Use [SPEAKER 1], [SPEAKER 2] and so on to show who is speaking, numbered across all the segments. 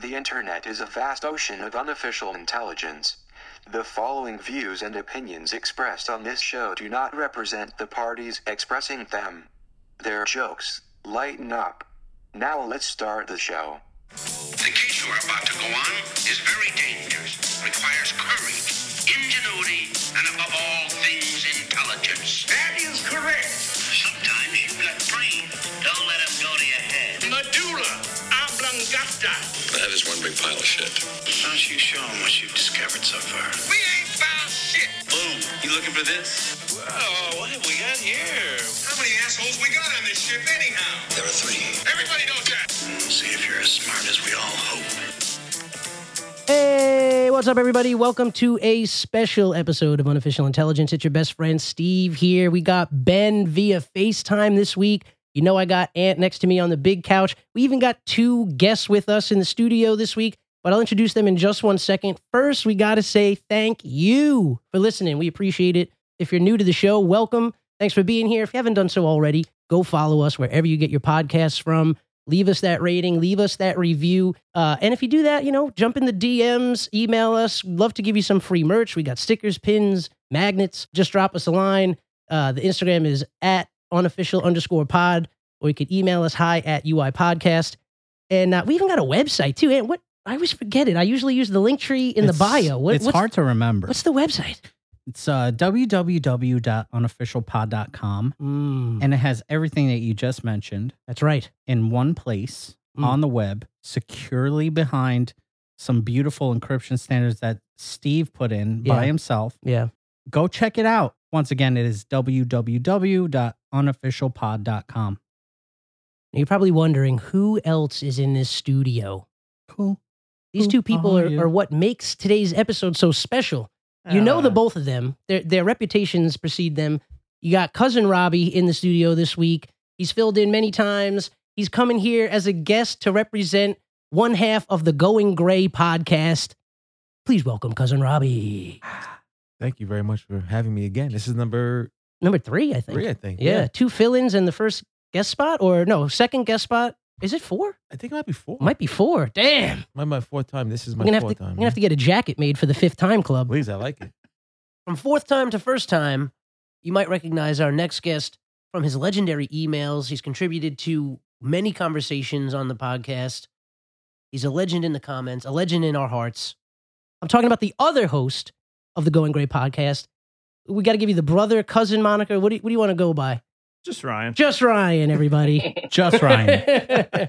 [SPEAKER 1] The internet is a vast ocean of unofficial intelligence. The following views and opinions expressed on this show do not represent the parties expressing them. They're jokes. Lighten up. Now let's start the show.
[SPEAKER 2] The case you are about to go on is very dangerous, requires courage, ingenuity, and above all things, intelligence. That is correct. Sometimes you've got brains. Don't let them go to your head. Medulla oblongata.
[SPEAKER 3] That is one big pile of shit.
[SPEAKER 2] Why don't you show them what you've discovered so far? We ain't found shit.
[SPEAKER 3] Boom. You looking for this?
[SPEAKER 2] Whoa, what have we got here? How many assholes we got on this ship anyhow?
[SPEAKER 3] There are three.
[SPEAKER 2] Everybody knows that. See if you're as smart as we all hope.
[SPEAKER 4] Hey, what's up, everybody? Welcome to a special episode of Unofficial Intelligence. It's your best friend Steve here. We got Ben via FaceTime this week. You know, I got Ant next to me on the big couch. We even got two guests with us in the studio this week, but I'll introduce them in just one second. First, we got to say thank you for listening. We appreciate it. If you're new to the show, welcome. Thanks for being here. If you haven't done so already, go follow us wherever you get your podcasts from leave us that rating, leave us that review. Uh, and if you do that, you know, jump in the DMs, email us. We'd Love to give you some free merch. We got stickers, pins, magnets. Just drop us a line. Uh, the Instagram is at unofficial underscore pod, or you could email us hi at UI podcast. And uh, we even got a website too. And what I always forget it. I usually use the link tree in the
[SPEAKER 5] It's-
[SPEAKER 4] bio. What,
[SPEAKER 5] it's
[SPEAKER 4] what's,
[SPEAKER 5] hard to remember.
[SPEAKER 4] What's the website?
[SPEAKER 5] It's uh, www.unofficialpod.com,
[SPEAKER 4] Mm,
[SPEAKER 5] and it has everything that you just mentioned
[SPEAKER 4] that's right.
[SPEAKER 5] in one place
[SPEAKER 4] Mm.
[SPEAKER 5] on the web, securely behind some beautiful encryption standards that Steve put in by
[SPEAKER 4] Yeah.
[SPEAKER 5] himself.
[SPEAKER 4] Yeah.
[SPEAKER 5] Go check it out. Once again, it is www.unofficialpod.com.
[SPEAKER 4] You're probably wondering who else is in this studio.
[SPEAKER 5] Cool.
[SPEAKER 4] These
[SPEAKER 5] Who
[SPEAKER 4] two people
[SPEAKER 5] are
[SPEAKER 4] are,
[SPEAKER 5] you?
[SPEAKER 4] are what makes today's episode so special. You know
[SPEAKER 5] Uh.
[SPEAKER 4] the both of them. Their their reputations precede them. You got cousin Robbie in the studio this week. He's filled in many times. He's coming here as a guest to represent one half of the Going Gray podcast. Please welcome cousin Robbie.
[SPEAKER 6] Thank you very much for having me again. This is number
[SPEAKER 4] Number three, I think.
[SPEAKER 6] three, I think.
[SPEAKER 4] Yeah, two fill-ins and the first guest spot, or no, second guest spot. Is it four?
[SPEAKER 6] I think it might be four.
[SPEAKER 4] Might be four. Damn,
[SPEAKER 6] Might be my fourth time. This is
[SPEAKER 4] we're
[SPEAKER 6] my
[SPEAKER 4] gonna have
[SPEAKER 6] fourth
[SPEAKER 4] to
[SPEAKER 6] time.
[SPEAKER 4] we're gonna have to get a jacket made for the fifth time club.
[SPEAKER 6] Please, I like it.
[SPEAKER 4] From fourth time to first time, you might recognize our next guest from his legendary emails. He's contributed to many conversations on the podcast. He's a legend in the comments, a legend in our hearts. I'm talking about the other host of the Going Gray podcast. We got to give you the brother, cousin moniker. What do you, what do you want to go by?
[SPEAKER 7] Just Ryan.
[SPEAKER 4] Just Ryan, everybody.
[SPEAKER 5] Just Ryan.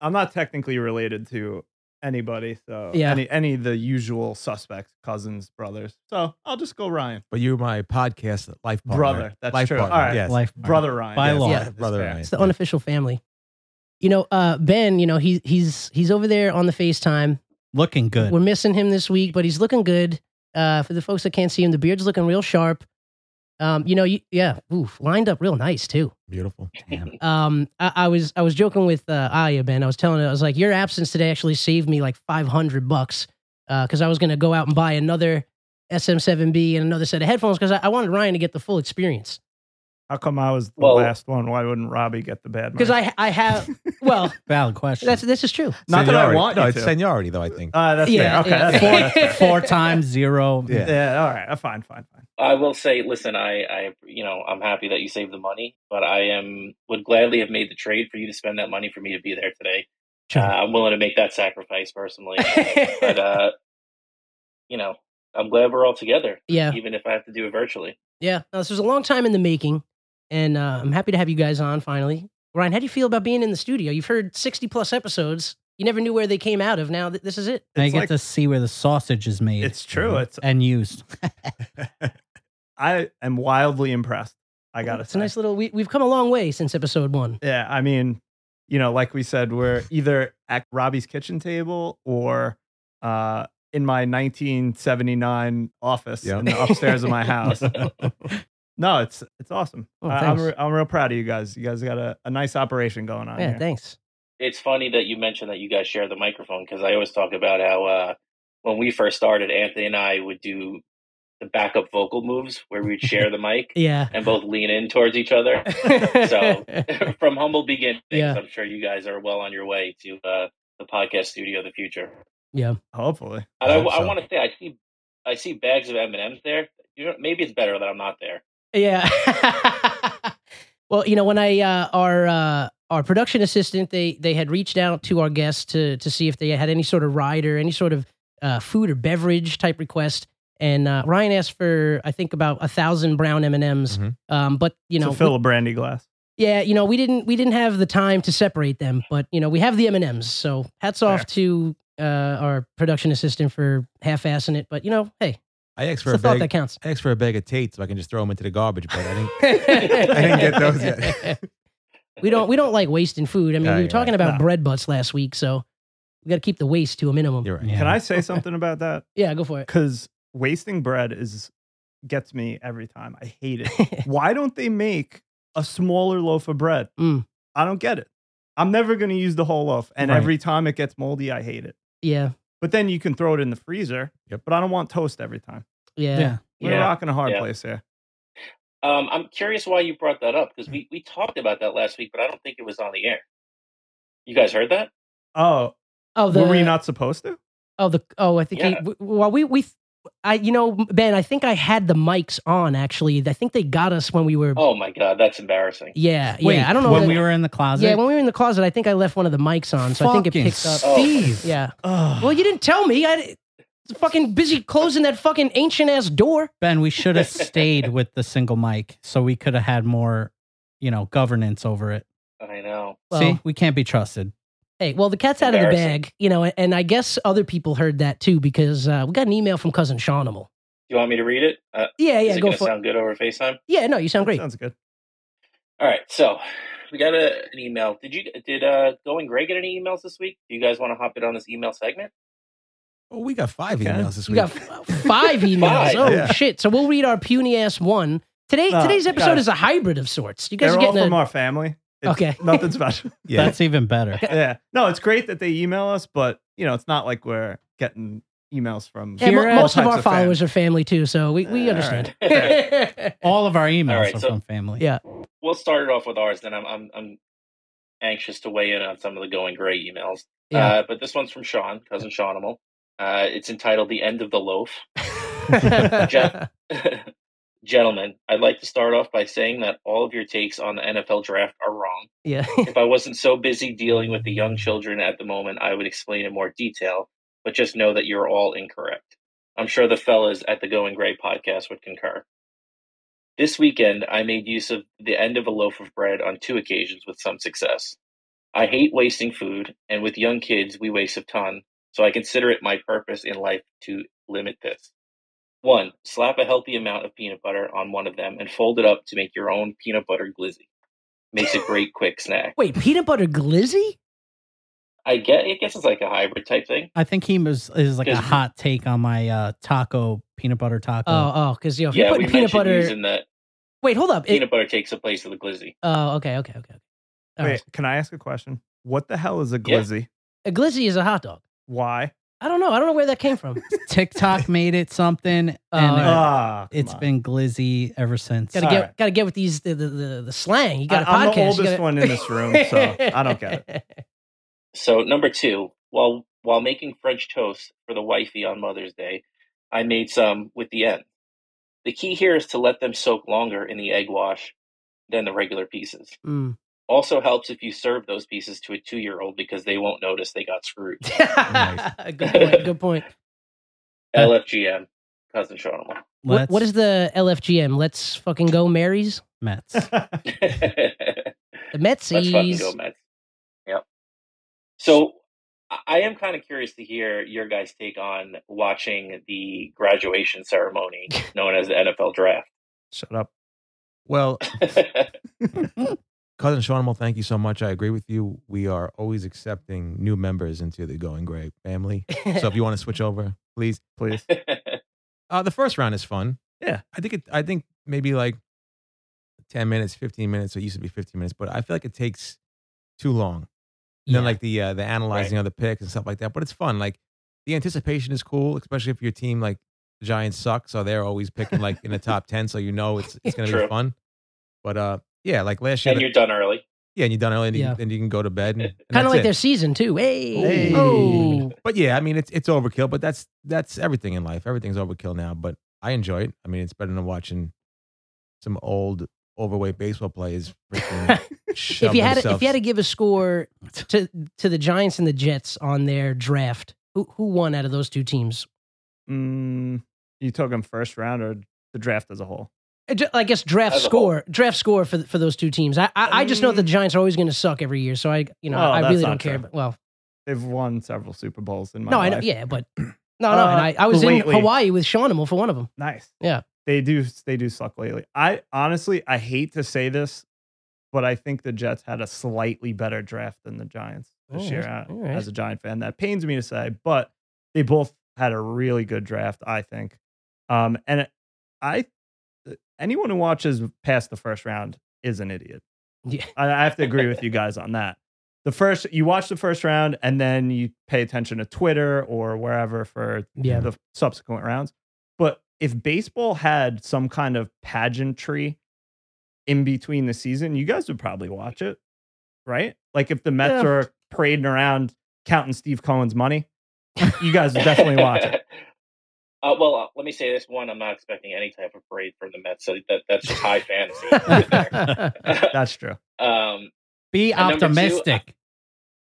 [SPEAKER 7] I'm not technically related to anybody, so
[SPEAKER 4] Yeah.
[SPEAKER 7] any any of the usual suspects, cousins, brothers. So I'll just go Ryan,
[SPEAKER 6] But you're my podcast life partner.
[SPEAKER 7] Brother, that's
[SPEAKER 6] life
[SPEAKER 7] true.
[SPEAKER 6] Partner.
[SPEAKER 7] All right.
[SPEAKER 6] Yes.
[SPEAKER 5] Life
[SPEAKER 7] brother Ryan.
[SPEAKER 5] By
[SPEAKER 6] Yes,
[SPEAKER 5] law.
[SPEAKER 6] yeah,
[SPEAKER 7] That's
[SPEAKER 6] brother.
[SPEAKER 7] fair.
[SPEAKER 6] Ryan.
[SPEAKER 4] It's the unofficial family. You know, uh, Ben, you know, he, he's, he's over there on the FaceTime.
[SPEAKER 5] Looking good.
[SPEAKER 4] We're missing him this week, but he's looking good. Uh, for the folks that can't see him, the beard's looking real sharp. Um, you know, you, yeah, oof, lined up real nice too.
[SPEAKER 6] Beautiful.
[SPEAKER 5] Damn.
[SPEAKER 4] Um, I, I was I was joking with uh, Aya Ben. I was telling her I was like, your absence today actually saved me like five hundred bucks because I was going to go out and buy another SM7B and another set of headphones because I, I wanted Ryan to get the full experience
[SPEAKER 7] How come I was the
[SPEAKER 8] Well-
[SPEAKER 7] last one? Why wouldn't Robbie get the bad?
[SPEAKER 4] because
[SPEAKER 7] mic?
[SPEAKER 4] I I have well
[SPEAKER 5] Valid question.
[SPEAKER 4] that's this is true.
[SPEAKER 7] not that I
[SPEAKER 6] Seniority.
[SPEAKER 7] want
[SPEAKER 6] No,
[SPEAKER 7] you
[SPEAKER 6] it's
[SPEAKER 7] to.
[SPEAKER 6] seniority though. I think.
[SPEAKER 7] uh, that's
[SPEAKER 4] Yeah,
[SPEAKER 7] fair. Okay,
[SPEAKER 4] yeah.
[SPEAKER 7] that's fair. That's fair.
[SPEAKER 5] Four times zero.
[SPEAKER 6] Yeah.
[SPEAKER 7] Yeah, all right. uh, Fine, fine, fine.
[SPEAKER 8] I will say, listen, I, I, you know, I'm happy that you saved the money, but I am would gladly have made the trade for you to spend that money for me to be there today. Uh, I'm willing to make that sacrifice personally, but uh, you know, I'm glad we're all together,
[SPEAKER 4] yeah,
[SPEAKER 8] even if I have to do it virtually.
[SPEAKER 4] yeah. Now, this was a long time in the making, and uh, I'm happy to have you guys on finally. Ryan, how do you feel about being in the studio? You've heard 60 plus episodes. You never knew where they came out of. Now th- this is it.
[SPEAKER 5] And you
[SPEAKER 7] It's
[SPEAKER 5] get
[SPEAKER 7] like-
[SPEAKER 5] to see where the sausage is made.
[SPEAKER 7] It's true. It's
[SPEAKER 5] and used.
[SPEAKER 7] I am wildly impressed. I gotta
[SPEAKER 4] It's
[SPEAKER 7] say.
[SPEAKER 4] a nice little. We, we've come a long way since episode one.
[SPEAKER 7] Yeah, I mean, you know, like we said, we're either at Robbie's kitchen table or uh, in my 1979 office
[SPEAKER 6] Yeah.
[SPEAKER 7] in the upstairs of my house. no, it's it's awesome.
[SPEAKER 4] Oh,
[SPEAKER 7] I, I'm
[SPEAKER 4] thanks.
[SPEAKER 7] re- I'm real proud of you guys. You guys got a, a nice operation going on.
[SPEAKER 4] yeah,
[SPEAKER 7] here.
[SPEAKER 4] thanks.
[SPEAKER 8] It's funny that you mentioned that you guys share the microphone because I always talk about how uh, when we first started, Anthony and I would do the backup vocal moves where we'd share the mic
[SPEAKER 4] Yeah.
[SPEAKER 8] and both lean in towards each other. from humble beginnings,
[SPEAKER 4] Yeah.
[SPEAKER 8] I'm sure you guys are well on your way to uh, the podcast studio of the future.
[SPEAKER 7] Hopefully.
[SPEAKER 8] And I,
[SPEAKER 6] I hope so.
[SPEAKER 8] want to say I see I see bags of M and M's there. You know, maybe it's better that I'm not there.
[SPEAKER 4] Yeah. well, you know, when I uh, our uh, our production assistant, they they had reached out to our guests to to see if they had any sort of ride or any sort of uh, food or beverage type request. And uh, Ryan asked for, I think, about a thousand brown M and M's.
[SPEAKER 6] Mhm.
[SPEAKER 4] Um, but you know,
[SPEAKER 7] Mm-hmm. so fill a brandy glass.
[SPEAKER 4] yeah, you know, we didn't we didn't have the time to separate them, but you know, we have the M and M's. So hats off
[SPEAKER 7] Fair.
[SPEAKER 4] to uh, our production assistant for half-assing it. But you know, hey,
[SPEAKER 6] I asked
[SPEAKER 4] it's
[SPEAKER 6] for a
[SPEAKER 4] the thought
[SPEAKER 6] bag.
[SPEAKER 4] that counts.
[SPEAKER 6] I asked for a bag of Tate so I can just throw them into the garbage. But I didn't.
[SPEAKER 4] didn't
[SPEAKER 6] get those yet.
[SPEAKER 4] we don't we don't like wasting food. I mean,
[SPEAKER 6] Yeah,
[SPEAKER 4] we were
[SPEAKER 6] you're
[SPEAKER 4] talking
[SPEAKER 6] right.
[SPEAKER 4] about
[SPEAKER 7] No.
[SPEAKER 4] bread butts last week, so we got to keep the waste to a minimum.
[SPEAKER 6] You're right.
[SPEAKER 5] Yeah.
[SPEAKER 7] Can I say something about that?
[SPEAKER 4] Yeah, go for it.
[SPEAKER 7] Because wasting bread is gets me every time. I hate it. Why don't they make a smaller loaf of bread?
[SPEAKER 4] Mm.
[SPEAKER 7] I don't get it. I'm never going to use the whole loaf, and
[SPEAKER 5] Right.
[SPEAKER 7] every time it gets moldy, I hate it.
[SPEAKER 4] Yeah,
[SPEAKER 7] But then you can throw it in the freezer.
[SPEAKER 6] Yep.
[SPEAKER 7] But I don't want toast every time.
[SPEAKER 4] yeah,
[SPEAKER 5] Yeah.
[SPEAKER 7] We're
[SPEAKER 8] Yeah.
[SPEAKER 7] rocking a hard
[SPEAKER 8] Yeah.
[SPEAKER 7] place here.
[SPEAKER 8] Um, I'm curious why you brought that up because
[SPEAKER 4] Hmm.
[SPEAKER 8] we, we talked about that last week, but I don't think it was on the air. You guys heard that?
[SPEAKER 7] Oh,
[SPEAKER 4] Oh, the
[SPEAKER 7] were we not supposed to?
[SPEAKER 4] oh the oh I think he,
[SPEAKER 8] Yeah.
[SPEAKER 4] w- well we we I you know Ben I think I had the mics on actually. I think they got us when we were.
[SPEAKER 8] Oh my god, that's embarrassing.
[SPEAKER 4] Yeah,
[SPEAKER 5] Wait,
[SPEAKER 4] yeah. I don't know
[SPEAKER 5] when
[SPEAKER 4] that-
[SPEAKER 5] we were in the closet.
[SPEAKER 4] Yeah, when we were in the closet, I think I left one of the mics on, so I think it
[SPEAKER 5] Fucking
[SPEAKER 4] picked up.
[SPEAKER 5] Steve.
[SPEAKER 4] Yeah.
[SPEAKER 7] Ugh.
[SPEAKER 4] Well, you didn't tell me. I it's fucking busy closing that fucking ancient ass door.
[SPEAKER 5] Ben, we should have stayed with the single mic so we could have had more, you know, governance over it.
[SPEAKER 8] I know.
[SPEAKER 4] Well,
[SPEAKER 5] See, we can't be trusted.
[SPEAKER 4] Hey, well, the cat's out of the
[SPEAKER 8] Embarrassing.
[SPEAKER 4] bag, you know, and I guess other people heard that too because uh, we got an email from cousin Seanimal.
[SPEAKER 8] You want me to read it? Uh,
[SPEAKER 4] Yeah,
[SPEAKER 8] is
[SPEAKER 4] yeah,
[SPEAKER 8] it
[SPEAKER 4] go
[SPEAKER 8] going to
[SPEAKER 4] for it.
[SPEAKER 8] sound good over FaceTime?
[SPEAKER 4] Yeah, no, you sound great.
[SPEAKER 7] Sounds good.
[SPEAKER 8] All right, so we got a, an email. Did you did uh Going Gray get any emails this week? Do you guys want to hop in on this email segment?
[SPEAKER 6] Oh, we got five
[SPEAKER 7] Okay.
[SPEAKER 6] emails this
[SPEAKER 4] You
[SPEAKER 6] week.
[SPEAKER 4] got f- five emails.
[SPEAKER 8] Five. Oh,
[SPEAKER 4] Oh
[SPEAKER 7] Yeah.
[SPEAKER 4] shit! So we'll read our puny ass one today.
[SPEAKER 7] No,
[SPEAKER 4] today's episode
[SPEAKER 7] guys.
[SPEAKER 4] is a hybrid of sorts. You guys
[SPEAKER 7] They're
[SPEAKER 4] are
[SPEAKER 7] all
[SPEAKER 4] getting
[SPEAKER 7] from
[SPEAKER 4] a,
[SPEAKER 7] our family. It's
[SPEAKER 4] Okay.
[SPEAKER 7] Nothing special.
[SPEAKER 6] yeah.
[SPEAKER 5] That's even better.
[SPEAKER 7] yeah. No, it's great that they email us, but you know, it's not like we're getting emails from
[SPEAKER 4] yeah, mo-
[SPEAKER 5] Here-
[SPEAKER 4] most of
[SPEAKER 7] all types
[SPEAKER 4] our
[SPEAKER 7] of
[SPEAKER 4] followers are family too, so we, we
[SPEAKER 7] Uh,
[SPEAKER 4] understand.
[SPEAKER 8] all
[SPEAKER 5] All of our emails
[SPEAKER 8] All right,
[SPEAKER 5] are
[SPEAKER 8] so-
[SPEAKER 5] from family.
[SPEAKER 4] Yeah.
[SPEAKER 8] We'll start it off with ours. Then I'm I'm, I'm anxious to weigh in on some of the Going Gray emails.
[SPEAKER 4] Yeah.
[SPEAKER 8] Uh, but this one's from Sean, cousin Seanimal. Uh, it's entitled "The End of the Loaf." Jeff. Gentlemen, I'd like to start off by saying that all of your takes on the NFL draft are wrong.
[SPEAKER 4] yeah.
[SPEAKER 8] if I wasn't so busy dealing with the young children at the moment, I would explain in more detail, but just know that you're all incorrect. I'm sure the fellas at the Going Gray podcast would concur. This weekend, I made use of the end of a loaf of bread on two occasions with some success. I hate wasting food, and with young kids, we waste a ton, so I consider it my purpose in life to limit this. One, slap a healthy amount of peanut butter on one of them and fold it up to make your own peanut butter glizzy. Makes a great quick snack.
[SPEAKER 4] Wait, peanut butter glizzy?
[SPEAKER 8] I get. I guess it's like a hybrid type thing.
[SPEAKER 5] I think he was is like a
[SPEAKER 8] Just-
[SPEAKER 5] hot take on my uh, taco peanut butter taco.
[SPEAKER 4] Oh, oh, because you know, if you're putting
[SPEAKER 8] we
[SPEAKER 4] peanut
[SPEAKER 8] mentioned
[SPEAKER 4] butter.
[SPEAKER 8] using that
[SPEAKER 4] Wait, hold up. It-
[SPEAKER 8] peanut butter takes the place of the glizzy.
[SPEAKER 4] Oh, okay, okay, okay. All
[SPEAKER 7] Wait,
[SPEAKER 4] right.
[SPEAKER 7] can I ask a question? What the hell is a
[SPEAKER 8] Yeah.
[SPEAKER 7] glizzy?
[SPEAKER 4] A glizzy is a hot dog.
[SPEAKER 7] Why?
[SPEAKER 4] I don't know. I don't know where that came from.
[SPEAKER 5] TikTok made it something, and
[SPEAKER 4] Oh, yeah.
[SPEAKER 5] it-
[SPEAKER 7] Ah, come
[SPEAKER 5] it's
[SPEAKER 7] on.
[SPEAKER 5] been glizzy ever since.
[SPEAKER 4] gotta
[SPEAKER 7] All
[SPEAKER 4] get,
[SPEAKER 7] right.
[SPEAKER 4] gotta get with these the the, the, the slang. You got a
[SPEAKER 7] I- I'm the
[SPEAKER 4] podcast. you
[SPEAKER 7] oldest
[SPEAKER 4] gotta-
[SPEAKER 7] one in this room, so I don't get
[SPEAKER 4] it.
[SPEAKER 8] So number two, while while making French toast for the wifey on Mother's Day, I made some with the end. The key here is to let them soak longer in the egg wash than the regular pieces.
[SPEAKER 4] Mm.
[SPEAKER 8] Also helps if you serve those pieces to a two year old because they won't notice they got screwed.
[SPEAKER 4] good point. Good point.
[SPEAKER 8] LFGM, cousin Sean.
[SPEAKER 4] What, what
[SPEAKER 5] Let's-
[SPEAKER 4] is the LFGM? Let's fucking go, Marys.
[SPEAKER 5] Mets?
[SPEAKER 8] Let's
[SPEAKER 4] The
[SPEAKER 8] fucking
[SPEAKER 4] Metsies.
[SPEAKER 8] go Mets. Yep. So I- I am kind of curious to hear your guys' take on watching the graduation ceremony known as the NFL draft.
[SPEAKER 7] Shut up.
[SPEAKER 6] well, cousin Seanimal, thank you so much. I agree with you. We are always accepting new members into the Going Gray family. So if you want to switch over, please.
[SPEAKER 7] Please.
[SPEAKER 6] Uh, the first round is fun.
[SPEAKER 7] Yeah.
[SPEAKER 6] I think it. I think maybe like ten minutes, fifteen minutes. So it used to be fifteen minutes, but I feel like it takes too long. And then
[SPEAKER 5] Yeah.
[SPEAKER 6] like the uh, the analyzing of the picks and stuff like that. But it's fun. Like the anticipation is cool, especially if your team like the Giants suck, so they're always picking like in the top ten, so you know it's it's gonna be
[SPEAKER 8] True.
[SPEAKER 6] fun. But uh, yeah, like last year,
[SPEAKER 8] and
[SPEAKER 6] the-
[SPEAKER 8] you're done early.
[SPEAKER 6] Yeah, and you're done early, and you-
[SPEAKER 4] Yeah.
[SPEAKER 6] then you can go to bed. And, and
[SPEAKER 4] Kind
[SPEAKER 6] that's
[SPEAKER 4] of like
[SPEAKER 6] it.
[SPEAKER 4] their season too. Hey,
[SPEAKER 7] Hey.
[SPEAKER 4] oh,
[SPEAKER 6] But yeah, I mean, it's it's overkill. But that's that's everything in life. Everything's overkill now. But I enjoy it. I mean, it's better than watching some old overweight baseball players. freaking
[SPEAKER 4] if
[SPEAKER 6] shove
[SPEAKER 4] you had to, if
[SPEAKER 6] themselves.
[SPEAKER 4] you had to give a score to to the Giants and the Jets on their draft, who who won out of those two teams?
[SPEAKER 7] Mm, you took him first round or the draft as a whole?
[SPEAKER 4] I Uh, ju- I guess draft
[SPEAKER 8] As a whole.
[SPEAKER 4] score, draft score for for those two teams. I I, I just know the
[SPEAKER 7] Mm.
[SPEAKER 4] Giants are always going to suck every year, so I you know
[SPEAKER 7] Well,
[SPEAKER 4] I
[SPEAKER 7] that's
[SPEAKER 4] really
[SPEAKER 7] not
[SPEAKER 4] don't care.
[SPEAKER 7] true.
[SPEAKER 4] But, well,
[SPEAKER 7] They've won several Super Bowls in my
[SPEAKER 4] no, I
[SPEAKER 7] life.
[SPEAKER 4] know, yeah, but no, no. and I, I was
[SPEAKER 7] lately-
[SPEAKER 4] in Hawaii with Shawnable for one of them.
[SPEAKER 7] Nice.
[SPEAKER 4] Yeah.
[SPEAKER 7] They do they do suck lately. I honestly I hate to say this, but I think the Jets had a slightly better draft than the Giants this
[SPEAKER 4] Oh,
[SPEAKER 7] year
[SPEAKER 4] that's-
[SPEAKER 7] uh,
[SPEAKER 4] all right.
[SPEAKER 7] as a Giant fan. That pains me to say, but they both had a really good draft, I think. Um and I anyone who watches past the first round is an idiot.
[SPEAKER 4] Yeah.
[SPEAKER 7] I, I have to agree with you guys on that. The first you watch the first round and then you pay attention to Twitter or wherever for
[SPEAKER 4] Yeah.
[SPEAKER 7] the subsequent rounds. But if baseball had some kind of pageantry in between the season, you guys would probably watch it, right? Like if the Mets
[SPEAKER 4] Yeah.
[SPEAKER 7] are parading around counting Steve Cohen's money, you guys would definitely watch it.
[SPEAKER 8] Uh, well, uh, let me say this one: I'm not expecting any type of parade from the Mets, so that that's just high fantasy. right there.
[SPEAKER 7] That's true.
[SPEAKER 8] um,
[SPEAKER 5] Be
[SPEAKER 8] And number two,
[SPEAKER 5] optimistic.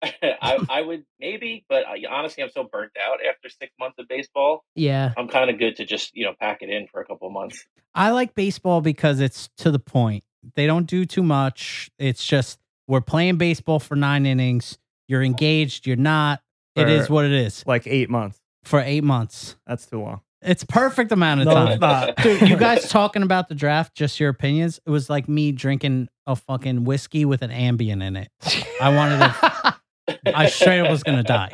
[SPEAKER 8] I, I would maybe, but I, honestly, I'm so burnt out after six months of baseball.
[SPEAKER 4] Yeah,
[SPEAKER 8] I'm kind of good to just you know pack it in for a couple months.
[SPEAKER 5] I like baseball because it's to the point. They don't do too much. It's just we're playing baseball for nine innings. You're engaged. You're not. it is
[SPEAKER 7] For-
[SPEAKER 5] what it is
[SPEAKER 7] Like eight months.
[SPEAKER 5] for eight months.
[SPEAKER 7] That's too long.
[SPEAKER 5] It's perfect amount of
[SPEAKER 7] No,
[SPEAKER 5] time.
[SPEAKER 7] it's not.
[SPEAKER 5] Dude, you guys talking about the draft, just your opinions. It was like me drinking a fucking whiskey with an Ambien in it. I wanted to. I straight up was gonna die.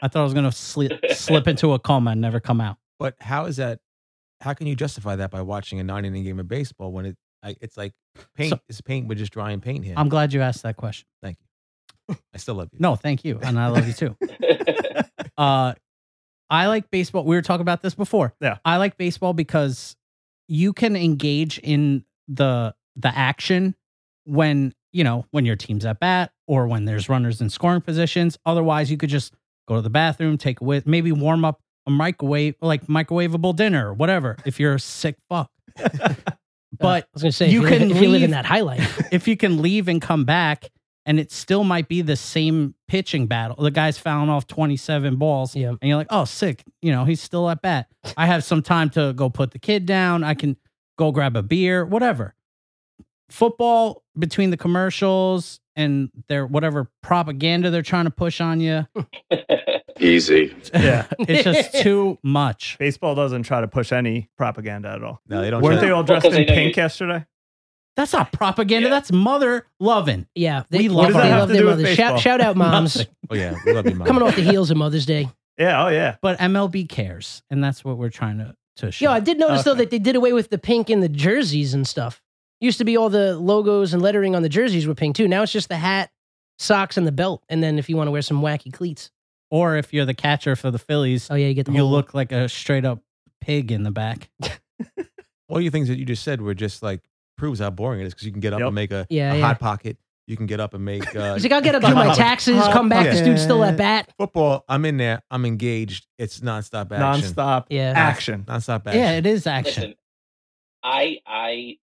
[SPEAKER 5] I thought I was gonna slip slip into a coma and never come out.
[SPEAKER 6] But how is that? How can you justify that by watching a nine inning game of baseball when it I, it's like paint
[SPEAKER 5] So-
[SPEAKER 6] is paint with just dry and paint here?
[SPEAKER 5] I'm glad you asked that question.
[SPEAKER 6] I still love you.
[SPEAKER 5] No, thank you, and I love you too. Uh, I like baseball. We were talking about this before.
[SPEAKER 7] Yeah.
[SPEAKER 5] I like baseball because you can engage in the the action when you know when your team's at bat or when there's runners in scoring positions. Otherwise, you could just go to the bathroom, take a whiz, maybe warm up a microwave like microwavable dinner or whatever. If you're a sick fuck,
[SPEAKER 4] I
[SPEAKER 5] but
[SPEAKER 4] was going to say
[SPEAKER 5] you
[SPEAKER 4] if you
[SPEAKER 5] can
[SPEAKER 4] live, if you live in
[SPEAKER 5] leave-
[SPEAKER 4] that high life.
[SPEAKER 5] if you can leave and come back. And it still might be the same pitching battle. The guy's fouling off 27 balls
[SPEAKER 4] Yeah,
[SPEAKER 5] and you're like, oh, sick. You know, he's still at bat. I have some time to go put the kid down. I can go grab a beer, whatever. Football between the commercials and their whatever propaganda they're trying to push on you,
[SPEAKER 3] Easy.
[SPEAKER 7] Yeah.
[SPEAKER 5] it's just too much.
[SPEAKER 7] Baseball doesn't try to push any propaganda at all.
[SPEAKER 6] no, they don't.
[SPEAKER 7] Weren't
[SPEAKER 6] try-
[SPEAKER 7] they all
[SPEAKER 8] Well,
[SPEAKER 7] dressed
[SPEAKER 8] 'cause they
[SPEAKER 7] in
[SPEAKER 8] know you-
[SPEAKER 7] pink yesterday?
[SPEAKER 5] That's not propaganda.
[SPEAKER 8] Yeah.
[SPEAKER 5] That's mother loving.
[SPEAKER 4] yeah. They,
[SPEAKER 5] We
[SPEAKER 4] love,
[SPEAKER 5] love
[SPEAKER 4] they
[SPEAKER 5] our-
[SPEAKER 4] love
[SPEAKER 7] What does that have to
[SPEAKER 4] their
[SPEAKER 7] do with
[SPEAKER 4] mothers. Shout,
[SPEAKER 7] baseball?
[SPEAKER 4] shout out moms
[SPEAKER 6] Oh yeah, we love you, mom.
[SPEAKER 4] coming off the heels of Mother's Day.
[SPEAKER 7] Yeah. Oh, yeah.
[SPEAKER 5] But MLB cares, and that's what we're trying to to show.
[SPEAKER 4] Yo, I did notice though
[SPEAKER 7] Okay.
[SPEAKER 4] that they did away with the pink in the jerseys and stuff. Used to be all the logos and lettering on the jerseys were pink too. Now it's just the hat, socks, and the belt. And then if you want to wear some wacky cleats,
[SPEAKER 5] or if you're the catcher for the Phillies,
[SPEAKER 4] oh yeah, you get the
[SPEAKER 5] you
[SPEAKER 4] whole
[SPEAKER 5] look like a straight up pig in the back.
[SPEAKER 6] all your things that you just said were just like proves how boring it is because you can get up
[SPEAKER 7] Yep.
[SPEAKER 6] and make a,
[SPEAKER 4] Yeah,
[SPEAKER 6] a
[SPEAKER 4] yeah.
[SPEAKER 6] hot pocket. You can get up and make uh,
[SPEAKER 4] He's like, I'll get up, do my taxes, come back. This dude's still at bat.
[SPEAKER 6] football. I'm in there. I'm engaged. It's nonstop action.
[SPEAKER 7] Nonstop
[SPEAKER 4] Yeah,
[SPEAKER 7] action.
[SPEAKER 6] Nonstop action.
[SPEAKER 5] Yeah, it is action.
[SPEAKER 8] Listen, I I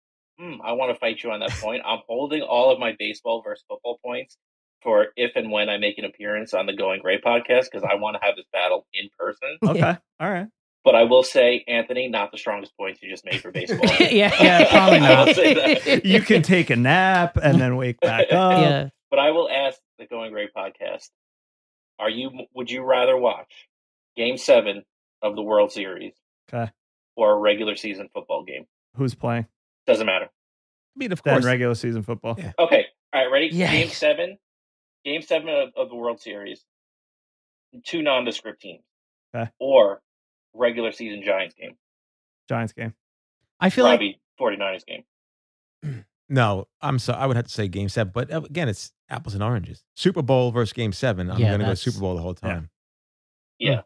[SPEAKER 8] mm, I want to fight you on that point. I'm holding all of my baseball versus football points for if and when I make an appearance on the Going Gray podcast because I want to have this battle in person.
[SPEAKER 7] Okay. All right.
[SPEAKER 8] But I will say, Anthony, not the strongest points you just made for baseball.
[SPEAKER 4] yeah,
[SPEAKER 5] Yeah, probably
[SPEAKER 8] I will say that.
[SPEAKER 7] You can take a nap and then wake back up.
[SPEAKER 5] um,
[SPEAKER 4] yeah,
[SPEAKER 8] But I will ask the Going Gray podcast: Are you? Would you rather watch Game Seven of the World Series,
[SPEAKER 7] Okay.
[SPEAKER 8] or a regular season football game?
[SPEAKER 7] Who's playing?
[SPEAKER 8] Doesn't matter.
[SPEAKER 6] I mean, of
[SPEAKER 7] Then
[SPEAKER 6] course.
[SPEAKER 7] regular season football.
[SPEAKER 6] Yeah.
[SPEAKER 8] Okay. All right. Ready? Game
[SPEAKER 4] Yikes.
[SPEAKER 8] seven. Game seven of, of the World Series. Two nondescript teams.
[SPEAKER 7] Okay.
[SPEAKER 8] Or regular season Giants game.
[SPEAKER 7] Giants game.
[SPEAKER 5] I feel like
[SPEAKER 8] Robbie 49ers game.
[SPEAKER 6] No, I'm sorry. I would have to say Game Seven, but uh, again, it's apples and oranges. Super Bowl versus Game Seven. I'm
[SPEAKER 5] Yeah,
[SPEAKER 6] going to go
[SPEAKER 5] that's-
[SPEAKER 6] Super Bowl the whole
[SPEAKER 7] Yeah.
[SPEAKER 6] time.
[SPEAKER 8] Yeah.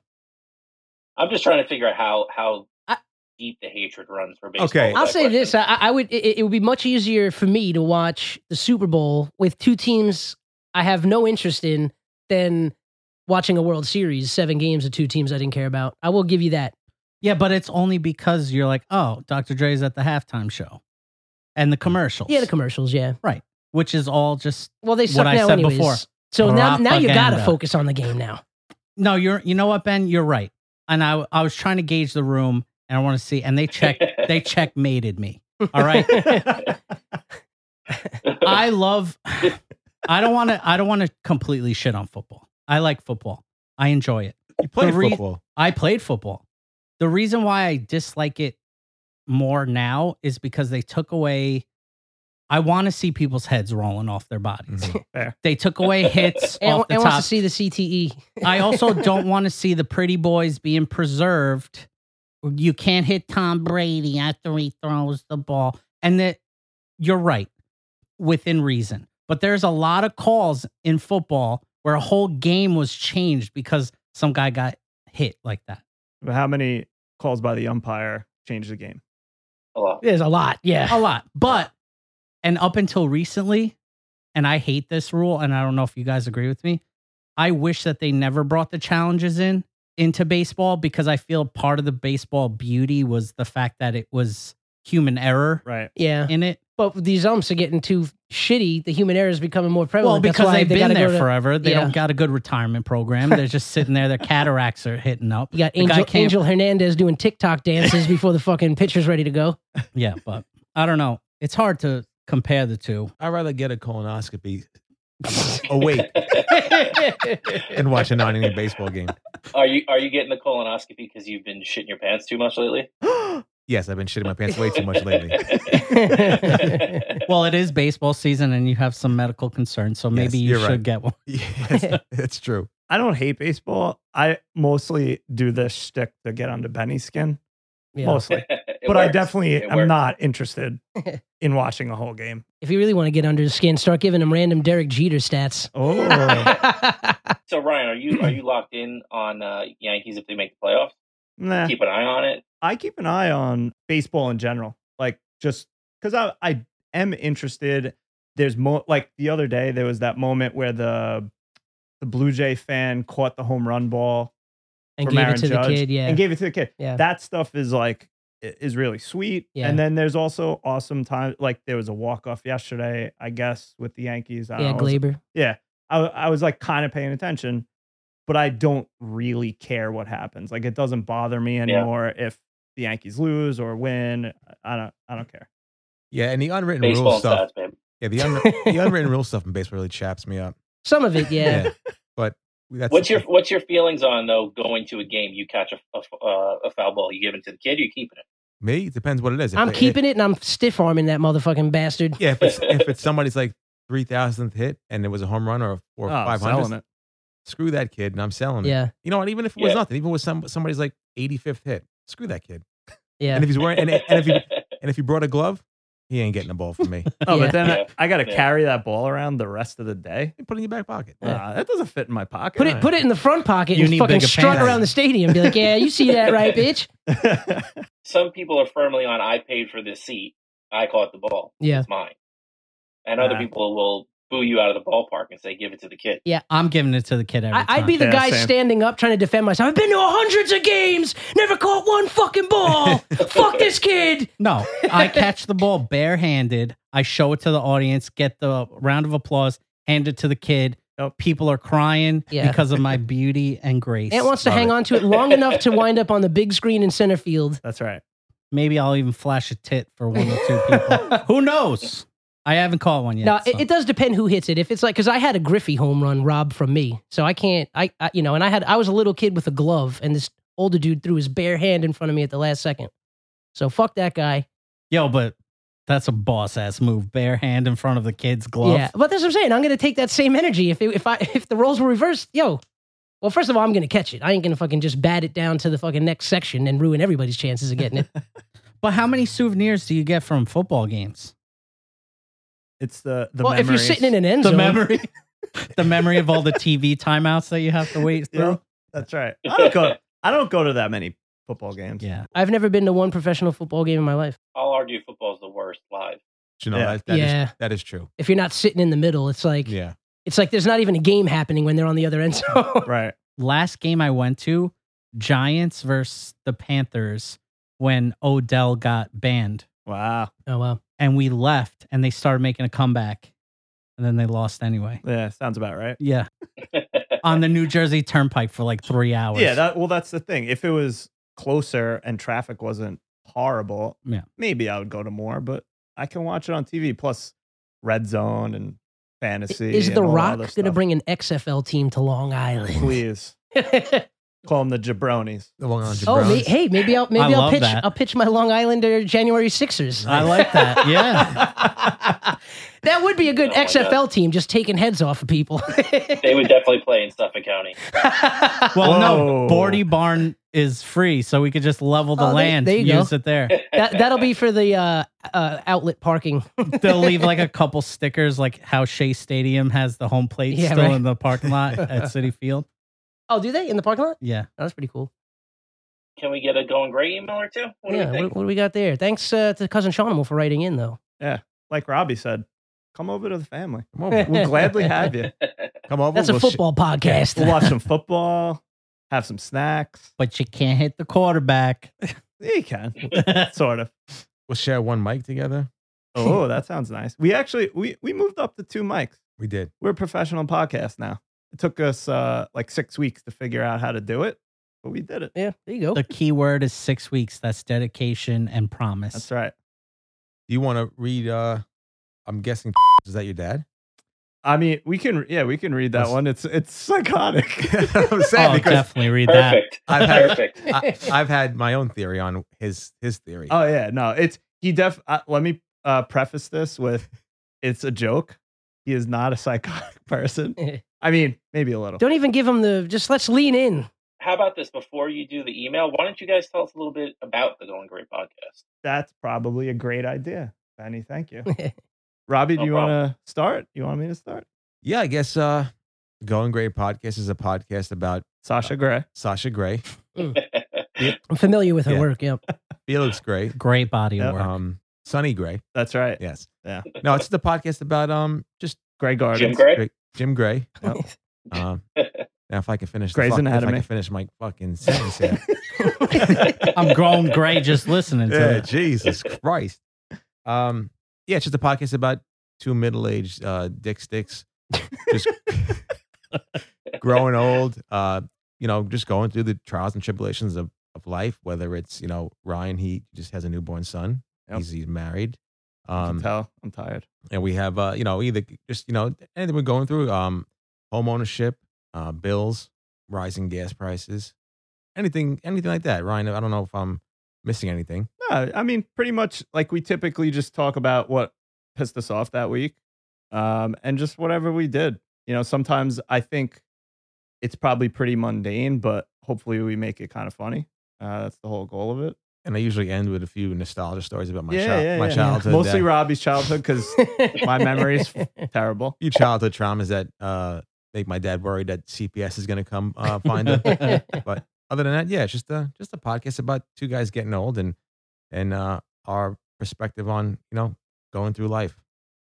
[SPEAKER 8] I'm just trying to figure out how how
[SPEAKER 4] I-
[SPEAKER 8] deep the hatred runs for baseball.
[SPEAKER 6] Okay.
[SPEAKER 8] with
[SPEAKER 4] I'll
[SPEAKER 8] that
[SPEAKER 4] say this:
[SPEAKER 8] question.
[SPEAKER 4] I, I would. It, it would be much easier for me to watch the Super Bowl with two teams I have no interest in than watching a World Series, seven games of two teams I didn't care about. I will give you that.
[SPEAKER 5] Yeah, but it's only because you're like, oh, Dr. Dre's at the halftime show and the commercials.
[SPEAKER 4] Yeah, the commercials. Yeah.
[SPEAKER 5] which is all just
[SPEAKER 4] Well, they suck
[SPEAKER 5] I
[SPEAKER 4] now
[SPEAKER 5] said
[SPEAKER 4] anyways.
[SPEAKER 5] before.
[SPEAKER 4] So now, now you got to
[SPEAKER 5] Propaganda.
[SPEAKER 4] focus on the game now.
[SPEAKER 5] no. You're you know what, Ben? You're right. And I I was trying to gauge the room and I want to see and they check they checkmated me. All right. I love I don't want to I don't want to completely shit on football. I like football. I enjoy it.
[SPEAKER 6] You played
[SPEAKER 5] The re-
[SPEAKER 6] football.
[SPEAKER 5] I played football. The reason why I dislike it more now is because they took away I want to see people's heads rolling off their bodies.
[SPEAKER 6] Mhm.
[SPEAKER 5] They took away hits
[SPEAKER 4] And,
[SPEAKER 5] off the
[SPEAKER 4] and
[SPEAKER 5] top.
[SPEAKER 4] wants to see the E. CTE.
[SPEAKER 5] I also don't want to see the pretty boys being preserved. You can't hit Tom Brady after he throws the ball. And that you're right within reason. But there's a lot of calls in football where a whole game was changed because some guy got hit like that.
[SPEAKER 7] How many calls by the umpire changed the game?
[SPEAKER 8] Hello.
[SPEAKER 4] There's a lot. Yeah.
[SPEAKER 5] A lot. But, and up until recently, and I hate this rule, and I don't know if you guys agree with me. I wish that they never brought the challenges in into baseball because I feel part of the baseball beauty was the fact that it was human error
[SPEAKER 7] Right.
[SPEAKER 4] Yeah.
[SPEAKER 5] in it.
[SPEAKER 4] But these umps are getting too shitty. The human error is becoming more prevalent.
[SPEAKER 5] well,
[SPEAKER 4] That's
[SPEAKER 5] because
[SPEAKER 4] why
[SPEAKER 5] they've
[SPEAKER 4] they
[SPEAKER 5] been
[SPEAKER 4] gotta
[SPEAKER 5] there
[SPEAKER 4] go to-
[SPEAKER 5] forever. They
[SPEAKER 4] Yeah.
[SPEAKER 5] don't got a good retirement program. They're just sitting there. Their cataracts are hitting up.
[SPEAKER 4] You got
[SPEAKER 5] The guy
[SPEAKER 4] Angel,
[SPEAKER 5] can't-
[SPEAKER 4] Angel Hernandez doing TikTok dances before the fucking pitcher's ready to go.
[SPEAKER 5] Yeah, but I don't know. It's hard to compare the two.
[SPEAKER 6] I'd rather get a colonoscopy awake and watch a non-inning baseball game.
[SPEAKER 8] Are you are you getting the colonoscopy because you've been shitting your pants too much lately?
[SPEAKER 6] Yes, I've been shitting my pants way too much lately.
[SPEAKER 5] Well, it is baseball season, and you have some medical concerns, so maybe you
[SPEAKER 6] you're
[SPEAKER 5] should
[SPEAKER 6] right.
[SPEAKER 5] get one.
[SPEAKER 6] Yes, that's true.
[SPEAKER 7] I don't hate baseball. I mostly do this shtick to get onto Benny's skin,
[SPEAKER 4] Yeah.
[SPEAKER 7] mostly.
[SPEAKER 8] It
[SPEAKER 7] but I
[SPEAKER 8] works.
[SPEAKER 7] definitely
[SPEAKER 8] It
[SPEAKER 7] am
[SPEAKER 8] works.
[SPEAKER 7] not interested in watching a whole game.
[SPEAKER 4] If you really want to get under his skin, start giving him random Derek Jeter stats.
[SPEAKER 7] Oh,
[SPEAKER 8] So Ryan, are you are you locked in on uh, Yankees if they make the playoffs?
[SPEAKER 7] nah.
[SPEAKER 8] Keep an eye on it.
[SPEAKER 7] I keep an eye on baseball in general, like just because I, I am interested. There's more like the other day there was that moment where the the Blue Jay fan caught the home run ball
[SPEAKER 4] and
[SPEAKER 7] from
[SPEAKER 4] gave
[SPEAKER 7] Aaron
[SPEAKER 4] it to
[SPEAKER 7] Judge
[SPEAKER 4] the kid. Yeah.
[SPEAKER 7] and gave it to the kid.
[SPEAKER 4] yeah.
[SPEAKER 7] That stuff is like i- is really sweet.
[SPEAKER 4] Yeah.
[SPEAKER 7] And then there's also awesome time. Like there was a walk off yesterday, I guess, with the Yankees. I
[SPEAKER 4] yeah.
[SPEAKER 7] don't know, it was-
[SPEAKER 4] Glaber.
[SPEAKER 7] yeah. I, I was like kind of paying attention, but I don't really care what happens. Like it doesn't bother me anymore if the Yankees lose or win. I don't I don't care.
[SPEAKER 6] Yeah, and the unwritten
[SPEAKER 8] Baseball
[SPEAKER 6] rule
[SPEAKER 8] and
[SPEAKER 6] stuff.
[SPEAKER 8] stats, babe.
[SPEAKER 6] Yeah, the, un- the unwritten rule stuff in baseball really chaps me up.
[SPEAKER 4] Some of it. Yeah.
[SPEAKER 6] but that's
[SPEAKER 8] What's your what's your feelings on though going to a game? You catch a a, uh, a foul ball, you give it to the kid, you keep it.
[SPEAKER 6] me? It depends what it is. If
[SPEAKER 4] I'm
[SPEAKER 6] it-
[SPEAKER 4] keeping it and I'm stiff arming that motherfucking bastard.
[SPEAKER 6] Yeah, if it's if it's somebody's like three thousandth hit and it was a home run or or
[SPEAKER 7] Oh,
[SPEAKER 6] five
[SPEAKER 7] selling
[SPEAKER 6] hundred,
[SPEAKER 7] it.
[SPEAKER 6] screw that kid, and I'm selling it.
[SPEAKER 4] Yeah.
[SPEAKER 6] You know, and even if it was
[SPEAKER 8] Yeah.
[SPEAKER 6] nothing, even with some somebody's like eighty fifth hit, screw that kid.
[SPEAKER 4] Yeah.
[SPEAKER 6] And if he's wearing and, and if he and if he brought a glove, he ain't getting a ball from me.
[SPEAKER 7] Oh,
[SPEAKER 4] Yeah.
[SPEAKER 7] but then
[SPEAKER 8] Yeah.
[SPEAKER 7] I, I got to
[SPEAKER 8] Yeah.
[SPEAKER 7] carry that ball around the rest of the day.
[SPEAKER 6] Put it in your back pocket.
[SPEAKER 7] Nah, that doesn't fit in my pocket.
[SPEAKER 4] Put it, put it in the front pocket
[SPEAKER 5] You
[SPEAKER 4] and
[SPEAKER 5] need
[SPEAKER 4] fucking
[SPEAKER 5] bigger
[SPEAKER 4] strut
[SPEAKER 5] pants.
[SPEAKER 4] around the stadium. Be like, yeah, you see that, right, bitch?
[SPEAKER 8] Some people are firmly on I paid for this seat, I caught the ball.
[SPEAKER 4] Yeah.
[SPEAKER 8] It's mine. And other
[SPEAKER 7] Ah.
[SPEAKER 8] people will boo you out of the ballpark and say, give it to the kid.
[SPEAKER 5] I'm giving it to the kid every
[SPEAKER 4] I, I'd
[SPEAKER 5] time.
[SPEAKER 4] be the
[SPEAKER 7] Yeah,
[SPEAKER 4] guy
[SPEAKER 7] same.
[SPEAKER 4] standing up trying to defend myself. I've been to hundreds of games, never caught one fucking ball. Fuck this kid.
[SPEAKER 5] No, I catch the ball barehanded. I show it to the audience, get the round of applause, hand it to the kid.
[SPEAKER 7] Yep.
[SPEAKER 5] People are crying
[SPEAKER 4] Yeah.
[SPEAKER 5] because of my beauty and grace.
[SPEAKER 4] Ant wants to
[SPEAKER 6] Love
[SPEAKER 4] hang
[SPEAKER 6] it.
[SPEAKER 4] on to it long enough to wind up on the big screen in center field.
[SPEAKER 7] That's right.
[SPEAKER 5] Maybe I'll even flash a tit for one or two people. Who knows? I haven't caught one yet.
[SPEAKER 4] now,
[SPEAKER 5] so.
[SPEAKER 4] it, it does depend who hits it. If it's like, because I had a Griffey home run robbed from me, so I can't. I, I, you know, and I had I was a little kid with a glove, and this older dude threw his bare hand in front of me at the last second. So fuck that guy.
[SPEAKER 5] Yo, but that's a boss ass move. Bare hand in front of the kid's glove.
[SPEAKER 4] Yeah, but that's what I'm saying. I'm gonna take that same energy if it, if I if the roles were reversed. Yo, well, first of all, I'm gonna catch it. I ain't gonna fucking just bat it down to the fucking next section and ruin everybody's chances of getting it.
[SPEAKER 5] But how many souvenirs do you get from football games?
[SPEAKER 7] It's the the
[SPEAKER 4] well, if you're
[SPEAKER 7] memories.
[SPEAKER 4] sitting in an end
[SPEAKER 5] The
[SPEAKER 4] zone,
[SPEAKER 5] memory. the memory of all the TV timeouts that you have to wait
[SPEAKER 7] Yeah.
[SPEAKER 5] through.
[SPEAKER 7] That's right. I don't go. I don't go to that many football games.
[SPEAKER 5] Yeah.
[SPEAKER 4] I've never been to one professional football game in my life.
[SPEAKER 8] I'll argue football's the worst live.
[SPEAKER 6] Janelle,
[SPEAKER 7] Yeah.
[SPEAKER 6] that, that is-
[SPEAKER 4] Yeah.
[SPEAKER 6] that is true.
[SPEAKER 4] If you're not sitting in the middle, it's like
[SPEAKER 6] Yeah.
[SPEAKER 4] it's like there's not even a game happening when they're on the other end zone.
[SPEAKER 7] Right.
[SPEAKER 5] Last game I went to, Giants versus the Panthers when Odell got banned.
[SPEAKER 7] Wow.
[SPEAKER 4] oh wow.
[SPEAKER 5] And we left and they started making a comeback. And then they lost anyway.
[SPEAKER 7] Yeah, sounds about right.
[SPEAKER 5] Yeah. On the New Jersey Turnpike for like three hours.
[SPEAKER 7] Yeah, that well that's the thing. If it was closer and traffic wasn't horrible,
[SPEAKER 5] Yeah.
[SPEAKER 7] maybe I would go to more, but I can watch it on TV plus Red Zone and fantasy.
[SPEAKER 4] Is
[SPEAKER 7] and
[SPEAKER 4] The
[SPEAKER 7] all
[SPEAKER 4] Rock
[SPEAKER 7] other
[SPEAKER 4] going to
[SPEAKER 7] stuff.
[SPEAKER 4] bring an XFL team to Long Island?
[SPEAKER 7] please call them the jabronis.
[SPEAKER 6] The Long Island
[SPEAKER 4] oh, may,
[SPEAKER 6] Browns.
[SPEAKER 4] hey, maybe I'll maybe
[SPEAKER 5] I
[SPEAKER 4] I'll
[SPEAKER 5] love
[SPEAKER 4] pitch
[SPEAKER 5] that.
[SPEAKER 4] I'll pitch my Long Islander January Sixers.
[SPEAKER 5] I like that. Yeah.
[SPEAKER 4] that would be a good
[SPEAKER 8] Oh my
[SPEAKER 4] XFL team, just taking heads off of people.
[SPEAKER 8] They would definitely play in Suffolk County.
[SPEAKER 5] Well, no,
[SPEAKER 7] Whoa.
[SPEAKER 5] Bordy Barn is free, so we could just level the
[SPEAKER 4] Oh, there-
[SPEAKER 5] land,
[SPEAKER 4] there you
[SPEAKER 5] use it there.
[SPEAKER 4] that, that'll be for the uh, uh, outlet parking.
[SPEAKER 5] They'll leave like a couple stickers, like how Shea Stadium has the home plate
[SPEAKER 4] Yeah,
[SPEAKER 5] still
[SPEAKER 4] right.
[SPEAKER 5] in the parking lot at City Field.
[SPEAKER 4] Oh, do they in the parking lot?
[SPEAKER 5] Yeah,
[SPEAKER 4] Oh, that's pretty cool.
[SPEAKER 8] Can we get a going gray email or two? What do you
[SPEAKER 4] yeah,
[SPEAKER 8] think?
[SPEAKER 4] what, what do we got there? Thanks uh, to cousin Seanimal for writing in, though.
[SPEAKER 7] Like Robbie said, come over to the family.
[SPEAKER 6] Come over.
[SPEAKER 7] We'll gladly have you.
[SPEAKER 6] Come over.
[SPEAKER 4] That's a
[SPEAKER 6] we'll sh-
[SPEAKER 4] football podcast.
[SPEAKER 7] We'll watch some football, have some snacks.
[SPEAKER 5] but you can't hit the quarterback.
[SPEAKER 7] Yeah, you can. Sort of.
[SPEAKER 6] we'll share one mic together.
[SPEAKER 7] Oh, that sounds nice. We actually we we moved up to two mics.
[SPEAKER 6] We did.
[SPEAKER 7] We're a professional podcast now. It took us uh like six weeks to figure out how to do it, but we did it.
[SPEAKER 4] yeah, there you go.
[SPEAKER 5] the key word is six weeks. That's dedication and promise.
[SPEAKER 7] That's right.
[SPEAKER 6] Do you want to read? uh I'm guessing. Is that your dad?
[SPEAKER 7] I mean, we can yeah, we can read that
[SPEAKER 6] Let's-
[SPEAKER 7] one. It's it's psychotic.
[SPEAKER 6] I'm saying
[SPEAKER 5] Oh,
[SPEAKER 6] because
[SPEAKER 5] definitely read that.
[SPEAKER 8] Perfect.
[SPEAKER 6] I've had
[SPEAKER 8] Perfect.
[SPEAKER 6] I, I've had my own theory on his his theory.
[SPEAKER 7] Oh yeah, no, it's he def. Uh, let me uh, preface this with, it's a joke. He is not a psychotic person. I mean, maybe a little.
[SPEAKER 4] Don't even give him the. Just let's lean in.
[SPEAKER 8] How about this? Before you do the email, why don't you guys tell us a little bit about the Going Gray podcast?
[SPEAKER 7] That's probably a great idea, Benny. Thank you, Robbie.
[SPEAKER 8] No
[SPEAKER 7] do you want to start? You want me to start?
[SPEAKER 6] Yeah, I guess uh Going Gray podcast is a podcast about
[SPEAKER 7] Sasha Gray.
[SPEAKER 6] Sasha Gray,
[SPEAKER 4] I'm familiar with her
[SPEAKER 6] Yeah.
[SPEAKER 4] work. Yep.
[SPEAKER 6] Felix Gray,
[SPEAKER 5] Great body of
[SPEAKER 7] Yep.
[SPEAKER 5] work.
[SPEAKER 6] um Sonny Gray.
[SPEAKER 7] That's right.
[SPEAKER 6] Yes.
[SPEAKER 7] Yeah.
[SPEAKER 6] No, it's the podcast about um just
[SPEAKER 7] Gray Gardens.
[SPEAKER 8] Jim Gray?
[SPEAKER 6] Jim Gray.
[SPEAKER 7] Yep.
[SPEAKER 6] Um now if I can finish the
[SPEAKER 7] Grey's
[SPEAKER 6] fuck- if I
[SPEAKER 7] Anatomy.
[SPEAKER 6] can finish my fucking sentence here.
[SPEAKER 5] I'm growing gray just listening to
[SPEAKER 6] yeah,
[SPEAKER 5] it.
[SPEAKER 6] Jesus Christ. Um, yeah, it's just a podcast about two middle-aged uh, dick sticks, just growing old. Uh, you know, just going through the trials and tribulations of, of life. Whether it's you know Ryan, he just has a newborn son.
[SPEAKER 7] Yep.
[SPEAKER 6] He's he's married.
[SPEAKER 7] I can
[SPEAKER 6] Um,
[SPEAKER 7] tell I'm tired.
[SPEAKER 6] and we have uh, you know either just you know anything we're going through, um, home ownership, uh, bills, rising gas prices, anything anything like that. Ryan, I don't know if I'm missing anything.
[SPEAKER 7] No, I mean, pretty much like we typically just talk about what pissed us off that week um, and just whatever we did. You know, sometimes I think it's probably pretty mundane, but hopefully we make it kind of funny. Uh, that's the whole goal of it.
[SPEAKER 6] and I usually end with a few nostalgia stories about my
[SPEAKER 7] yeah,
[SPEAKER 6] chi-
[SPEAKER 7] yeah,
[SPEAKER 6] my
[SPEAKER 7] yeah.
[SPEAKER 6] childhood,
[SPEAKER 7] Mostly
[SPEAKER 6] that-
[SPEAKER 7] Robbie's childhood because my memory's terrible.
[SPEAKER 6] few childhood traumas that uh, make my dad worried that CPS is going to come uh, find him. but other than that, yeah, it's just a just a podcast about two guys getting old and and uh, our perspective on you know going through life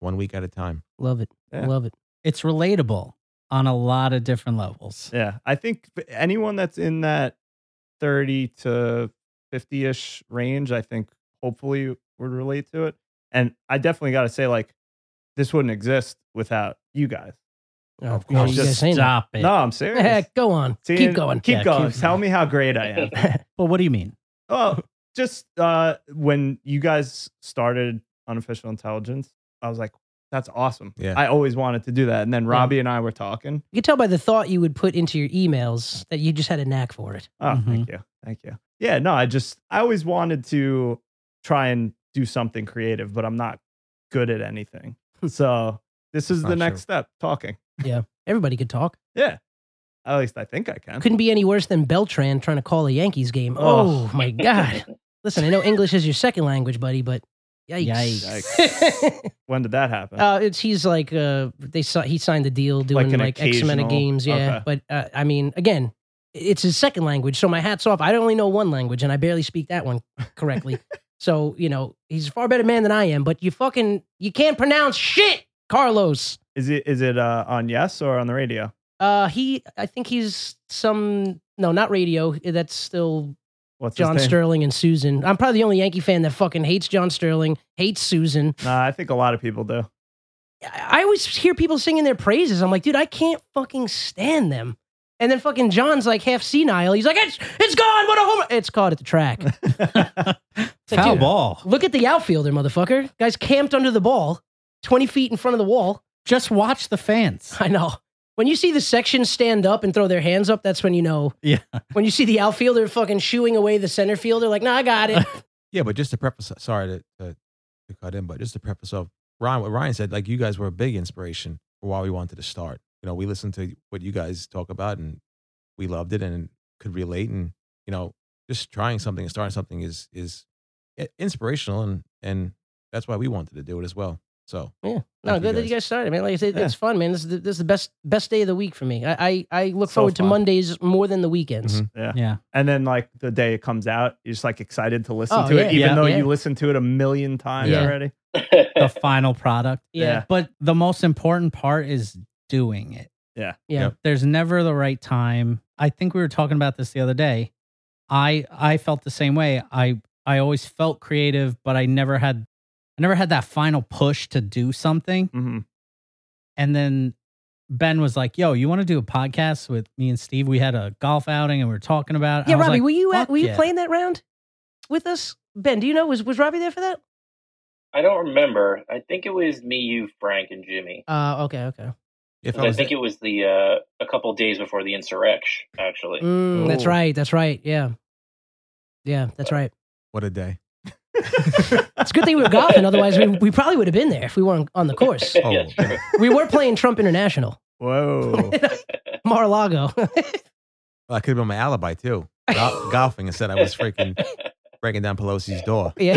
[SPEAKER 6] one week at a time.
[SPEAKER 4] Love it.
[SPEAKER 7] Yeah.
[SPEAKER 4] Love it.
[SPEAKER 5] It's relatable on a lot of different levels.
[SPEAKER 7] Yeah. I think f- anyone that's in that 30 to 50 ish range, I think hopefully would relate to it. And I definitely got to say, like, this wouldn't exist without you guys.
[SPEAKER 4] Oh,
[SPEAKER 6] Of
[SPEAKER 4] no,
[SPEAKER 6] course.
[SPEAKER 4] you guys
[SPEAKER 5] Just
[SPEAKER 4] saying that.
[SPEAKER 5] stop it.
[SPEAKER 7] No, I'm serious.
[SPEAKER 4] Go on.
[SPEAKER 7] Seeing-
[SPEAKER 4] Keep going.
[SPEAKER 7] Keep
[SPEAKER 5] Yeah, keep
[SPEAKER 7] going.
[SPEAKER 5] going.
[SPEAKER 7] Tell me how great I am.
[SPEAKER 5] But what do you mean?
[SPEAKER 7] oh, just uh, when you guys started Unofficial Intelligence, I was like, that's awesome.
[SPEAKER 6] Yeah.
[SPEAKER 7] I always wanted to do that. And then Robbie and I were talking.
[SPEAKER 4] You could tell by the thought you would put into your emails that you just had a knack for it.
[SPEAKER 7] Oh, thank you. Thank you. Yeah, no, I just I always wanted to try and do something creative, but I'm not good at anything.
[SPEAKER 4] Hmm.
[SPEAKER 7] So this is
[SPEAKER 6] Not
[SPEAKER 7] the next
[SPEAKER 6] true.
[SPEAKER 7] step, talking.
[SPEAKER 4] Everybody could talk.
[SPEAKER 7] Yeah. At least I think I can.
[SPEAKER 4] Couldn't be any worse than Beltran trying to call a Yankees game. Oh, my God. Listen, I know English is your second language, buddy, but yikes.
[SPEAKER 7] Yikes. when did that happen?
[SPEAKER 4] uh, it's he's like uh, they si- he signed the deal doing
[SPEAKER 7] Like an
[SPEAKER 4] like, X amount of
[SPEAKER 7] occasional-
[SPEAKER 4] games, yeah. But uh, I mean, again, it's his second language. So my hat's off. I only know one language and I barely speak that one correctly. so, you know, he's a far better man than I am, but you fucking, you can't pronounce shit, Carlos.
[SPEAKER 7] Is it is it uh, on Yes or on the radio?
[SPEAKER 4] Uh, he, I think he's some, no, not radio. That's still
[SPEAKER 7] What's
[SPEAKER 4] John
[SPEAKER 7] his name?
[SPEAKER 4] Sterling and Susan. I'm probably the only Yankee fan that fucking hates John Sterling, hates Susan.
[SPEAKER 7] Nah, I think a lot of people do.
[SPEAKER 4] I I always hear people singing their praises. I'm like, dude, I can't fucking stand them. And then fucking John's like half senile. He's like, it's, it's gone. What a home. run." It's caught at the track. It's like,
[SPEAKER 5] Foul
[SPEAKER 4] dude,
[SPEAKER 5] ball.
[SPEAKER 4] Look at the outfielder, motherfucker. Guys camped under the ball, 20 feet in front of the wall.
[SPEAKER 5] Just watch the fans.
[SPEAKER 4] I know. When you see the section stand up and throw their hands up, that's when you know.
[SPEAKER 5] Yeah.
[SPEAKER 4] When you see the outfielder fucking shooing away the center fielder, like, nah, I got it.
[SPEAKER 6] Yeah, but just to preface, sorry to, to, to cut in, but just to preface of Ryan, what Ryan said, like you guys were a big inspiration for why we wanted to start. You know, we listened to what you guys talk about and we loved it and could relate. And, you know, just trying something and starting something is, is i- inspirational. And, and that's why we wanted to do it as well. So
[SPEAKER 4] No,
[SPEAKER 6] Thank you
[SPEAKER 4] good that
[SPEAKER 6] guys.
[SPEAKER 4] you guys started, man. Like I said,
[SPEAKER 6] Yeah.
[SPEAKER 4] it's fun, man. This is the, this is the best best day of the week for me. I I, I look
[SPEAKER 7] So
[SPEAKER 4] forward
[SPEAKER 7] fun.
[SPEAKER 4] to Mondays more than the weekends.
[SPEAKER 6] Mhm.
[SPEAKER 7] Yeah.
[SPEAKER 5] Yeah.
[SPEAKER 7] And then like the day it comes out, you're just like excited to listen
[SPEAKER 4] Oh,
[SPEAKER 7] to
[SPEAKER 4] yeah.
[SPEAKER 7] it, even
[SPEAKER 5] Yeah.
[SPEAKER 7] though
[SPEAKER 4] Yeah.
[SPEAKER 7] you listened to it a million times
[SPEAKER 4] Yeah.
[SPEAKER 7] already.
[SPEAKER 5] The final product.
[SPEAKER 4] Yeah.
[SPEAKER 7] Yeah.
[SPEAKER 5] But the most important part is doing it.
[SPEAKER 7] Yeah.
[SPEAKER 4] Yeah. Yep.
[SPEAKER 5] There's never the right time. I think we were talking about this the other day. I I felt the same way. I I always felt creative, but I never had I never had that final push to do something.
[SPEAKER 7] hmm
[SPEAKER 5] And then Ben was like, "Yo, you want to do a podcast with me and Steve? We had a golf outing and we were talking about." It.
[SPEAKER 4] Yeah,
[SPEAKER 5] I was
[SPEAKER 4] Robbie,
[SPEAKER 5] like,
[SPEAKER 4] were you at,
[SPEAKER 5] "Fuck
[SPEAKER 4] were you
[SPEAKER 5] yeah."
[SPEAKER 4] playing that round with us? Ben, do you know was was Robbie there for that?
[SPEAKER 8] I don't remember. I think it was me, you, Frank, and Jimmy.
[SPEAKER 4] Uh, okay, okay.
[SPEAKER 6] if
[SPEAKER 8] 'Cause
[SPEAKER 6] I
[SPEAKER 8] I,
[SPEAKER 6] was,
[SPEAKER 8] think it was the uh, a couple days before the insurrection, actually.
[SPEAKER 4] Mm, that's
[SPEAKER 7] Ooh.
[SPEAKER 4] right. That's right. Yeah. Yeah, that's right.
[SPEAKER 6] what a day.
[SPEAKER 4] It's a good thing we were golfing. Otherwise, we, we probably would have been there if we weren't on the course.
[SPEAKER 6] Oh.
[SPEAKER 8] yeah, true.
[SPEAKER 4] We were playing Trump International,
[SPEAKER 7] Whoa.
[SPEAKER 4] Mar-a-Lago.
[SPEAKER 6] Well, I could have been my alibi too. Gol- golfing instead, I was freaking breaking down Pelosi's door.
[SPEAKER 4] yeah.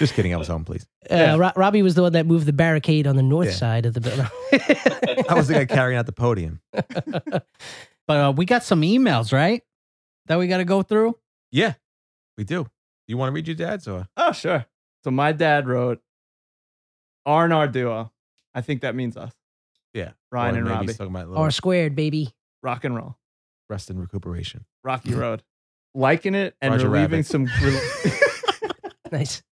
[SPEAKER 6] Just kidding. I was home, please.
[SPEAKER 4] Uh, Ro- Robbie was the one that moved the barricade on the north
[SPEAKER 6] Yeah.
[SPEAKER 4] side of the building.
[SPEAKER 6] I was the guy carrying out the podium.
[SPEAKER 5] But uh, we got some emails, right? That we got to go through.
[SPEAKER 6] Yeah, we do. You want to read your dad's or?
[SPEAKER 7] oh, sure. So my dad wrote R and R duo. I think that means us.
[SPEAKER 6] Yeah.
[SPEAKER 7] Ryan
[SPEAKER 6] or
[SPEAKER 7] and
[SPEAKER 6] maybe
[SPEAKER 7] Robbie.
[SPEAKER 6] he's talking about a little
[SPEAKER 4] R squared, baby.
[SPEAKER 7] Rock and roll.
[SPEAKER 6] rest and recuperation.
[SPEAKER 7] Rocky Road. Liking it and
[SPEAKER 6] Roger
[SPEAKER 7] relieving
[SPEAKER 6] Rabbit.
[SPEAKER 7] some
[SPEAKER 4] Nice.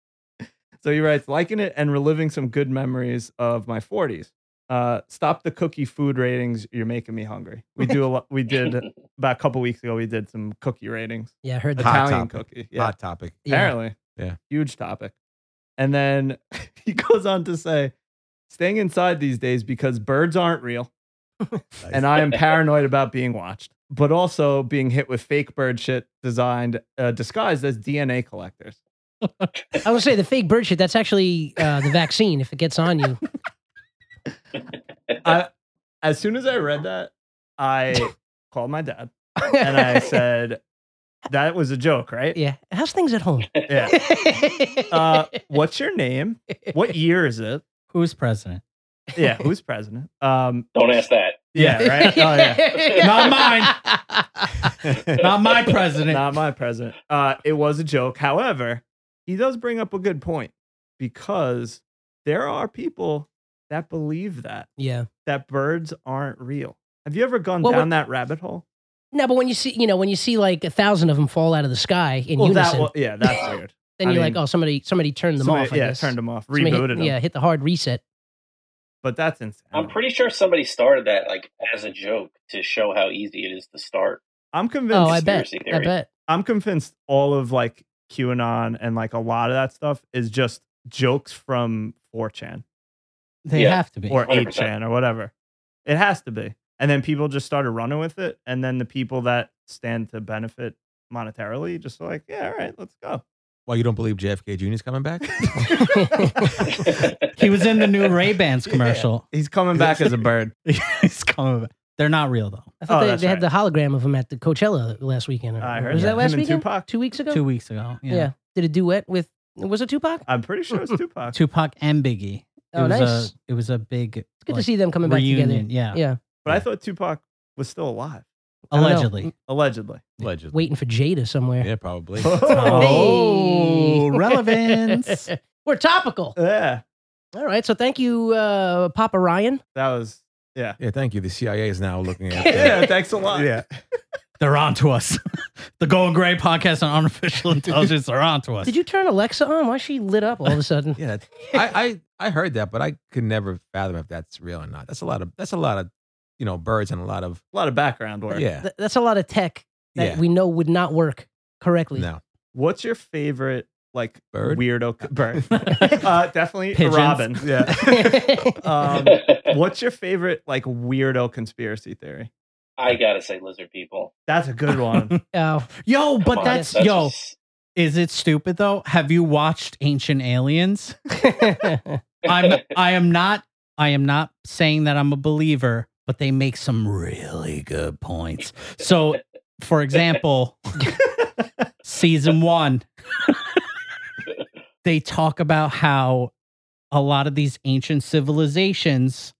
[SPEAKER 7] So he writes, liking it and reliving some good memories of my 40s. Uh, stop the cookie food ratings. You're making me hungry. We do a lot. We did about a couple weeks ago. We did some cookie ratings.
[SPEAKER 4] Yeah, I heard that.
[SPEAKER 6] Hot
[SPEAKER 7] Italian
[SPEAKER 6] topic.
[SPEAKER 7] cookie. Yeah,
[SPEAKER 6] Hot topic.
[SPEAKER 4] Yeah.
[SPEAKER 7] apparently.
[SPEAKER 6] Yeah.
[SPEAKER 7] huge topic. And then he goes on to say, staying inside these days because birds aren't real, and I am paranoid about being watched, but also being hit with fake bird shit designed uh, disguised as DNA collectors.
[SPEAKER 4] I would say the fake bird shit, that's actually uh, the vaccine if it gets on you.
[SPEAKER 7] As soon as I read that, I called my dad. and I said, "That was a joke, right?
[SPEAKER 4] yeah. How's things at home?
[SPEAKER 7] Yeah. Uh, what's your name? What year is it?
[SPEAKER 5] Who's president?
[SPEAKER 7] Yeah, who's president? Um,
[SPEAKER 8] Don't ask that.
[SPEAKER 7] yeah, right. Oh yeah,
[SPEAKER 5] Not Not my president.
[SPEAKER 7] not my president. Uh, it was a joke. However, he does bring up a good point because there are people that believe that
[SPEAKER 4] yeah.
[SPEAKER 7] that birds aren't real. Have you ever gone
[SPEAKER 4] Well, what-
[SPEAKER 7] down that rabbit hole?
[SPEAKER 4] No, but when you see, you know, when you see like a thousand of them fall out of the sky in unison,
[SPEAKER 7] that wa- yeah, that's weird.
[SPEAKER 4] then
[SPEAKER 7] I
[SPEAKER 4] you're
[SPEAKER 7] mean-
[SPEAKER 4] like, oh, somebody, somebody turned them
[SPEAKER 7] Somebody-
[SPEAKER 4] off. I
[SPEAKER 7] yeah,
[SPEAKER 4] guess.
[SPEAKER 7] turned them off,
[SPEAKER 4] Somebody hit-
[SPEAKER 7] rebooted them.
[SPEAKER 4] Yeah, hit the hard reset.
[SPEAKER 7] But that's insane.
[SPEAKER 8] I'm
[SPEAKER 5] Oh.
[SPEAKER 8] pretty sure somebody started that like as a joke to show how easy it is to start.
[SPEAKER 7] I'm convinced.
[SPEAKER 4] Oh, I bet.
[SPEAKER 8] Conspiracy
[SPEAKER 4] I
[SPEAKER 8] theory.
[SPEAKER 4] bet.
[SPEAKER 7] I'm convinced all of like QAnon and like a lot of that stuff is just jokes from 4chan
[SPEAKER 5] They
[SPEAKER 8] Yeah.
[SPEAKER 5] have to be.
[SPEAKER 7] or
[SPEAKER 8] 100%.
[SPEAKER 7] 8chan or whatever. It has to be. And then people just started running with it. And then the people that stand to benefit monetarily just like, yeah, all right, let's go.
[SPEAKER 6] Why you don't believe JFK Jr. is coming back?
[SPEAKER 5] he was in the new Ray Bans commercial.
[SPEAKER 7] He's coming back as a bird.
[SPEAKER 5] He's coming back. They're not real though.
[SPEAKER 4] I thought
[SPEAKER 7] Oh,
[SPEAKER 4] they,
[SPEAKER 7] that's
[SPEAKER 4] they had
[SPEAKER 7] right.
[SPEAKER 4] the hologram of him at the Coachella last weekend.
[SPEAKER 7] I heard
[SPEAKER 4] was
[SPEAKER 7] that.
[SPEAKER 4] that last
[SPEAKER 7] Him and
[SPEAKER 4] weekend?
[SPEAKER 7] Tupac.
[SPEAKER 4] Two weeks ago.
[SPEAKER 5] Two weeks ago. Yeah.
[SPEAKER 4] yeah. Did a duet with was it Tupac?
[SPEAKER 7] I'm pretty sure it's Tupac.
[SPEAKER 5] Tupac and Biggie. It
[SPEAKER 4] Oh,
[SPEAKER 5] was
[SPEAKER 4] nice.
[SPEAKER 5] A, it was a big.
[SPEAKER 4] Good
[SPEAKER 5] like,
[SPEAKER 4] to see them coming back
[SPEAKER 5] reunion.
[SPEAKER 4] together.
[SPEAKER 5] Yeah.
[SPEAKER 4] Yeah.
[SPEAKER 7] But I thought Tupac was still alive,
[SPEAKER 4] I don't know.
[SPEAKER 5] Allegedly.
[SPEAKER 7] allegedly.
[SPEAKER 6] Allegedly.
[SPEAKER 4] Waiting for Jada somewhere.
[SPEAKER 6] Yeah, probably.
[SPEAKER 5] Oh, relevance.
[SPEAKER 4] We're topical.
[SPEAKER 7] yeah,
[SPEAKER 4] All right. So thank you, uh, Papa Ryan.
[SPEAKER 7] that was.
[SPEAKER 6] Yeah, thank you. The CIA is now looking at
[SPEAKER 7] Yeah, thanks a lot.
[SPEAKER 6] Yeah.
[SPEAKER 5] They're on to us. the Golden Gray podcast on artificial intelligence are on to us.
[SPEAKER 4] Did you turn Alexa on? Why is she lit up all of a sudden?
[SPEAKER 6] Yeah, that, I, I I heard that, but I could never fathom if that's real or not. That's a lot of that's a lot of you know birds and a lot of
[SPEAKER 7] A lot of background work.
[SPEAKER 6] yeah
[SPEAKER 4] Th- that's a lot of tech that
[SPEAKER 6] yeah.
[SPEAKER 4] we know would not work correctly.
[SPEAKER 6] no
[SPEAKER 7] What's your favorite like
[SPEAKER 6] Bird?
[SPEAKER 7] weirdo c- bird? uh, definitely a
[SPEAKER 5] Pigeons.
[SPEAKER 7] robin. Yeah. um, what's your favorite like weirdo conspiracy theory?
[SPEAKER 8] I gotta say, lizard people.
[SPEAKER 7] That's a good one.
[SPEAKER 4] oh,
[SPEAKER 5] yo,
[SPEAKER 8] Come
[SPEAKER 5] but
[SPEAKER 8] on,
[SPEAKER 5] that's, yo,
[SPEAKER 8] just-
[SPEAKER 5] is it stupid though? Have you watched Ancient Aliens? I'm I am not I am not saying that I'm a believer, but they make some really good points. So, for example, season 1 they talk about how a lot of these ancient civilizations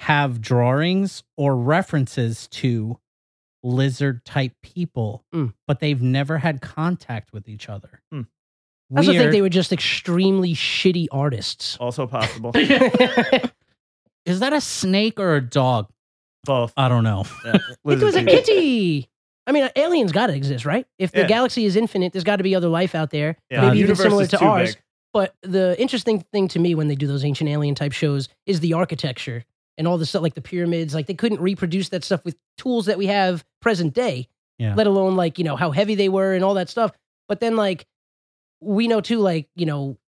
[SPEAKER 5] have drawings or references to lizard type people,
[SPEAKER 4] Mm.
[SPEAKER 5] but they've never had contact with each other.
[SPEAKER 7] Hmm.
[SPEAKER 4] I also think
[SPEAKER 5] Weird.
[SPEAKER 4] they were just extremely shitty artists.
[SPEAKER 7] also possible.
[SPEAKER 4] it
[SPEAKER 5] Is that a snake or a dog?
[SPEAKER 7] Both.
[SPEAKER 5] I don't know.
[SPEAKER 7] Yeah. Lizard
[SPEAKER 4] was a
[SPEAKER 7] people.
[SPEAKER 4] kitty. I mean, aliens got to exist, right? If the
[SPEAKER 7] Yeah.
[SPEAKER 4] galaxy is infinite, there's got to be other life out there,
[SPEAKER 7] Yeah.
[SPEAKER 4] maybe even
[SPEAKER 7] Universe
[SPEAKER 4] similar
[SPEAKER 7] is
[SPEAKER 4] to
[SPEAKER 7] too
[SPEAKER 4] ours.
[SPEAKER 7] big.
[SPEAKER 4] But the interesting thing to me when they do those ancient alien type shows is the architecture and all the stuff like the pyramids. Like they couldn't reproduce that stuff with tools that we have present day,
[SPEAKER 5] Yeah.
[SPEAKER 4] let alone like, you know, how heavy they were and all that stuff. But then like we know too, like, you know,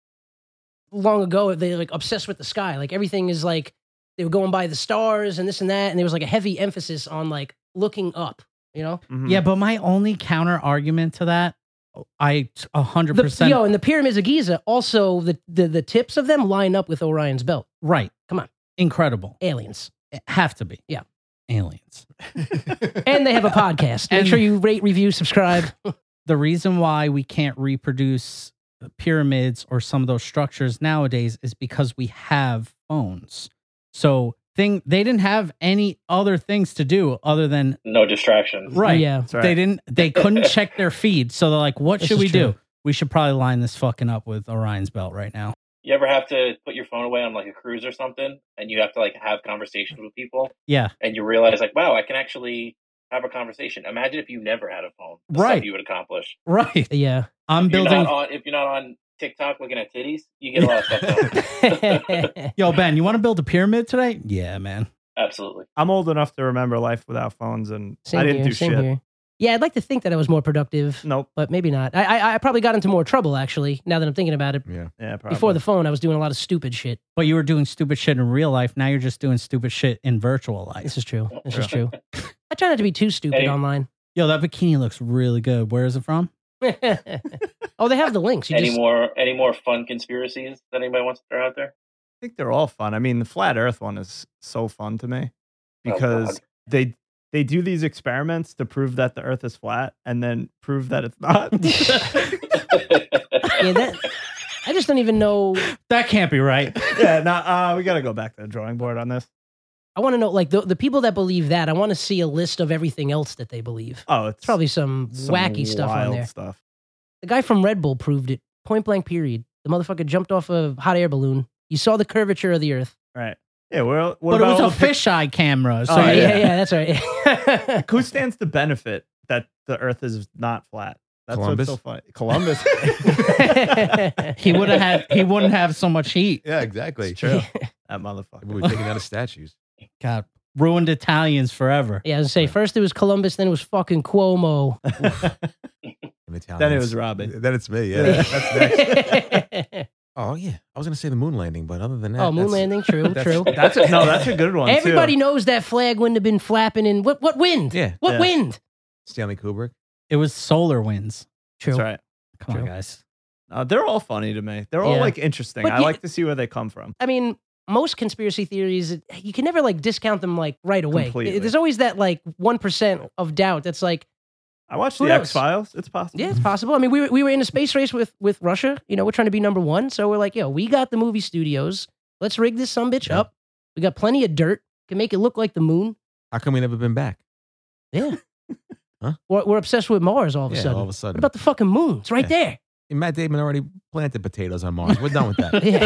[SPEAKER 4] long ago they like obsessed with the sky. Like everything is like they were going by the stars and this and that. And there was like a heavy emphasis on like looking up, you know?
[SPEAKER 7] Mhm.
[SPEAKER 5] Yeah, but my only counter argument to that, I t- a hundred
[SPEAKER 4] The,
[SPEAKER 5] percent
[SPEAKER 4] yo, and the pyramids of Giza also the, the the tips of them line up with Orion's belt.
[SPEAKER 5] right.
[SPEAKER 4] Come on.
[SPEAKER 5] incredible.
[SPEAKER 4] Aliens.
[SPEAKER 5] It have to be.
[SPEAKER 4] Yeah.
[SPEAKER 5] aliens.
[SPEAKER 4] and they have a podcast. Make
[SPEAKER 5] And-
[SPEAKER 4] sure you rate, review, subscribe.
[SPEAKER 5] The reason why we can't reproduce the pyramids or some of those structures nowadays is because we have phones. So thing they didn't have any other things to do other than
[SPEAKER 8] no distraction.
[SPEAKER 5] right.
[SPEAKER 4] Yeah.
[SPEAKER 7] That's right.
[SPEAKER 5] They didn't. They couldn't check their feed, so they're like, "What
[SPEAKER 4] This
[SPEAKER 5] should
[SPEAKER 4] is
[SPEAKER 5] we
[SPEAKER 4] true.
[SPEAKER 5] do? We should probably line this fucking up with Orion's belt right now."
[SPEAKER 8] You ever have to put your phone away on like a cruise or something, and you have to like have conversations with people,
[SPEAKER 5] Yeah,
[SPEAKER 8] and you realize like, wow, I can actually have a conversation. Imagine if you never had a phone, the stuff
[SPEAKER 5] Right.
[SPEAKER 8] You would accomplish.
[SPEAKER 5] right.
[SPEAKER 4] Yeah.
[SPEAKER 5] I'm
[SPEAKER 8] If you're
[SPEAKER 5] building.
[SPEAKER 8] not on, if you're not on TikTok looking at titties, you get a lot of stuff. done.
[SPEAKER 5] Yo, Ben, you want to build a pyramid today? Yeah, man.
[SPEAKER 8] Absolutely.
[SPEAKER 7] I'm old enough to remember life without phones, and
[SPEAKER 4] Same
[SPEAKER 7] I didn't
[SPEAKER 4] here,
[SPEAKER 7] do
[SPEAKER 4] same
[SPEAKER 7] shit.
[SPEAKER 4] here. Yeah, I'd like to think that I was more productive,
[SPEAKER 7] Nope.
[SPEAKER 4] but maybe not. I, I I probably got into more trouble actually. Now that I'm thinking about it,
[SPEAKER 6] yeah
[SPEAKER 7] Yeah, probably.
[SPEAKER 4] before the phone, I was doing a lot of stupid shit.
[SPEAKER 5] But you were doing stupid shit in real life. Now you're just doing stupid shit in virtual
[SPEAKER 4] This
[SPEAKER 5] life.
[SPEAKER 4] is true. This is true. I try not to be too stupid
[SPEAKER 8] Hey.
[SPEAKER 4] online.
[SPEAKER 5] Yo, that bikini looks really good. Where is it from?
[SPEAKER 4] oh, they have the links. You
[SPEAKER 8] any
[SPEAKER 4] just,
[SPEAKER 8] more any more fun conspiracies that anybody wants to throw out there?
[SPEAKER 7] I think they're all fun. I mean, the flat Earth one is so fun to me
[SPEAKER 8] Oh,
[SPEAKER 7] because
[SPEAKER 8] God.
[SPEAKER 7] they they do these experiments to prove that the Earth is flat and then prove that it's not.
[SPEAKER 4] yeah, that, I just don't even know.
[SPEAKER 5] That can't be right.
[SPEAKER 7] yeah, no, uh, we got to go back to the drawing board on this.
[SPEAKER 4] I want to know like the the people that believe that. I want to see a list of everything else that they believe.
[SPEAKER 7] Oh, it's
[SPEAKER 4] It's probably some,
[SPEAKER 7] some
[SPEAKER 4] wacky stuff on
[SPEAKER 7] wild
[SPEAKER 4] there.
[SPEAKER 7] Stuff.
[SPEAKER 4] The guy from Red Bull proved it. Point blank period. The motherfucker jumped off a hot air balloon. You saw the curvature of the earth.
[SPEAKER 7] Right. Yeah. Well, what
[SPEAKER 5] but it
[SPEAKER 7] about
[SPEAKER 5] was
[SPEAKER 7] all
[SPEAKER 5] a
[SPEAKER 7] the pic-
[SPEAKER 5] fisheye camera. So
[SPEAKER 7] Oh,
[SPEAKER 4] yeah,
[SPEAKER 5] yeah.
[SPEAKER 4] yeah, yeah, that's right.
[SPEAKER 7] Who stands to benefit that the Earth is not flat? That's
[SPEAKER 6] Columbus?
[SPEAKER 7] what's so funny. Columbus.
[SPEAKER 5] he would have had. He wouldn't have so much heat.
[SPEAKER 6] yeah exactly
[SPEAKER 7] It's true. that motherfucker.
[SPEAKER 6] we were taking out of statues
[SPEAKER 5] God, ruined Italians forever.
[SPEAKER 4] yeah, I was gonna say first it was Columbus, then it was fucking Cuomo.
[SPEAKER 6] in Italian
[SPEAKER 7] Then it was Robin.
[SPEAKER 6] then it's me yeah
[SPEAKER 7] Yeah.
[SPEAKER 6] that's next oh yeah I was gonna say the moon landing but other than that
[SPEAKER 4] oh, moon
[SPEAKER 6] that's-
[SPEAKER 4] landing, true,
[SPEAKER 6] that's-
[SPEAKER 4] true.
[SPEAKER 7] That's a, no, that's a good one. too.
[SPEAKER 4] Everybody knows that flag wouldn't have been flapping in what what wind?
[SPEAKER 6] yeah
[SPEAKER 4] What
[SPEAKER 7] Yeah.
[SPEAKER 4] wind?
[SPEAKER 6] Stanley Kubrick
[SPEAKER 5] It was solar winds.
[SPEAKER 4] True.
[SPEAKER 7] That's right.
[SPEAKER 5] Come on,
[SPEAKER 4] True.
[SPEAKER 5] guys.
[SPEAKER 7] Uh, they're all funny to me. They're all
[SPEAKER 4] Yeah.
[SPEAKER 7] like interesting.
[SPEAKER 4] But
[SPEAKER 7] I
[SPEAKER 4] you-
[SPEAKER 7] like to see where they come from.
[SPEAKER 4] I mean, most conspiracy theories, you can never like discount them like right away.
[SPEAKER 7] Completely.
[SPEAKER 4] There's always that like 1% of doubt that's like,
[SPEAKER 7] I watched
[SPEAKER 4] Who
[SPEAKER 7] the
[SPEAKER 4] knows?
[SPEAKER 7] X Files. It's possible.
[SPEAKER 4] yeah, it's possible. I mean, we were, we were in a space race with, with Russia. You know, we're trying to be number one. So we're like, yo, we got the movie studios. Let's rig this some bitch
[SPEAKER 6] Yeah.
[SPEAKER 4] up. We got plenty of dirt. Can make it look like the moon.
[SPEAKER 6] how come we never been back
[SPEAKER 4] Yeah.
[SPEAKER 6] Huh?
[SPEAKER 4] We're, we're obsessed with Mars all of a
[SPEAKER 6] yeah,
[SPEAKER 4] sudden.
[SPEAKER 6] all of a
[SPEAKER 4] what
[SPEAKER 6] sudden.
[SPEAKER 4] about the fucking moon? It's right
[SPEAKER 6] Yeah.
[SPEAKER 4] there.
[SPEAKER 6] And Matt Damon already planted potatoes on Mars. We're done with that.
[SPEAKER 4] Yeah.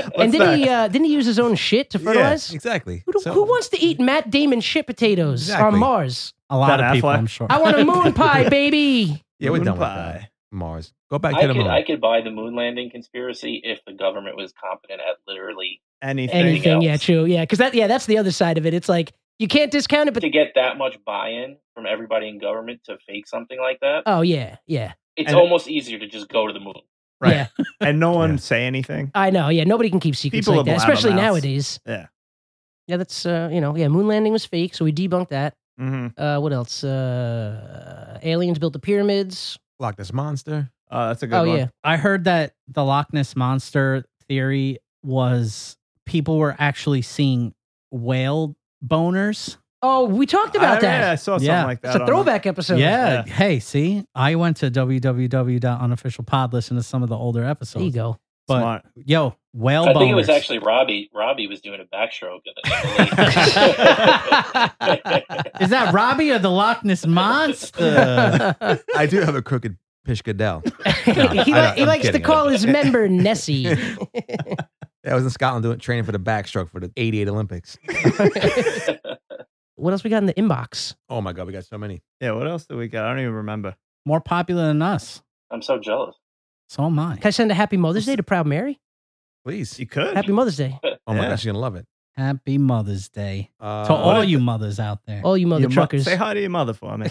[SPEAKER 4] and
[SPEAKER 6] What's
[SPEAKER 4] didn't
[SPEAKER 6] that?
[SPEAKER 4] he uh, didn't he use his own shit to fertilize?
[SPEAKER 6] Yeah, exactly.
[SPEAKER 4] Who, do,
[SPEAKER 6] So-
[SPEAKER 4] who wants to eat Matt Damon shit potatoes on
[SPEAKER 6] Exactly.
[SPEAKER 4] Mars?
[SPEAKER 5] A lot
[SPEAKER 7] That
[SPEAKER 5] of people,
[SPEAKER 7] Affleck?
[SPEAKER 5] I'm sure.
[SPEAKER 4] I want a moon pie, baby.
[SPEAKER 6] Yeah, we're
[SPEAKER 7] Moon
[SPEAKER 6] done with
[SPEAKER 7] pie.
[SPEAKER 6] that. Mars. Go back
[SPEAKER 8] I
[SPEAKER 6] to the
[SPEAKER 8] could, I
[SPEAKER 6] moon.
[SPEAKER 8] could buy the moon landing conspiracy if the government was competent at literally
[SPEAKER 7] Anything.
[SPEAKER 4] Anything, yeah,
[SPEAKER 8] else.
[SPEAKER 4] true, yeah, because that, yeah, that's the other side of it. It's like you can't discount it, but
[SPEAKER 8] to get that much buy-in from everybody in government to fake something like that.
[SPEAKER 4] oh yeah, yeah,
[SPEAKER 8] It's
[SPEAKER 7] and-
[SPEAKER 8] almost easier to just go to the moon.
[SPEAKER 7] Right.
[SPEAKER 4] yeah,
[SPEAKER 7] And no one
[SPEAKER 6] Yeah.
[SPEAKER 7] say anything.
[SPEAKER 4] I know, yeah. Nobody can keep secrets
[SPEAKER 7] People
[SPEAKER 4] like
[SPEAKER 7] are
[SPEAKER 4] that,
[SPEAKER 7] blab about
[SPEAKER 4] especially
[SPEAKER 7] mouths.
[SPEAKER 4] nowadays.
[SPEAKER 7] Yeah.
[SPEAKER 4] Yeah, that's uh, you know, yeah, moon landing was fake, so we debunked that.
[SPEAKER 7] hmm
[SPEAKER 4] Uh, what else? Uh, aliens built the pyramids.
[SPEAKER 6] Lock this monster.
[SPEAKER 7] Uh, that's a good
[SPEAKER 4] oh
[SPEAKER 7] one.
[SPEAKER 4] yeah,
[SPEAKER 5] I heard that the Loch Ness monster theory was people were actually seeing whale boners.
[SPEAKER 4] oh, we talked about
[SPEAKER 7] I,
[SPEAKER 4] that.
[SPEAKER 7] Yeah, I
[SPEAKER 5] Yeah.
[SPEAKER 7] saw something like that.
[SPEAKER 4] It's a
[SPEAKER 7] on-
[SPEAKER 4] throwback episode.
[SPEAKER 5] yeah.
[SPEAKER 7] yeah.
[SPEAKER 5] Hey, see, I went to www.unofficialpod, listen to some of the older
[SPEAKER 4] there you
[SPEAKER 5] episodes.
[SPEAKER 4] go.
[SPEAKER 5] But
[SPEAKER 7] Smart.
[SPEAKER 5] yo, whale
[SPEAKER 8] I think it was
[SPEAKER 5] boners.
[SPEAKER 8] actually Robbie. Robbie was doing a backstroke. At it.
[SPEAKER 5] Is that Robbie or the Loch Ness monster?
[SPEAKER 7] Uh,
[SPEAKER 6] I do have a crooked Pishkadel.
[SPEAKER 4] he
[SPEAKER 6] No,
[SPEAKER 4] li-
[SPEAKER 6] I-
[SPEAKER 4] he
[SPEAKER 6] I'm
[SPEAKER 4] likes to
[SPEAKER 6] kidding.
[SPEAKER 4] call his member Nessie.
[SPEAKER 6] I was in Scotland doing training for the backstroke for the 88 Olympics.
[SPEAKER 4] what else we got in the inbox?
[SPEAKER 6] Oh my God, we got so many.
[SPEAKER 7] Yeah, what else do we got? I don't even remember.
[SPEAKER 5] More popular than us.
[SPEAKER 8] I'm so jealous.
[SPEAKER 5] So am I.
[SPEAKER 4] Can I send a happy Mother's Day to Proud Mary?
[SPEAKER 6] Please.
[SPEAKER 7] You could.
[SPEAKER 4] Happy Mother's Day.
[SPEAKER 6] Oh my
[SPEAKER 7] Yeah.
[SPEAKER 6] gosh, you're going to love it.
[SPEAKER 5] Happy Mother's Day
[SPEAKER 6] Uh,
[SPEAKER 5] to all
[SPEAKER 7] is
[SPEAKER 5] you mothers out there.
[SPEAKER 4] All you mother
[SPEAKER 7] Your mo-
[SPEAKER 4] truckers.
[SPEAKER 7] say hi to your mother for me.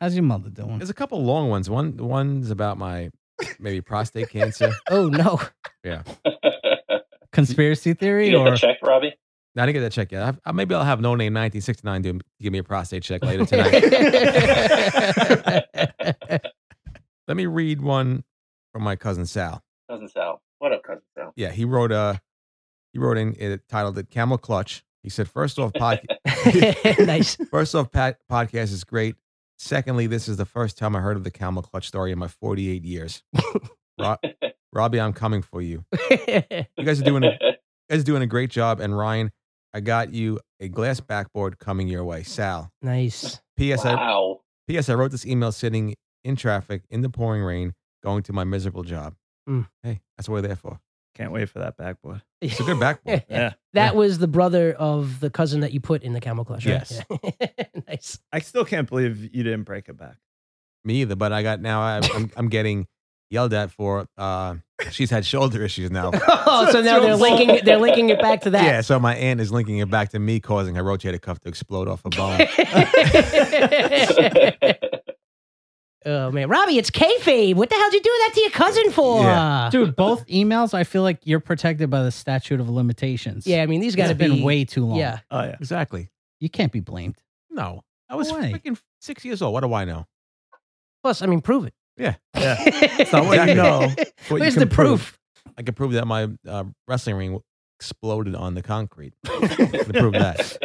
[SPEAKER 5] How's your mother doing?
[SPEAKER 6] There's a couple long ones. One One's about my maybe prostate cancer.
[SPEAKER 4] oh no.
[SPEAKER 8] you
[SPEAKER 5] Conspiracy theory
[SPEAKER 8] get
[SPEAKER 5] or
[SPEAKER 8] the check, Robbie?
[SPEAKER 6] Now, I didn't get that check yet. I've, I, maybe I'll have No Name 1969 do give me a prostate check later tonight. Let me read one from my cousin Sal.
[SPEAKER 8] Cousin Sal. What up, cousin Sal?
[SPEAKER 6] Yeah, he wrote uh he wrote in it titled it Camel Clutch. He said, first off, pod-
[SPEAKER 4] nice.
[SPEAKER 6] first off, pat- podcast is great. Secondly, this is the first time I heard of the Camel Clutch story in my 48 years. Ro- Robbie, I'm coming for you. You guys are doing a, you guys are doing a great job. And Ryan, I got you a glass backboard coming your way. Sal.
[SPEAKER 4] nice.
[SPEAKER 6] P.S. I,
[SPEAKER 8] wow.
[SPEAKER 6] P.S. I wrote this email sitting in traffic in the pouring rain, going to my miserable job.
[SPEAKER 4] Mm.
[SPEAKER 6] Hey, that's what we're there for.
[SPEAKER 7] Can't wait for that backboard.
[SPEAKER 6] It's a good backboard.
[SPEAKER 7] Yeah.
[SPEAKER 4] That was the brother of the cousin that you put in the camel clutch, right?
[SPEAKER 6] Yes.
[SPEAKER 4] Yeah. nice.
[SPEAKER 7] I still can't believe you didn't break it back.
[SPEAKER 6] Me either, but I got now. I, I'm I'm getting yelled at for. Uh, she's had shoulder issues now.
[SPEAKER 4] Oh, so now they're linking it, they're linking it back to that.
[SPEAKER 6] Yeah, so my aunt is linking it back to me causing her rotator cuff to explode off a bone.
[SPEAKER 4] oh man, Robbie, it's kayfabe. What the hell did you do that to your cousin for? Yeah,
[SPEAKER 5] Dude, both emails, I feel like you're protected by the statute of limitations.
[SPEAKER 4] I mean these
[SPEAKER 5] It's
[SPEAKER 4] got to be
[SPEAKER 5] been way too long.
[SPEAKER 4] Yeah,
[SPEAKER 7] Oh yeah.
[SPEAKER 6] exactly.
[SPEAKER 5] You can't be blamed.
[SPEAKER 6] No, I was
[SPEAKER 5] Why?
[SPEAKER 6] freaking six years old. What do I know?
[SPEAKER 4] plus I mean prove it.
[SPEAKER 6] Yeah.
[SPEAKER 7] Yeah.
[SPEAKER 4] it's
[SPEAKER 6] not what you know. What you
[SPEAKER 4] Where's
[SPEAKER 6] can
[SPEAKER 4] the proof?
[SPEAKER 6] I could prove that my uh, wrestling ring exploded on the concrete. I could prove that.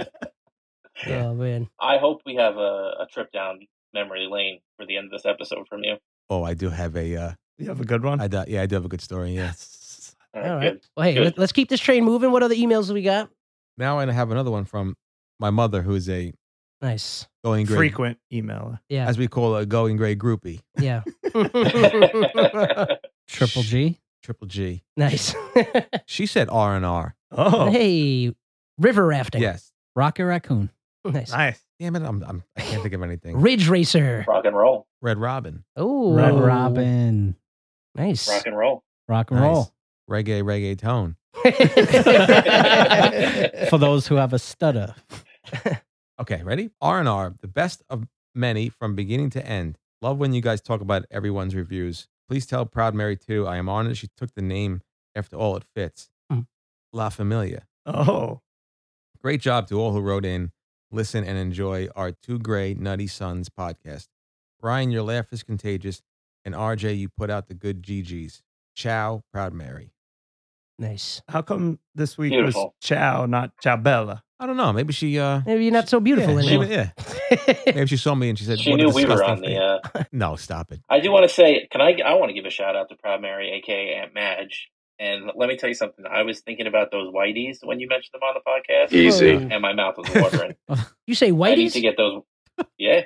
[SPEAKER 6] Yeah.
[SPEAKER 4] Oh man,
[SPEAKER 8] I hope we have a, a trip down memory lane for the end of this episode from you.
[SPEAKER 6] Oh, I do have a. Uh,
[SPEAKER 7] You have a good one.
[SPEAKER 6] I do, yeah, I do have a good story. Yeah.
[SPEAKER 7] yes.
[SPEAKER 8] All
[SPEAKER 4] all
[SPEAKER 8] right.
[SPEAKER 4] right. Well, hey,
[SPEAKER 8] Good.
[SPEAKER 4] let- let's keep this train moving. What other emails do we got?
[SPEAKER 6] Now I have another one from my mother, who is a
[SPEAKER 4] Nice.
[SPEAKER 6] going grade,
[SPEAKER 7] Frequent emailer.
[SPEAKER 4] Yeah,
[SPEAKER 6] as we call a going grade groupie,
[SPEAKER 4] yeah.
[SPEAKER 8] good.
[SPEAKER 5] Triple G.
[SPEAKER 6] triple G.
[SPEAKER 4] nice.
[SPEAKER 6] She said R and R.
[SPEAKER 7] Oh,
[SPEAKER 4] Hey, river rafting.
[SPEAKER 6] Yes.
[SPEAKER 5] Rocket Raccoon.
[SPEAKER 4] nice.
[SPEAKER 7] nice.
[SPEAKER 6] Damn it, I'm, I'm I can't think of anything.
[SPEAKER 4] Ridge racer.
[SPEAKER 8] rock and roll.
[SPEAKER 6] Red Robin,
[SPEAKER 4] Oh,
[SPEAKER 5] Red Robin.
[SPEAKER 4] Nice.
[SPEAKER 8] Rock and roll.
[SPEAKER 5] Rock and
[SPEAKER 6] Nice.
[SPEAKER 5] roll.
[SPEAKER 6] reggae, reggae tone.
[SPEAKER 5] For those who have a stutter.
[SPEAKER 6] Okay, ready? R and R, the best of many from beginning to end. Love when you guys talk about everyone's reviews. Please tell Proud Mary too. I am honored she took the name after all it fits.
[SPEAKER 5] Hmm.
[SPEAKER 4] Mm.
[SPEAKER 6] La Familia.
[SPEAKER 7] Oh,
[SPEAKER 6] Great job to all who wrote in, listen, and enjoy our Two Gray Nutty Sons podcast. Ryan, your laugh is contagious, and RJ, you put out the good GGs. Ciao, Proud Mary.
[SPEAKER 4] nice.
[SPEAKER 7] how come this week
[SPEAKER 8] Beautiful.
[SPEAKER 7] was Chow, not Chow Bella?
[SPEAKER 6] I don't know. Maybe she. uh
[SPEAKER 4] Maybe you're not so beautiful
[SPEAKER 6] yeah, she-
[SPEAKER 4] anymore.
[SPEAKER 6] yeah. Maybe she saw me and she said,
[SPEAKER 8] She
[SPEAKER 6] "What a
[SPEAKER 8] knew we were
[SPEAKER 6] disgusting
[SPEAKER 8] on the.
[SPEAKER 6] thing."
[SPEAKER 8] Uh,
[SPEAKER 6] No, stop it.
[SPEAKER 8] I do want to say, can I? I want to give a shout out to Proud Mary, aka Aunt Madge, And let me tell you something. I was thinking about those whiteys when you mentioned them on the podcast,
[SPEAKER 3] Easy.
[SPEAKER 4] Oh.
[SPEAKER 8] and my mouth was watering.
[SPEAKER 4] You say
[SPEAKER 8] I need
[SPEAKER 4] whiteys?
[SPEAKER 8] to get those. Yeah,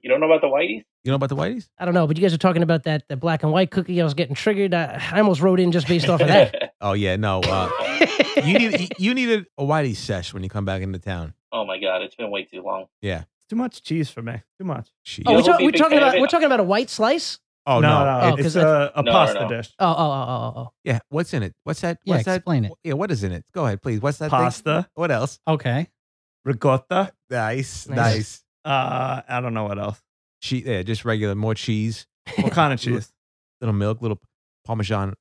[SPEAKER 8] you don't know about the whiteys?
[SPEAKER 6] You know about the Whiteys?
[SPEAKER 4] I don't know, but you guys are talking about that that black and white cookie. I was getting triggered. I, I almost wrote in just based off of that.
[SPEAKER 6] Oh yeah, no. Uh, you need you needed a Whitey sesh when you come back into town.
[SPEAKER 8] oh my god, it's been way too long.
[SPEAKER 7] Too much cheese for me. Too much.
[SPEAKER 6] Jeez.
[SPEAKER 4] oh,
[SPEAKER 8] You
[SPEAKER 4] we're,
[SPEAKER 8] don't
[SPEAKER 4] ta-
[SPEAKER 8] be a
[SPEAKER 4] we're
[SPEAKER 8] big
[SPEAKER 4] talking
[SPEAKER 8] fan of
[SPEAKER 4] about
[SPEAKER 8] it?
[SPEAKER 4] we're talking about a white slice.
[SPEAKER 6] Oh no.
[SPEAKER 7] no, no,
[SPEAKER 4] Oh, 'cause
[SPEAKER 7] it's a, a
[SPEAKER 8] No, no,
[SPEAKER 7] pasta
[SPEAKER 8] no.
[SPEAKER 7] dish.
[SPEAKER 4] Oh, oh, oh, oh,
[SPEAKER 6] Yeah, what's in it? What's that?
[SPEAKER 5] Yeah,
[SPEAKER 6] What's that?
[SPEAKER 5] explain it.
[SPEAKER 6] Yeah, what is in it? Go ahead, please. What's that? thing?
[SPEAKER 7] Pasta,
[SPEAKER 6] What else?
[SPEAKER 5] Okay.
[SPEAKER 7] ricotta.
[SPEAKER 4] Nice.
[SPEAKER 6] Nice, nice.
[SPEAKER 7] Uh, I don't know what else.
[SPEAKER 6] Che- yeah, just regular, more cheese,
[SPEAKER 7] What kind of cheese?
[SPEAKER 6] little milk, little Parmesan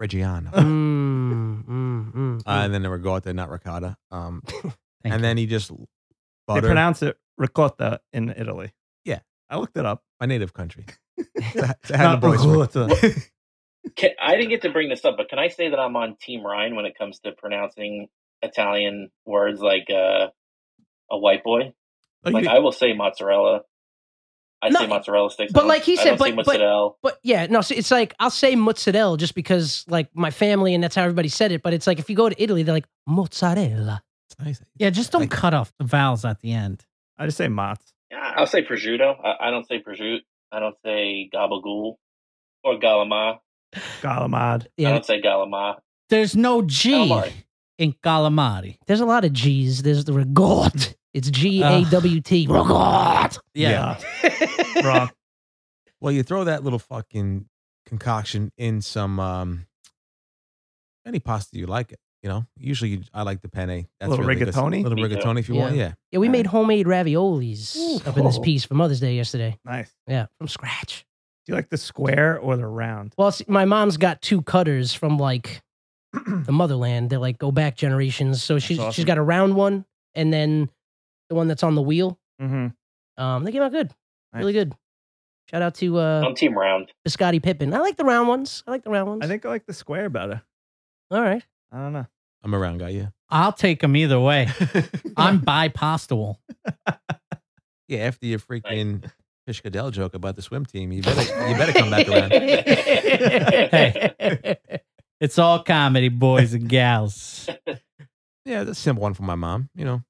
[SPEAKER 6] Reggiano,
[SPEAKER 4] oh. mm, mm, mm,
[SPEAKER 6] uh, and then the ricotta, not ricotta. Um,
[SPEAKER 5] Thank
[SPEAKER 6] and
[SPEAKER 5] you.
[SPEAKER 6] then he just
[SPEAKER 7] They
[SPEAKER 6] butter.
[SPEAKER 7] pronounce it ricotta in Italy.
[SPEAKER 6] Yeah.
[SPEAKER 7] I looked it up.
[SPEAKER 6] my native country. So I- so I had the
[SPEAKER 7] Not
[SPEAKER 6] boys work.
[SPEAKER 7] ricotta.
[SPEAKER 8] Can, I didn't get to bring this up, but can I say that I'm on Team Ryan when it comes to pronouncing Italian words like uh, a white boy?
[SPEAKER 6] Oh, you
[SPEAKER 8] Like
[SPEAKER 6] did-
[SPEAKER 8] I will say mozzarella. I
[SPEAKER 4] No,
[SPEAKER 8] say mozzarella sticks.
[SPEAKER 4] but
[SPEAKER 8] I don't-
[SPEAKER 4] like he
[SPEAKER 8] I
[SPEAKER 4] said,
[SPEAKER 8] don't say
[SPEAKER 4] but- but-
[SPEAKER 8] mozzarella.
[SPEAKER 4] But yeah, no, so it's like I'll say mozzarella just because like my family and that's how everybody said it. But it's like if you go to Italy, they're like mozzarella.
[SPEAKER 6] it's nice.
[SPEAKER 5] Yeah, just don't cut off the vowels at the end.
[SPEAKER 7] I just say mozz.
[SPEAKER 8] Yeah, I'll say prosciutto. I, I don't say prosciutto. I don't say gabagool or galama.
[SPEAKER 7] Galamad.
[SPEAKER 8] I
[SPEAKER 4] Yeah,
[SPEAKER 8] don't say galama.
[SPEAKER 5] There's no G
[SPEAKER 8] Calamari.
[SPEAKER 5] in calamari.
[SPEAKER 4] there's a lot of G's. There's the rigot. It's G A W T. Rigot.
[SPEAKER 5] Yeah.
[SPEAKER 7] Yeah. Wrong.
[SPEAKER 6] Well, you throw that little fucking concoction in some um any pasta you like it. You know, usually you, I like the penne. That's
[SPEAKER 7] Little
[SPEAKER 6] really good.
[SPEAKER 7] rigatoni?
[SPEAKER 6] Little
[SPEAKER 8] Me too.
[SPEAKER 6] rigatoni if you want. Yeah.
[SPEAKER 4] Yeah, we made homemade raviolis
[SPEAKER 7] Ooh.
[SPEAKER 4] up in this piece for Mother's Day yesterday.
[SPEAKER 7] Nice.
[SPEAKER 4] Yeah, from scratch.
[SPEAKER 7] Do you like the square or the round?
[SPEAKER 4] Well, see, my mom's got two cutters from like the motherland. They're like go back generations. So she's
[SPEAKER 7] awesome.
[SPEAKER 4] she's got a round one and then the one that's on the wheel.
[SPEAKER 7] Mm-hmm.
[SPEAKER 4] Um, they came out good,
[SPEAKER 7] Nice.
[SPEAKER 4] really good. Shout out to uh,
[SPEAKER 8] I'm Team Round.
[SPEAKER 4] Biscotti Pippin. I like the round ones. I like the round ones.
[SPEAKER 7] I think I like the square better.
[SPEAKER 4] All right.
[SPEAKER 7] I don't know.
[SPEAKER 6] I'm around guy, yeah.
[SPEAKER 5] I'll take them either way. I'm bipostal.
[SPEAKER 6] Yeah, after your freaking Fishcadell joke about the swim team, you better you better come back around.
[SPEAKER 4] around.
[SPEAKER 5] It's all comedy, boys and gals.
[SPEAKER 6] Yeah, that's a simple one for my mom, you know.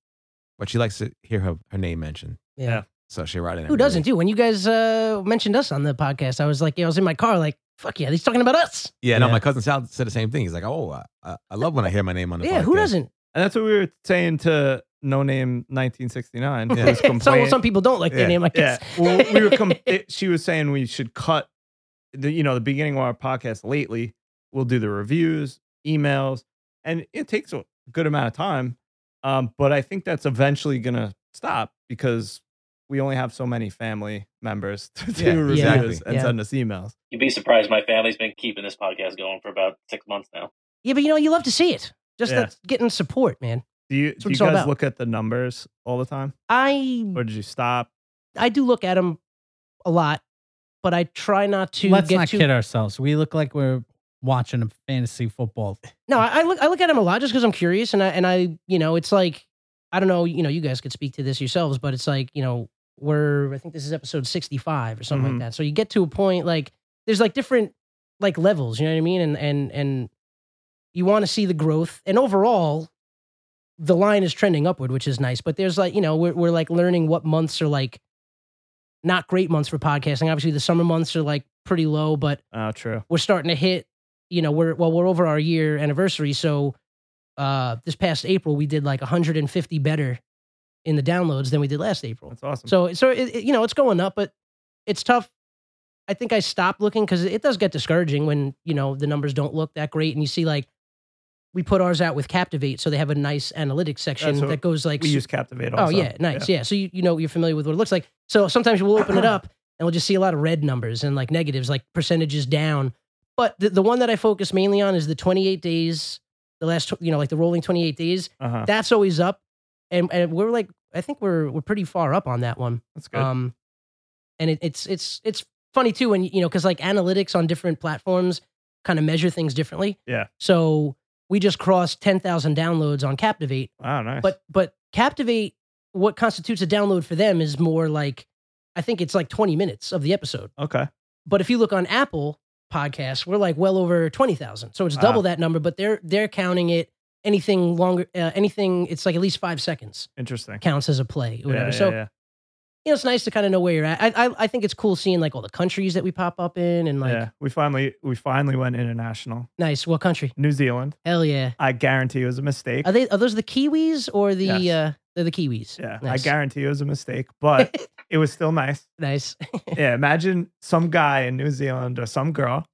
[SPEAKER 6] But she likes to hear her, her name mentioned.
[SPEAKER 4] Yeah.
[SPEAKER 6] So she wrote it in.
[SPEAKER 4] Who
[SPEAKER 6] every
[SPEAKER 4] doesn't
[SPEAKER 6] week.
[SPEAKER 4] do? When you guys uh, mentioned us on the podcast, I was like, yeah, I was in my car, like, fuck yeah, he's talking about us.
[SPEAKER 6] Yeah, no,
[SPEAKER 7] Yeah.
[SPEAKER 6] my cousin Sal said the same thing. He's like, oh, I- I, I love when I hear my name on the
[SPEAKER 4] Yeah, who
[SPEAKER 6] podcast.
[SPEAKER 4] doesn't?
[SPEAKER 7] And that's what we were saying to No Name 1969.
[SPEAKER 6] Yeah.
[SPEAKER 7] who was
[SPEAKER 4] So
[SPEAKER 7] complaining-
[SPEAKER 4] some people don't like their
[SPEAKER 6] Yeah,
[SPEAKER 4] name, I
[SPEAKER 7] yeah.
[SPEAKER 4] guess.
[SPEAKER 7] Well, we were. Com- it, she was saying we should cut the you know the beginning of our podcast lately. We'll do the reviews, emails, and it takes a good amount of time. Um, but I think that's eventually gonna stop because we only have so many family members to do
[SPEAKER 6] Yeah,
[SPEAKER 7] reviews
[SPEAKER 6] exactly.
[SPEAKER 7] and
[SPEAKER 4] Yeah.
[SPEAKER 7] send us emails.
[SPEAKER 8] You'd be surprised. My family's been keeping this podcast going for about six months now.
[SPEAKER 4] Yeah, but you know, you love to see it. Just
[SPEAKER 7] Yeah.
[SPEAKER 4] that getting support, man.
[SPEAKER 7] Do you
[SPEAKER 4] That's
[SPEAKER 7] do
[SPEAKER 4] what
[SPEAKER 7] you
[SPEAKER 4] it's all
[SPEAKER 7] guys
[SPEAKER 4] about. Mm.
[SPEAKER 7] look at the numbers all the time,
[SPEAKER 4] I
[SPEAKER 7] or did you stop?
[SPEAKER 4] I do look at them a lot, but I try not to
[SPEAKER 5] Let's
[SPEAKER 4] get
[SPEAKER 5] not
[SPEAKER 4] too.
[SPEAKER 5] kid ourselves. We look like we're watching a fantasy football.
[SPEAKER 4] No, I, I look I look at them a lot just because I'm curious, and I and I you know it's like I don't know you know you guys could speak to this yourselves, but it's like you know we're I think this is episode 65 or something
[SPEAKER 7] Mhm.
[SPEAKER 4] like that. So you get to a point like there's like different like levels, you know what I mean, and and and you want to see the growth, and overall the line is trending upward, which is nice. But there's like you know we're we're like learning what months are like not great months for podcasting. Obviously the summer months are like pretty low, but
[SPEAKER 7] Oh, true.
[SPEAKER 4] we're starting to hit you know we're well we're over our year anniversary so uh this past april we did like 150 better in the downloads than we did last april
[SPEAKER 7] That's awesome.
[SPEAKER 4] so so it, it- you know it's going up but it's tough i think i stopped looking because it does get discouraging when you know the numbers don't look that great and you see like we put ours out with captivate so they have a nice analytics section
[SPEAKER 7] That's what
[SPEAKER 4] that goes like
[SPEAKER 7] we use Captivate.
[SPEAKER 4] Oh
[SPEAKER 7] Also.
[SPEAKER 4] yeah, nice. Yeah. So you, you know you're familiar with what it looks like. So sometimes we'll open it up and we'll just see a lot of red numbers and like negatives, like percentages down. But the, the one that I focus mainly on is the 28 days, the last tw- you know like the rolling 28 days.
[SPEAKER 7] Uh-huh.
[SPEAKER 4] That's always up, and and we're like I think we're we're pretty far up on that one.
[SPEAKER 7] That's good.
[SPEAKER 4] Um, and it, it's it's it's funny too when you know because like analytics on different platforms kind of measure things differently.
[SPEAKER 7] Yeah.
[SPEAKER 4] So we just crossed 10,000 downloads on Captivate
[SPEAKER 7] wow, Oh, nice.
[SPEAKER 4] but but captivate what constitutes a download for them is more like i think it's like 20 minutes of the episode
[SPEAKER 7] okay,
[SPEAKER 4] but if you look on apple podcasts, we're like well over twenty thousand, so it's double
[SPEAKER 7] Ah.
[SPEAKER 4] that number. But they're they're counting it anything longer, uh, anything. It's like at least five seconds
[SPEAKER 7] Interesting.
[SPEAKER 4] counts as a play or
[SPEAKER 7] Yeah,
[SPEAKER 4] whatever.
[SPEAKER 7] yeah,
[SPEAKER 4] so
[SPEAKER 7] yeah.
[SPEAKER 4] you know, it's nice to kind of know where you're at. I, I I think it's cool seeing like all the countries that we pop up in and like
[SPEAKER 7] yeah, we finally we finally went international.
[SPEAKER 4] nice. What country?
[SPEAKER 7] New Zealand.
[SPEAKER 4] Hell yeah!
[SPEAKER 7] I guarantee it was a mistake.
[SPEAKER 4] Are they are those the Kiwis or the
[SPEAKER 7] Yes.
[SPEAKER 4] uh they're the Kiwis?
[SPEAKER 7] yeah,
[SPEAKER 4] nice.
[SPEAKER 7] I guarantee it was a mistake, but it was still nice.
[SPEAKER 4] nice.
[SPEAKER 7] Yeah, imagine some guy in New Zealand or some girl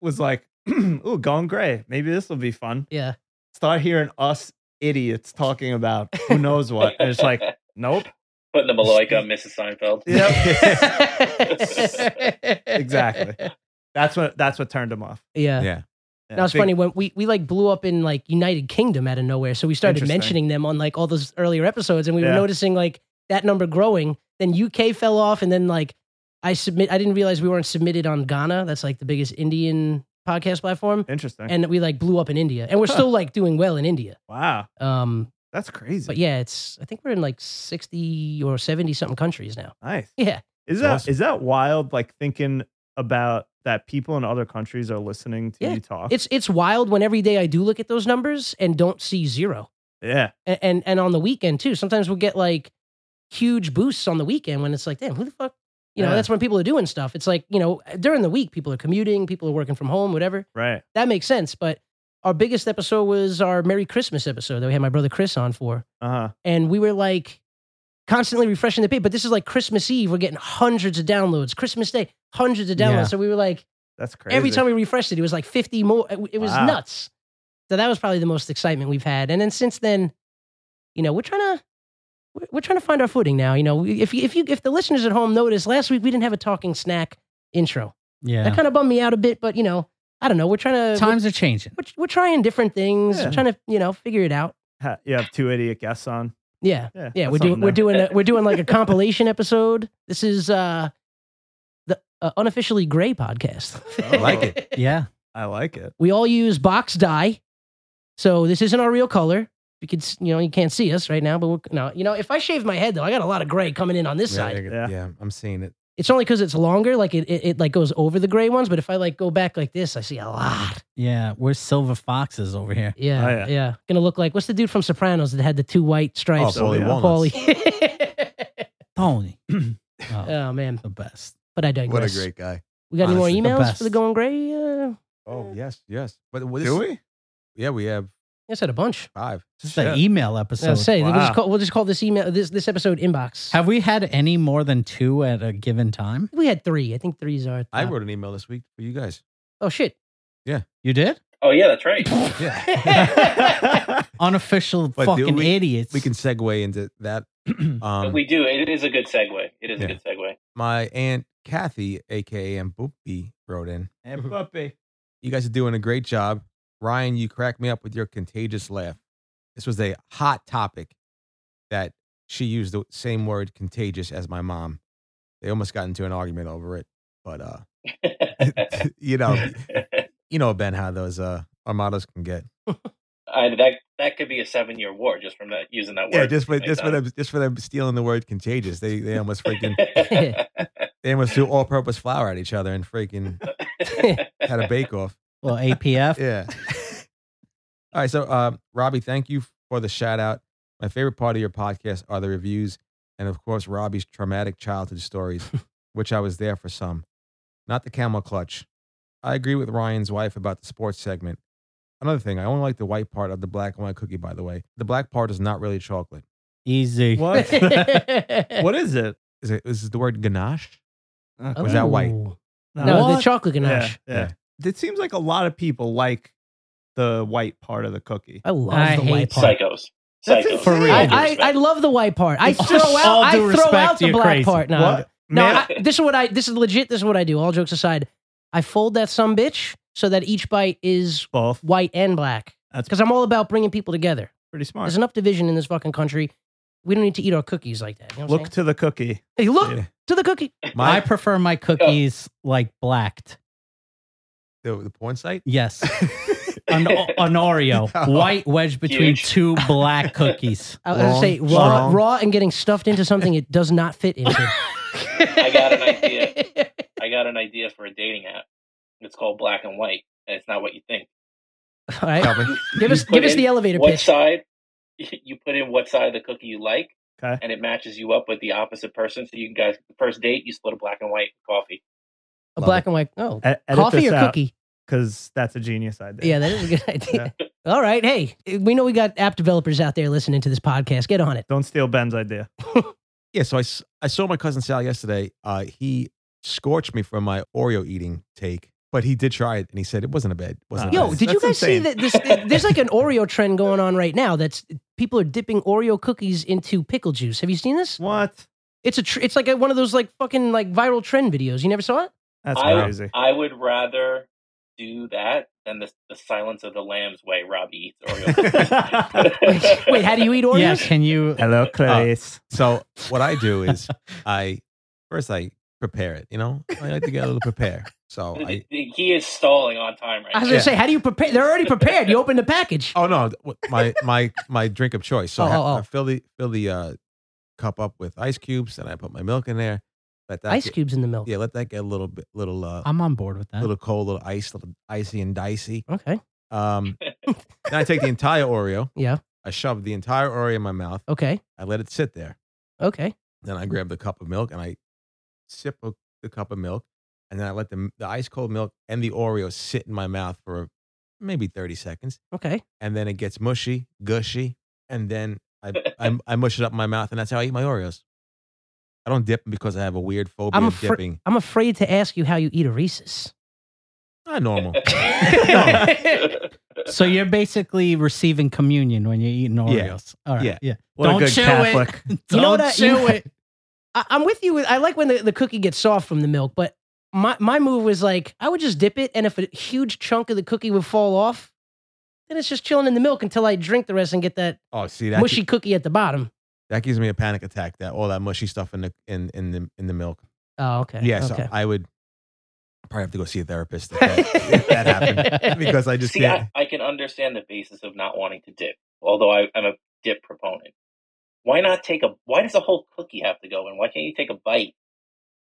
[SPEAKER 7] was like, "Ooh, going gray. Maybe this will be fun."
[SPEAKER 4] Yeah,
[SPEAKER 7] Start hearing us idiots talking about who knows what. And it's like, nope.
[SPEAKER 8] Putting the Maloika on Mrs. Seinfeld.
[SPEAKER 7] Exactly. That's what that's what turned him off.
[SPEAKER 4] yeah.
[SPEAKER 6] Yeah.
[SPEAKER 7] Yeah,
[SPEAKER 4] Now it's
[SPEAKER 7] big-
[SPEAKER 4] funny when we we like blew up in like United Kingdom out of nowhere, so we started
[SPEAKER 7] Interesting.
[SPEAKER 4] mentioning them on like all those earlier episodes, and we were
[SPEAKER 7] Yeah.
[SPEAKER 4] noticing like that number growing. Then UK fell off, and then like I submit, I didn't realize we weren't submitted on Ghana. That's like the biggest Indian podcast platform,
[SPEAKER 7] Interesting.
[SPEAKER 4] and we like blew up in India, and we're still like doing well in India.
[SPEAKER 7] wow,
[SPEAKER 4] Um,
[SPEAKER 7] that's crazy.
[SPEAKER 4] but yeah, it's I think we're in like sixty or seventy something countries now.
[SPEAKER 7] Nice.
[SPEAKER 4] Yeah.
[SPEAKER 7] Is
[SPEAKER 6] That's
[SPEAKER 7] that is
[SPEAKER 6] awesome.
[SPEAKER 7] that wild? Like thinking about that people in other countries are listening to
[SPEAKER 4] Yeah,
[SPEAKER 7] you talk.
[SPEAKER 4] It's it's wild when every day I do look at those numbers and don't see zero.
[SPEAKER 7] yeah,
[SPEAKER 4] and and, and on the weekend too. Sometimes we'll get like huge boosts on the weekend when it's like, damn, who the fuck? You know,
[SPEAKER 7] Yeah.
[SPEAKER 4] that's when people are doing stuff. It's like, you know, during the week, people are commuting, people are working from home, whatever.
[SPEAKER 7] right.
[SPEAKER 4] That makes sense. But our biggest episode was our Merry Christmas episode that we had my brother Chris on for.
[SPEAKER 7] Uh huh.
[SPEAKER 4] And we were like constantly refreshing the page. But this is like Christmas Eve. We're getting hundreds of downloads. Christmas Day, hundreds of downloads.
[SPEAKER 5] Yeah.
[SPEAKER 4] So we were like,
[SPEAKER 7] That's crazy.
[SPEAKER 4] Every time we refreshed it, it was like 50 more. It it was
[SPEAKER 7] Wow.
[SPEAKER 4] nuts. So that was probably the most excitement we've had. And then since then, you know, we're trying to we're- we're trying to find our footing now. You know, We- if you- if you if the listeners at home noticed, last week we didn't have a talking snack intro. That
[SPEAKER 5] Yeah.
[SPEAKER 4] kind of bummed me out a bit, but you know, I don't know. We're trying to
[SPEAKER 5] Times are changing.
[SPEAKER 4] we're, we're trying different things.
[SPEAKER 7] Yeah.
[SPEAKER 4] We're trying to you know figure it out.
[SPEAKER 7] Ha- you have two idiot guests on.
[SPEAKER 4] Yeah,
[SPEAKER 7] Yeah,
[SPEAKER 4] yeah.
[SPEAKER 7] that's
[SPEAKER 4] We're doing
[SPEAKER 7] something
[SPEAKER 4] we're
[SPEAKER 7] there.
[SPEAKER 4] doing a, we're doing like a compilation episode. This is uh the uh, unofficially gray podcast.
[SPEAKER 7] I like
[SPEAKER 6] it.
[SPEAKER 5] Yeah.
[SPEAKER 7] I like it.
[SPEAKER 4] We all use box dye, so this isn't our real color. You could, s- you know, you can't see us right now, but we're, no, you know, if I shave my head though, I got a lot of gray coming in on this
[SPEAKER 6] Yeah,
[SPEAKER 4] side.
[SPEAKER 7] Yeah.
[SPEAKER 6] yeah, I'm seeing it.
[SPEAKER 4] It's only because it's longer, like it, it, it like goes over the gray ones. But if I like go back like this, I see a lot.
[SPEAKER 5] Yeah. We're silver foxes over here.
[SPEAKER 4] Yeah,
[SPEAKER 7] Oh,
[SPEAKER 4] yeah,
[SPEAKER 7] yeah.
[SPEAKER 4] Gonna look like what's the dude from Sopranos that had the two white
[SPEAKER 6] Oh,
[SPEAKER 4] stripes?
[SPEAKER 7] so,
[SPEAKER 6] Paulie
[SPEAKER 7] yeah.
[SPEAKER 6] Walnuts.
[SPEAKER 4] Paulie.
[SPEAKER 5] Tony. oh,
[SPEAKER 4] oh man,
[SPEAKER 5] the best.
[SPEAKER 4] but I digress.
[SPEAKER 6] What a great guy.
[SPEAKER 4] We got any more
[SPEAKER 5] Honestly, the
[SPEAKER 4] emails
[SPEAKER 5] best.
[SPEAKER 4] for the going gray? Uh,
[SPEAKER 6] Oh yes, yes. But what is,
[SPEAKER 7] Do we?
[SPEAKER 6] Yeah, we have
[SPEAKER 4] yes, I had a bunch.
[SPEAKER 6] five.
[SPEAKER 5] This is an
[SPEAKER 7] Shit.
[SPEAKER 5] email
[SPEAKER 4] So,
[SPEAKER 5] episode.
[SPEAKER 4] I'll say we'll just
[SPEAKER 7] Wow.
[SPEAKER 4] call we'll just call this email this this episode inbox.
[SPEAKER 5] Have we had any more than two at a given time?
[SPEAKER 4] we had three. I think three's our.
[SPEAKER 6] I
[SPEAKER 4] top.
[SPEAKER 6] wrote an email this week for you guys.
[SPEAKER 4] Oh shit.
[SPEAKER 5] You did?
[SPEAKER 8] Oh yeah, that's right.
[SPEAKER 6] Yeah,
[SPEAKER 5] Unofficial
[SPEAKER 6] But do
[SPEAKER 5] fucking
[SPEAKER 6] we-
[SPEAKER 5] idiots.
[SPEAKER 6] we can segue into that.
[SPEAKER 8] But
[SPEAKER 6] Um,
[SPEAKER 8] we do. It is a good segue. It is
[SPEAKER 6] Yeah.
[SPEAKER 8] a good segue.
[SPEAKER 6] my aunt Kathy, aka Aunt Boopy, wrote in.
[SPEAKER 7] and puppy.
[SPEAKER 6] You guys are doing a great job. Ryan, you cracked me up with your contagious laugh. This was a hot topic that she used the same word contagious as my mom. They almost got into an argument over it. But uh you know, you know Ben how those uh armados can get.
[SPEAKER 8] I, that that could be a seven year war just from that using that word.
[SPEAKER 6] Yeah, just for
[SPEAKER 8] Like uh,
[SPEAKER 6] just for
[SPEAKER 8] that.
[SPEAKER 6] them just for them stealing the word contagious. They they almost freaking they almost threw all purpose flour at each other and freaking had a bake off.
[SPEAKER 5] well, APF.
[SPEAKER 6] Yeah. All right. So, uh, Robbie, thank you for the shout out. My favorite part of your podcast are the reviews and, of course, Robbie's traumatic childhood stories, which I was there for some. Not the camel clutch. I agree with Ryan's wife about the sports segment. Another thing, I only like the white part of the black and white cookie, by the way. The black part is not really chocolate.
[SPEAKER 5] Easy.
[SPEAKER 7] What? what is it?
[SPEAKER 6] Is it? Is the word ganache?
[SPEAKER 4] Oh.
[SPEAKER 6] Was that white?
[SPEAKER 4] No, the
[SPEAKER 7] What?
[SPEAKER 4] chocolate
[SPEAKER 7] yeah,
[SPEAKER 4] ganache.
[SPEAKER 7] yeah. It seems like a lot of people like the white part of the cookie.
[SPEAKER 4] I love
[SPEAKER 5] I
[SPEAKER 4] the
[SPEAKER 5] hate
[SPEAKER 4] white part.
[SPEAKER 8] Psychos.
[SPEAKER 7] That's
[SPEAKER 8] Psychos.
[SPEAKER 7] For real.
[SPEAKER 8] All due
[SPEAKER 4] I,
[SPEAKER 8] respect.
[SPEAKER 4] I, I love the white part. I
[SPEAKER 5] It's
[SPEAKER 4] throw
[SPEAKER 5] just
[SPEAKER 4] out
[SPEAKER 5] all
[SPEAKER 4] I
[SPEAKER 5] due
[SPEAKER 4] throw
[SPEAKER 5] respect,
[SPEAKER 4] out the
[SPEAKER 5] you're
[SPEAKER 4] black
[SPEAKER 5] crazy.
[SPEAKER 4] part. No,
[SPEAKER 7] What?
[SPEAKER 4] no.
[SPEAKER 7] Man,
[SPEAKER 4] I, this is what I. This is legit. This is what I do. All jokes aside, I fold that some bitch so that each bite is
[SPEAKER 7] both.
[SPEAKER 4] white and black.
[SPEAKER 7] That's
[SPEAKER 4] Because I'm all about bringing people together.
[SPEAKER 7] pretty smart.
[SPEAKER 4] There's enough division in this fucking country. We don't need to eat our cookies like that. You know what I'm
[SPEAKER 7] Look to the cookie.
[SPEAKER 4] saying? Hey, look
[SPEAKER 6] Yeah.
[SPEAKER 4] to the cookie.
[SPEAKER 5] I
[SPEAKER 6] My
[SPEAKER 5] prefer my cookies like blacked.
[SPEAKER 6] the, the porn site.
[SPEAKER 5] Yes.
[SPEAKER 7] E-,
[SPEAKER 5] an, an Oreo. White wedge between
[SPEAKER 8] Huge.
[SPEAKER 5] two black cookies.
[SPEAKER 4] I was gonna
[SPEAKER 6] Wrong.
[SPEAKER 4] say raw,
[SPEAKER 6] Wrong.
[SPEAKER 4] raw, and getting stuffed into something it does not fit into.
[SPEAKER 8] I got an idea. I got an idea for a dating app. It's called black and white, and it's not what you think.
[SPEAKER 4] All right.
[SPEAKER 6] Calvin.
[SPEAKER 4] Give
[SPEAKER 8] You
[SPEAKER 4] us
[SPEAKER 8] put
[SPEAKER 4] give us
[SPEAKER 8] in
[SPEAKER 4] the elevator
[SPEAKER 8] what
[SPEAKER 4] pitch.
[SPEAKER 8] side you put in what side of the cookie you like,
[SPEAKER 7] Okay.
[SPEAKER 8] and it matches you up with the opposite person. So you guys, the first date, you split a black and white coffee.
[SPEAKER 4] A
[SPEAKER 6] Love
[SPEAKER 4] black and white. Oh,
[SPEAKER 7] E- edit
[SPEAKER 4] coffee
[SPEAKER 7] this
[SPEAKER 4] or
[SPEAKER 7] out,
[SPEAKER 4] cookie?
[SPEAKER 7] Cause that's a genius idea.
[SPEAKER 4] Yeah, that is a good idea. All right. Hey, we know we got app developers out there listening to this podcast. Get on it.
[SPEAKER 7] Don't steal Ben's idea.
[SPEAKER 6] Yeah, so I, s- I saw my cousin Sal yesterday. Uh, he scorched me for my Oreo eating take, but he did try it and he said it wasn't a bad. Wasn't a
[SPEAKER 4] Yo,
[SPEAKER 6] bad.
[SPEAKER 4] did you
[SPEAKER 7] That's
[SPEAKER 4] guys see
[SPEAKER 7] insane.
[SPEAKER 4] that this, there's like an Oreo trend going on right now that's people are dipping Oreo cookies into pickle juice. Have you seen this?
[SPEAKER 7] What?
[SPEAKER 4] It's a tr- it's like a, one of those like fucking like viral trend videos. You never saw it?
[SPEAKER 7] That's
[SPEAKER 8] I,
[SPEAKER 7] crazy.
[SPEAKER 8] I would rather do that than the, the Silence of the Lambs way Robbie eats Oreo.
[SPEAKER 4] Wait, how do you eat Oreos?
[SPEAKER 5] Yeah, can you?
[SPEAKER 7] Hello, Clarice.
[SPEAKER 6] So what I do is I first I prepare it. You know, I like to get a little prepare. So I.
[SPEAKER 8] He is stalling on time right
[SPEAKER 4] I was
[SPEAKER 8] now.
[SPEAKER 4] gonna say, how do you prepare? They're already prepared. You open the package.
[SPEAKER 6] Oh no, th- my my my drink of choice. So I,
[SPEAKER 4] Oh,
[SPEAKER 6] have,
[SPEAKER 4] oh, oh.
[SPEAKER 6] I fill the fill the uh, cup up with ice cubes and I put my milk in there. Let that
[SPEAKER 4] Ice
[SPEAKER 6] get-
[SPEAKER 4] cubes in the milk. Uh-huh.
[SPEAKER 6] Yeah, let that get a little bit little uh,
[SPEAKER 5] I'm on board with that.
[SPEAKER 6] little cold, little ice, little icy and dicey.
[SPEAKER 4] Okay.
[SPEAKER 6] Um, then I take the entire Oreo.
[SPEAKER 4] Yeah.
[SPEAKER 6] I shove the entire Oreo in my mouth.
[SPEAKER 4] Okay.
[SPEAKER 6] I let it sit there.
[SPEAKER 4] Okay.
[SPEAKER 6] Then I grab the cup of milk and I sip a, the cup of milk. And then I let the, the ice cold milk and the Oreo sit in my mouth for maybe 30 seconds.
[SPEAKER 4] Okay.
[SPEAKER 6] And then it gets mushy, gushy. And then I, I, I mush it up in my mouth. And that's how I eat my Oreos. I don't dip 'em because I have a weird phobia
[SPEAKER 4] I'm
[SPEAKER 6] of
[SPEAKER 4] afr-
[SPEAKER 6] dipping.
[SPEAKER 4] I'm afraid to ask you how you eat a Reese's.
[SPEAKER 6] Not normal.
[SPEAKER 5] so you're basically receiving communion when you're eating Oreos. All right.
[SPEAKER 6] Yeah.
[SPEAKER 5] Yeah.
[SPEAKER 7] What
[SPEAKER 5] Don't
[SPEAKER 7] a good
[SPEAKER 5] chew
[SPEAKER 7] Catholic.
[SPEAKER 5] it. Don't
[SPEAKER 4] You know what I-
[SPEAKER 5] chew
[SPEAKER 4] you know-
[SPEAKER 5] it.
[SPEAKER 4] I, I'm with you. With, I like when the, the cookie gets soft from the milk, but my, my move was like, I would just dip it, and if a huge chunk of the cookie would fall off, then it's just chilling in the milk until I drink the rest and get that
[SPEAKER 6] Oh, see that?
[SPEAKER 4] mushy cookie at the bottom.
[SPEAKER 6] That gives me a panic attack. That all that mushy stuff in the in in the in the milk.
[SPEAKER 4] Oh, okay.
[SPEAKER 6] Yeah,
[SPEAKER 4] okay.
[SPEAKER 6] so I would probably have to go see a therapist if that, if that happened because I just
[SPEAKER 8] See,
[SPEAKER 6] can't.
[SPEAKER 8] I, I can understand the basis of not wanting to dip, although I, I'm a dip proponent. Why not take a? Why does the whole cookie have to go in? Why can't you take a bite?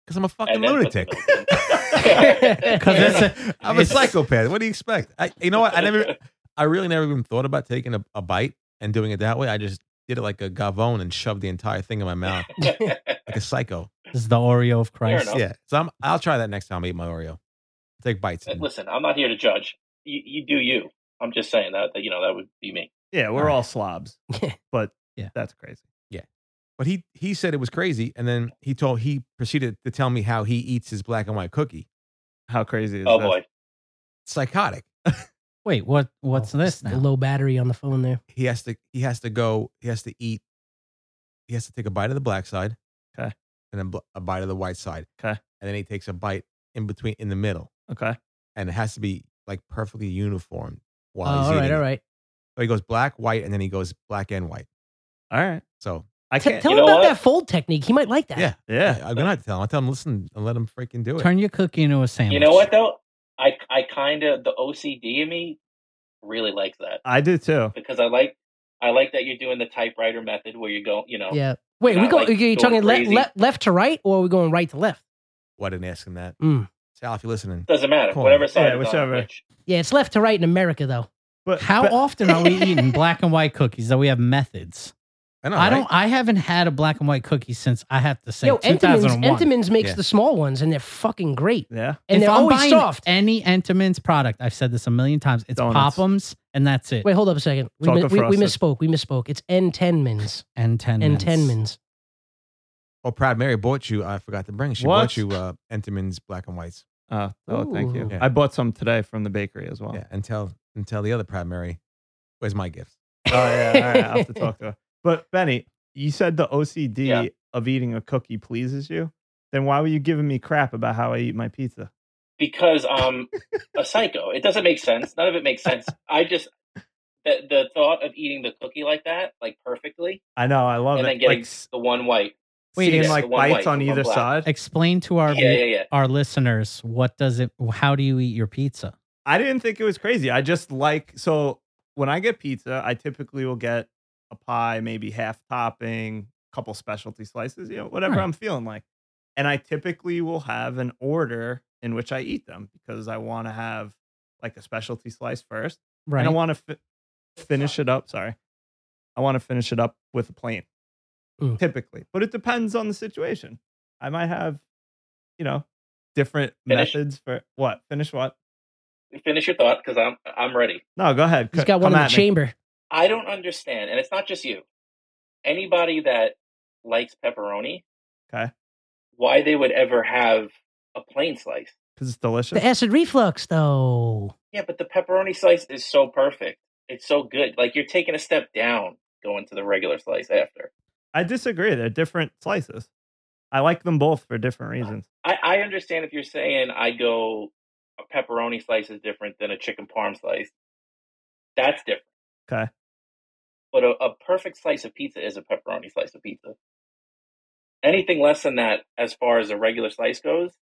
[SPEAKER 6] Because I'm a fucking
[SPEAKER 8] and then put
[SPEAKER 6] lunatic.
[SPEAKER 8] the milk in?
[SPEAKER 5] 'Cause it's a-
[SPEAKER 6] I'm a
[SPEAKER 5] it's-
[SPEAKER 6] psychopath. What do you expect? I, you know what? I never, I really never even thought about taking a, a bite and doing it that way. I just did it like a gavone and shoved the entire thing in my mouth like a psycho.
[SPEAKER 5] This is the Oreo of
[SPEAKER 8] Fair
[SPEAKER 5] Christ.
[SPEAKER 8] enough.
[SPEAKER 6] Yeah. So I'm, I'll try that next time I eat my Oreo. Take bites.
[SPEAKER 8] Uh,
[SPEAKER 6] and-
[SPEAKER 8] Listen, I'm not here to judge. You, you do you. I'm just saying that, that you know that would be me.
[SPEAKER 7] Yeah, we're all slobs. but
[SPEAKER 5] Yeah.
[SPEAKER 7] that's crazy.
[SPEAKER 6] But he he said it was crazy, and then he told he proceeded to tell me how he eats his black and white cookie.
[SPEAKER 7] How crazy is
[SPEAKER 8] oh
[SPEAKER 7] this?
[SPEAKER 8] boy,
[SPEAKER 6] Psychotic.
[SPEAKER 5] Wait, what? What's
[SPEAKER 4] Oh,
[SPEAKER 5] this
[SPEAKER 4] the
[SPEAKER 5] now?
[SPEAKER 4] Low battery on the phone there.
[SPEAKER 6] he has to he has to go he has to eat he has to take a bite of the black side
[SPEAKER 7] Okay.
[SPEAKER 6] and then bl- a bite of the white side
[SPEAKER 7] Okay.
[SPEAKER 6] and then he takes a bite in between in the middle
[SPEAKER 7] Okay.
[SPEAKER 6] and it has to be like perfectly uniform
[SPEAKER 4] Oh,
[SPEAKER 6] while he's
[SPEAKER 4] all right,
[SPEAKER 6] eating
[SPEAKER 4] all
[SPEAKER 6] it.
[SPEAKER 4] right.
[SPEAKER 6] so he goes black white and then he goes black and white
[SPEAKER 7] All right.
[SPEAKER 6] so
[SPEAKER 7] I
[SPEAKER 4] T-
[SPEAKER 7] can't.
[SPEAKER 4] tell
[SPEAKER 8] You
[SPEAKER 4] him
[SPEAKER 8] know
[SPEAKER 4] about
[SPEAKER 8] what?
[SPEAKER 4] that fold technique. He might like that.
[SPEAKER 6] yeah,
[SPEAKER 7] yeah.
[SPEAKER 6] I, am gonna have to tell him i tell him listen and let him freaking do it
[SPEAKER 5] Turn your cookie into a sandwich.
[SPEAKER 8] you know what though? I I kind of the OCD in me really likes that
[SPEAKER 7] I do too.
[SPEAKER 8] because I like I like that you're doing the typewriter method where you go, you know,
[SPEAKER 4] Yeah. Wait, we
[SPEAKER 8] Not
[SPEAKER 4] go.
[SPEAKER 8] like
[SPEAKER 4] are you
[SPEAKER 8] going
[SPEAKER 4] talking le-
[SPEAKER 8] crazy.
[SPEAKER 4] le- left to right, or are we going right to left?
[SPEAKER 6] why didn't ask him that
[SPEAKER 4] Mm.
[SPEAKER 6] sal if you're listening
[SPEAKER 8] doesn't matter
[SPEAKER 6] Cool.
[SPEAKER 8] whatever side,
[SPEAKER 7] Yeah,
[SPEAKER 8] it's on,
[SPEAKER 7] whichever.
[SPEAKER 8] which-
[SPEAKER 4] Yeah, it's left to right in America, though.
[SPEAKER 7] But
[SPEAKER 5] How
[SPEAKER 7] but-
[SPEAKER 5] often are we eating black and white cookies that we have methods?
[SPEAKER 6] i, know,
[SPEAKER 5] I
[SPEAKER 6] right?
[SPEAKER 5] don't. I haven't had a black and white cookie since I have to say
[SPEAKER 4] Yo, Entenmann's,
[SPEAKER 5] 2001.
[SPEAKER 4] Entenmann's makes
[SPEAKER 6] Yeah.
[SPEAKER 4] the small ones, and they're fucking great,
[SPEAKER 7] Yeah.
[SPEAKER 4] and
[SPEAKER 5] if
[SPEAKER 4] they're
[SPEAKER 5] I'm
[SPEAKER 4] always
[SPEAKER 5] buying
[SPEAKER 4] soft.
[SPEAKER 5] any Entenmann's product, I've said this a million times. It's
[SPEAKER 7] Donuts.
[SPEAKER 5] Pop'ems, and that's it.
[SPEAKER 4] Wait, hold up a second. We, mi-
[SPEAKER 7] Chocolate
[SPEAKER 4] we, we
[SPEAKER 7] frosted.
[SPEAKER 4] misspoke. We misspoke. It's Entenmann's.
[SPEAKER 5] Entenmann's.
[SPEAKER 4] Entenmann's.
[SPEAKER 6] oh proud mary bought you i forgot to bring she
[SPEAKER 7] What?
[SPEAKER 6] bought you uh entenmann's black and whites
[SPEAKER 7] Uh, oh, thank you.
[SPEAKER 4] Ooh.
[SPEAKER 6] Yeah.
[SPEAKER 7] I bought some today from the bakery as well.
[SPEAKER 6] yeah and tell and tell the other proud mary where's my gift
[SPEAKER 7] Oh yeah. All right. I have to talk to her. But Benny, you said the OCD
[SPEAKER 8] Yeah.
[SPEAKER 7] of eating a cookie pleases you. Then why were you giving me crap about how I eat my pizza?
[SPEAKER 8] because I'm a psycho. It doesn't make sense. None of it makes sense. I just the the thought of eating the cookie like that, like perfectly,
[SPEAKER 7] I know. I love
[SPEAKER 8] and then
[SPEAKER 7] it.
[SPEAKER 8] getting
[SPEAKER 7] Like s-
[SPEAKER 8] the one white.
[SPEAKER 5] Wait,
[SPEAKER 7] seeing
[SPEAKER 5] it's-
[SPEAKER 7] like
[SPEAKER 8] the one
[SPEAKER 7] bites
[SPEAKER 8] white,
[SPEAKER 7] on
[SPEAKER 8] the one
[SPEAKER 7] either
[SPEAKER 8] black.
[SPEAKER 7] side.
[SPEAKER 5] Explain to our
[SPEAKER 8] Yeah, yeah, yeah.
[SPEAKER 5] our listeners what does it? How do you eat your pizza?
[SPEAKER 7] I didn't think it was crazy. I just like so when I get pizza, I typically will get a pie, maybe half topping, couple specialty slices, you know, whatever
[SPEAKER 5] Right.
[SPEAKER 7] I'm feeling like. And I typically will have an order in which I eat them because I want to have like a specialty slice first.
[SPEAKER 5] Right.
[SPEAKER 7] And I want to fi- finish it up. Sorry. I want to finish it up with a plane
[SPEAKER 4] Mm.
[SPEAKER 7] typically, but it depends on the situation. I might have, you know, different
[SPEAKER 8] Finish.
[SPEAKER 7] methods for what? Finish what?
[SPEAKER 8] Finish your thought because I'm I'm ready.
[SPEAKER 7] No, go ahead.
[SPEAKER 4] He's
[SPEAKER 7] C-
[SPEAKER 4] got one
[SPEAKER 7] come
[SPEAKER 4] in the
[SPEAKER 7] at me.
[SPEAKER 4] chamber.
[SPEAKER 8] I don't understand, and it's not just you. Anybody that likes pepperoni,
[SPEAKER 7] Okay.
[SPEAKER 8] why they would ever have a plain slice?
[SPEAKER 7] because it's delicious.
[SPEAKER 4] The acid reflux, though.
[SPEAKER 8] Yeah, but the pepperoni slice is so perfect. It's so good. Like you're taking a step down going to the regular slice after.
[SPEAKER 7] I disagree. They're different slices. I like them both for different reasons.
[SPEAKER 8] I, I understand if you're saying I go a pepperoni slice is different than a chicken parm slice. That's different.
[SPEAKER 7] Okay.
[SPEAKER 8] But a, a perfect slice of pizza is a pepperoni slice of pizza. Anything less than that, as far as a regular slice goes,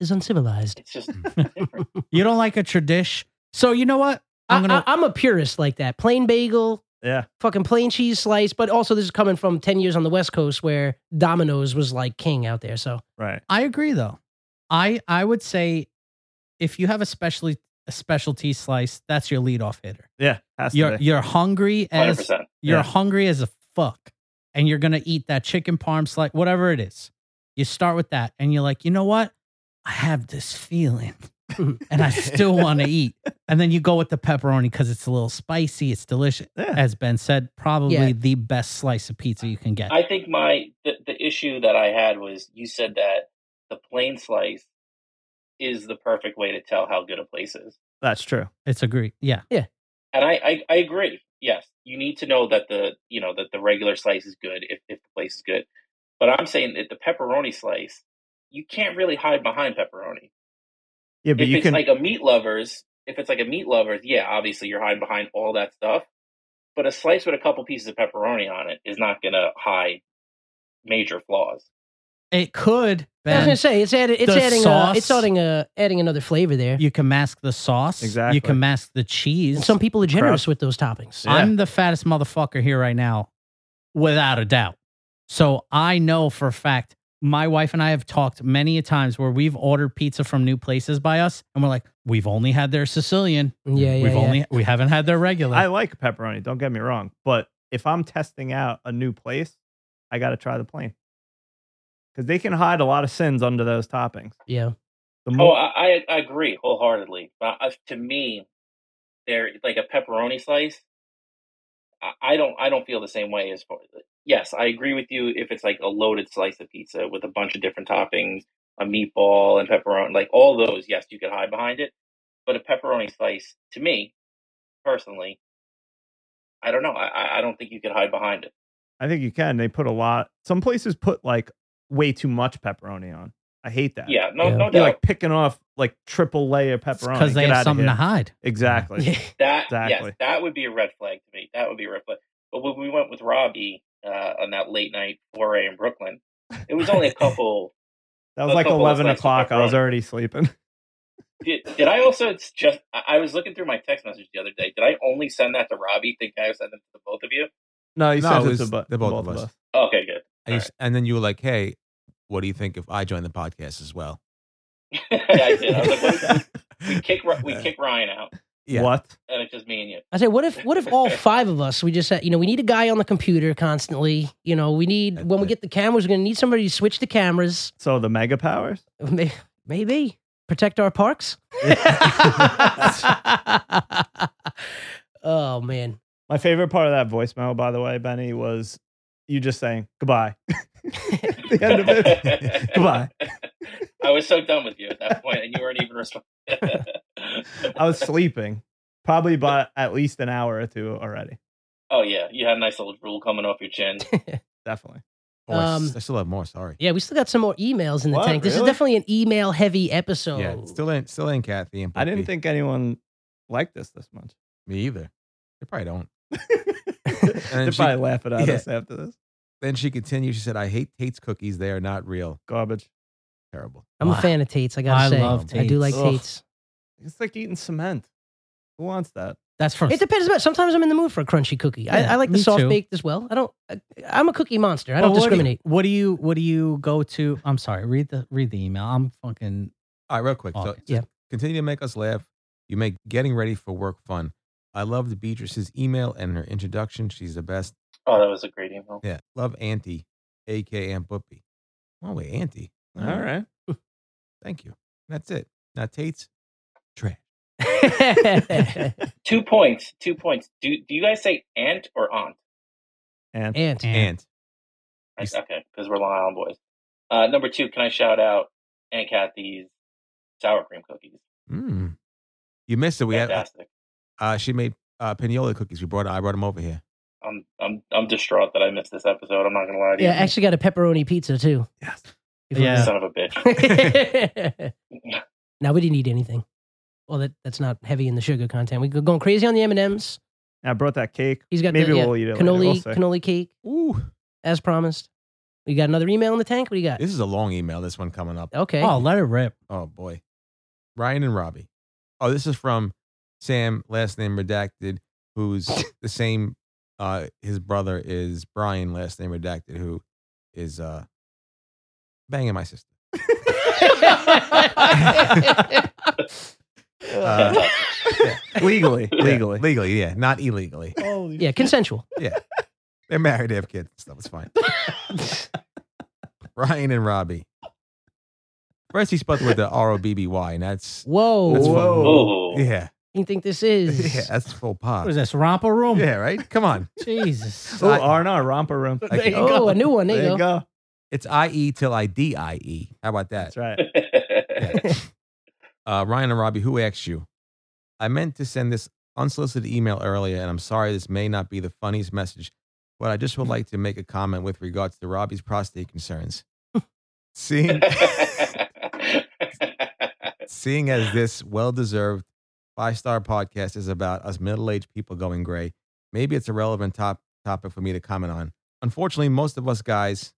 [SPEAKER 4] Is uncivilized.
[SPEAKER 8] it's just different.
[SPEAKER 5] You don't like a tradish. So you know what?
[SPEAKER 4] I'm,
[SPEAKER 5] I'm gonna.
[SPEAKER 4] I, am a purist like that. Plain bagel,
[SPEAKER 7] Yeah.
[SPEAKER 4] fucking plain cheese slice. But also, this is coming from 10 years on the West Coast where Domino's was like king out there. So,
[SPEAKER 7] Right.
[SPEAKER 5] I agree though. I I would say if you have a specialty a specialty slice, that's your leadoff hitter.
[SPEAKER 7] Yeah. Has to
[SPEAKER 5] You're
[SPEAKER 7] be.
[SPEAKER 5] you're hungry
[SPEAKER 8] Hundred
[SPEAKER 5] as
[SPEAKER 8] percent.
[SPEAKER 5] you're
[SPEAKER 7] Yeah.
[SPEAKER 5] hungry as a fuck, and you're gonna eat that chicken parm slice, whatever it is. You start with that, and you're like, you know what? I have this feeling, and I still want to eat. And then you go with the pepperoni because it's a little spicy. It's delicious,
[SPEAKER 7] Yeah.
[SPEAKER 5] as Ben said. Probably
[SPEAKER 4] Yeah.
[SPEAKER 5] the best slice of pizza you can get.
[SPEAKER 8] I think my the, the issue that I had was you said that the plain slice is the perfect way to tell how good a place is.
[SPEAKER 7] That's true.
[SPEAKER 5] it's agree. Yeah,
[SPEAKER 8] And I, I, I agree. Yes, you need to know that the you know that the regular slice is good if, if the place is good. But I'm saying that the pepperoni slice, you can't really hide behind pepperoni.
[SPEAKER 7] Yeah, but
[SPEAKER 8] if
[SPEAKER 7] you
[SPEAKER 8] it's
[SPEAKER 7] can.
[SPEAKER 8] like a meat lovers, if it's like a meat lovers, yeah, obviously you're hiding behind all that stuff. But a slice with a couple pieces of pepperoni on it is not going to hide major flaws.
[SPEAKER 5] it could.
[SPEAKER 4] I was
[SPEAKER 5] Ben,
[SPEAKER 4] going to say, it's, added, it's
[SPEAKER 5] The
[SPEAKER 4] adding
[SPEAKER 5] sauce.
[SPEAKER 4] a, it's adding a, adding another flavor there.
[SPEAKER 5] You can mask the sauce.
[SPEAKER 7] Exactly.
[SPEAKER 5] You can mask the cheese.
[SPEAKER 4] and some people are generous
[SPEAKER 7] Crust.
[SPEAKER 4] with those toppings.
[SPEAKER 7] Yeah.
[SPEAKER 5] I'm the fattest motherfucker here right now, without a doubt. So I know for a fact my wife and I have talked many a times where we've ordered pizza from new places by us, and we're like, we've only had their Sicilian.
[SPEAKER 4] Yeah, yeah,
[SPEAKER 5] We've
[SPEAKER 4] yeah.
[SPEAKER 5] only we haven't had their regular.
[SPEAKER 7] I like pepperoni. Don't get me wrong, but if I'm testing out a new place, I got to try the plain because they can hide a lot of sins under those toppings.
[SPEAKER 4] yeah.
[SPEAKER 7] The
[SPEAKER 8] Oh,
[SPEAKER 7] more,
[SPEAKER 8] I, I agree wholeheartedly. But uh, to me, they're like a pepperoni slice. I, I don't I don't feel the same way as far. Yes, I agree with you. If it's like a loaded slice of pizza with a bunch of different toppings, a meatball and pepperoni, like all those, yes, you could hide behind it. But a pepperoni slice, to me personally, I don't know. I, I- I don't think you could hide behind it.
[SPEAKER 7] I think you can. They put a lot. Some places put like way too much pepperoni on. Uh, I hate that.
[SPEAKER 8] Yeah, no,
[SPEAKER 4] Yeah.
[SPEAKER 8] no
[SPEAKER 7] You're
[SPEAKER 8] doubt.
[SPEAKER 7] like picking off like triple layer pepperoni
[SPEAKER 5] because they
[SPEAKER 7] Get
[SPEAKER 5] have
[SPEAKER 7] outta
[SPEAKER 5] something
[SPEAKER 7] here.
[SPEAKER 5] to hide.
[SPEAKER 7] Exactly.
[SPEAKER 8] That
[SPEAKER 7] Exactly.
[SPEAKER 8] yes, that would be a red flag to me. That would be a red flag. But when we went with Robbie uh, on that late night foray in Brooklyn, it was only a couple.
[SPEAKER 7] That
[SPEAKER 8] A
[SPEAKER 7] was like
[SPEAKER 8] couple of
[SPEAKER 7] 11
[SPEAKER 8] slices of
[SPEAKER 7] o'clock. I was
[SPEAKER 8] pepperoni.
[SPEAKER 7] already sleeping.
[SPEAKER 8] Did, did I also it's just? I I was looking through my text message the other day. Did I only send that to Robbie? Think I sent them to the both of you?
[SPEAKER 7] No, you
[SPEAKER 6] No,
[SPEAKER 7] sent
[SPEAKER 6] it
[SPEAKER 7] it
[SPEAKER 6] was
[SPEAKER 7] to bo-
[SPEAKER 6] the both of us.
[SPEAKER 8] Okay, good.
[SPEAKER 6] And, you, s- and then you were like, hey, what do you think if I join the podcast as well?
[SPEAKER 8] I did. I was like, what is this? we kick Ri-
[SPEAKER 6] Uh,
[SPEAKER 8] we kick Ryan out,
[SPEAKER 6] Yeah.
[SPEAKER 7] What?
[SPEAKER 8] and it's just me and you.
[SPEAKER 4] I say, what if what if all five of us we just said, you know, we need a guy on the computer constantly. You know, we need
[SPEAKER 6] That's
[SPEAKER 4] when we
[SPEAKER 6] it.
[SPEAKER 4] get the cameras, we're gonna need somebody to switch the cameras.
[SPEAKER 7] So the mega powers?
[SPEAKER 4] May- Maybe protect our parks. oh man,
[SPEAKER 7] My favorite part of that voicemail, by the way, Benny, was you just saying goodbye. the end of it. goodbye.
[SPEAKER 8] I was so done with you at that point, and you weren't even responding.
[SPEAKER 7] I was sleeping, probably by at least an hour or two already.
[SPEAKER 8] oh yeah, you had a nice little drool coming off your chin.
[SPEAKER 7] Definitely.
[SPEAKER 6] Oh, I s-
[SPEAKER 4] Um,
[SPEAKER 6] I still have more. Sorry.
[SPEAKER 4] yeah, we still got some more emails in the
[SPEAKER 7] What?
[SPEAKER 4] tank. This is
[SPEAKER 7] Really?
[SPEAKER 4] definitely an email heavy episode.
[SPEAKER 6] Yeah. Still in, still in Kathy. And
[SPEAKER 7] I didn't
[SPEAKER 6] Poppy.
[SPEAKER 7] think anyone liked this this much.
[SPEAKER 6] me either. They probably don't.
[SPEAKER 7] They're
[SPEAKER 6] she-
[SPEAKER 7] probably laughing at
[SPEAKER 6] yeah.
[SPEAKER 7] us after this.
[SPEAKER 6] Then she continued. She said, I hate Tate's cookies. They are not real.
[SPEAKER 7] Garbage.
[SPEAKER 6] Terrible.
[SPEAKER 4] I'm
[SPEAKER 5] Wow.
[SPEAKER 4] a fan of Tate's. I gotta
[SPEAKER 5] I
[SPEAKER 4] say,
[SPEAKER 5] love
[SPEAKER 4] I do like
[SPEAKER 5] Tate's.
[SPEAKER 7] Ugh.
[SPEAKER 4] Tate's.
[SPEAKER 7] It's like eating cement. Who wants that?
[SPEAKER 5] That's from
[SPEAKER 4] It depends. About, sometimes I'm in the mood for a crunchy cookie.
[SPEAKER 5] Yeah,
[SPEAKER 4] I, I like the
[SPEAKER 5] me too.
[SPEAKER 4] soft baked as well. I don't. I, I'm a cookie monster. I don't
[SPEAKER 5] But what do you-
[SPEAKER 4] discriminate.
[SPEAKER 5] What do you what do you go to? I'm sorry. Read the read the email. I'm fucking
[SPEAKER 6] All right, real quick. So,
[SPEAKER 5] Audience.
[SPEAKER 4] Yeah.
[SPEAKER 6] Continue to make us laugh. You make getting ready for work fun. I loved Beatrice's email and her introduction. She's the best.
[SPEAKER 8] Oh, that was a great email.
[SPEAKER 6] Yeah. Love Auntie, a.k.a. Aunt Boopy. Oh, wait, Auntie. All right. Thank you. That's it. Now, Tate's trash.
[SPEAKER 8] Two points. Two points. Do do you guys say aunt or aunt?
[SPEAKER 7] And
[SPEAKER 4] Ant.
[SPEAKER 6] Aunt.
[SPEAKER 8] I- Okay, because we're Long Island boys. Uh, number two, can I shout out Aunt Kathy's sour cream cookies?
[SPEAKER 6] Mm. You missed it. We had,
[SPEAKER 8] Fantastic.
[SPEAKER 6] uh, she made uh, pinola cookies. We brought, I brought them over here.
[SPEAKER 8] I'm I'm I'm distraught that I missed this episode. I'm not gonna lie to
[SPEAKER 4] yeah,
[SPEAKER 8] you.
[SPEAKER 4] actually got a pepperoni pizza too.
[SPEAKER 6] Yes.
[SPEAKER 4] If it
[SPEAKER 5] Yeah.
[SPEAKER 8] Son of a bitch.
[SPEAKER 4] was- now we didn't eat anything. Well, that, that's not heavy in the sugar content. We go going crazy on the M and M's.
[SPEAKER 7] I brought that cake.
[SPEAKER 4] He's got
[SPEAKER 7] Maybe
[SPEAKER 4] the, yeah,
[SPEAKER 7] we'll eat it. later. We'll
[SPEAKER 4] cannoli
[SPEAKER 7] see.
[SPEAKER 4] cannoli cake
[SPEAKER 6] Ooh.
[SPEAKER 4] as promised. We got another email in the tank. What do you
[SPEAKER 7] Uh,
[SPEAKER 4] got?
[SPEAKER 6] This is a long email, this one coming up.
[SPEAKER 4] Okay.
[SPEAKER 5] Oh, let it rip.
[SPEAKER 6] Oh boy. Ryan and Robbie. Oh, this is from Sam, last name redacted, who's the same uh his brother is Brian, last name redacted, who is uh banging my sister. Uh,
[SPEAKER 7] legally,
[SPEAKER 6] yeah,
[SPEAKER 7] legally.
[SPEAKER 6] legally, yeah, not illegally.
[SPEAKER 4] yeah, consensual.
[SPEAKER 6] They're married, they have kids. Stuff it's fine. Ryan and Robbie. First he spelled it with the R O B B Y, and that's
[SPEAKER 4] Whoa.
[SPEAKER 6] That's
[SPEAKER 4] what
[SPEAKER 6] Whoa.
[SPEAKER 8] Oh,
[SPEAKER 6] yeah.
[SPEAKER 4] you think this is?
[SPEAKER 6] Yeah, that's full
[SPEAKER 5] What
[SPEAKER 6] pot.
[SPEAKER 5] is this? Romper room?
[SPEAKER 6] Yeah, right? Come on.
[SPEAKER 5] Jesus.
[SPEAKER 7] Oh,
[SPEAKER 6] I-
[SPEAKER 7] R and R romper room.
[SPEAKER 6] I-
[SPEAKER 4] oh, a new one. There,
[SPEAKER 7] There
[SPEAKER 4] you go.
[SPEAKER 7] you go.
[SPEAKER 6] It's I E till I D I E. How about that?
[SPEAKER 7] That's right.
[SPEAKER 6] Uh, Ryan and Robbie, who asked you? I meant to send this unsolicited email earlier, and I'm sorry this may not be the funniest message, but I just would like to make a comment with regards to Robbie's prostate concerns. seeing, seeing as this well deserved five star podcast is about us middle aged people going gray, maybe it's a relevant top, topic for me to comment on. Unfortunately, most of us guys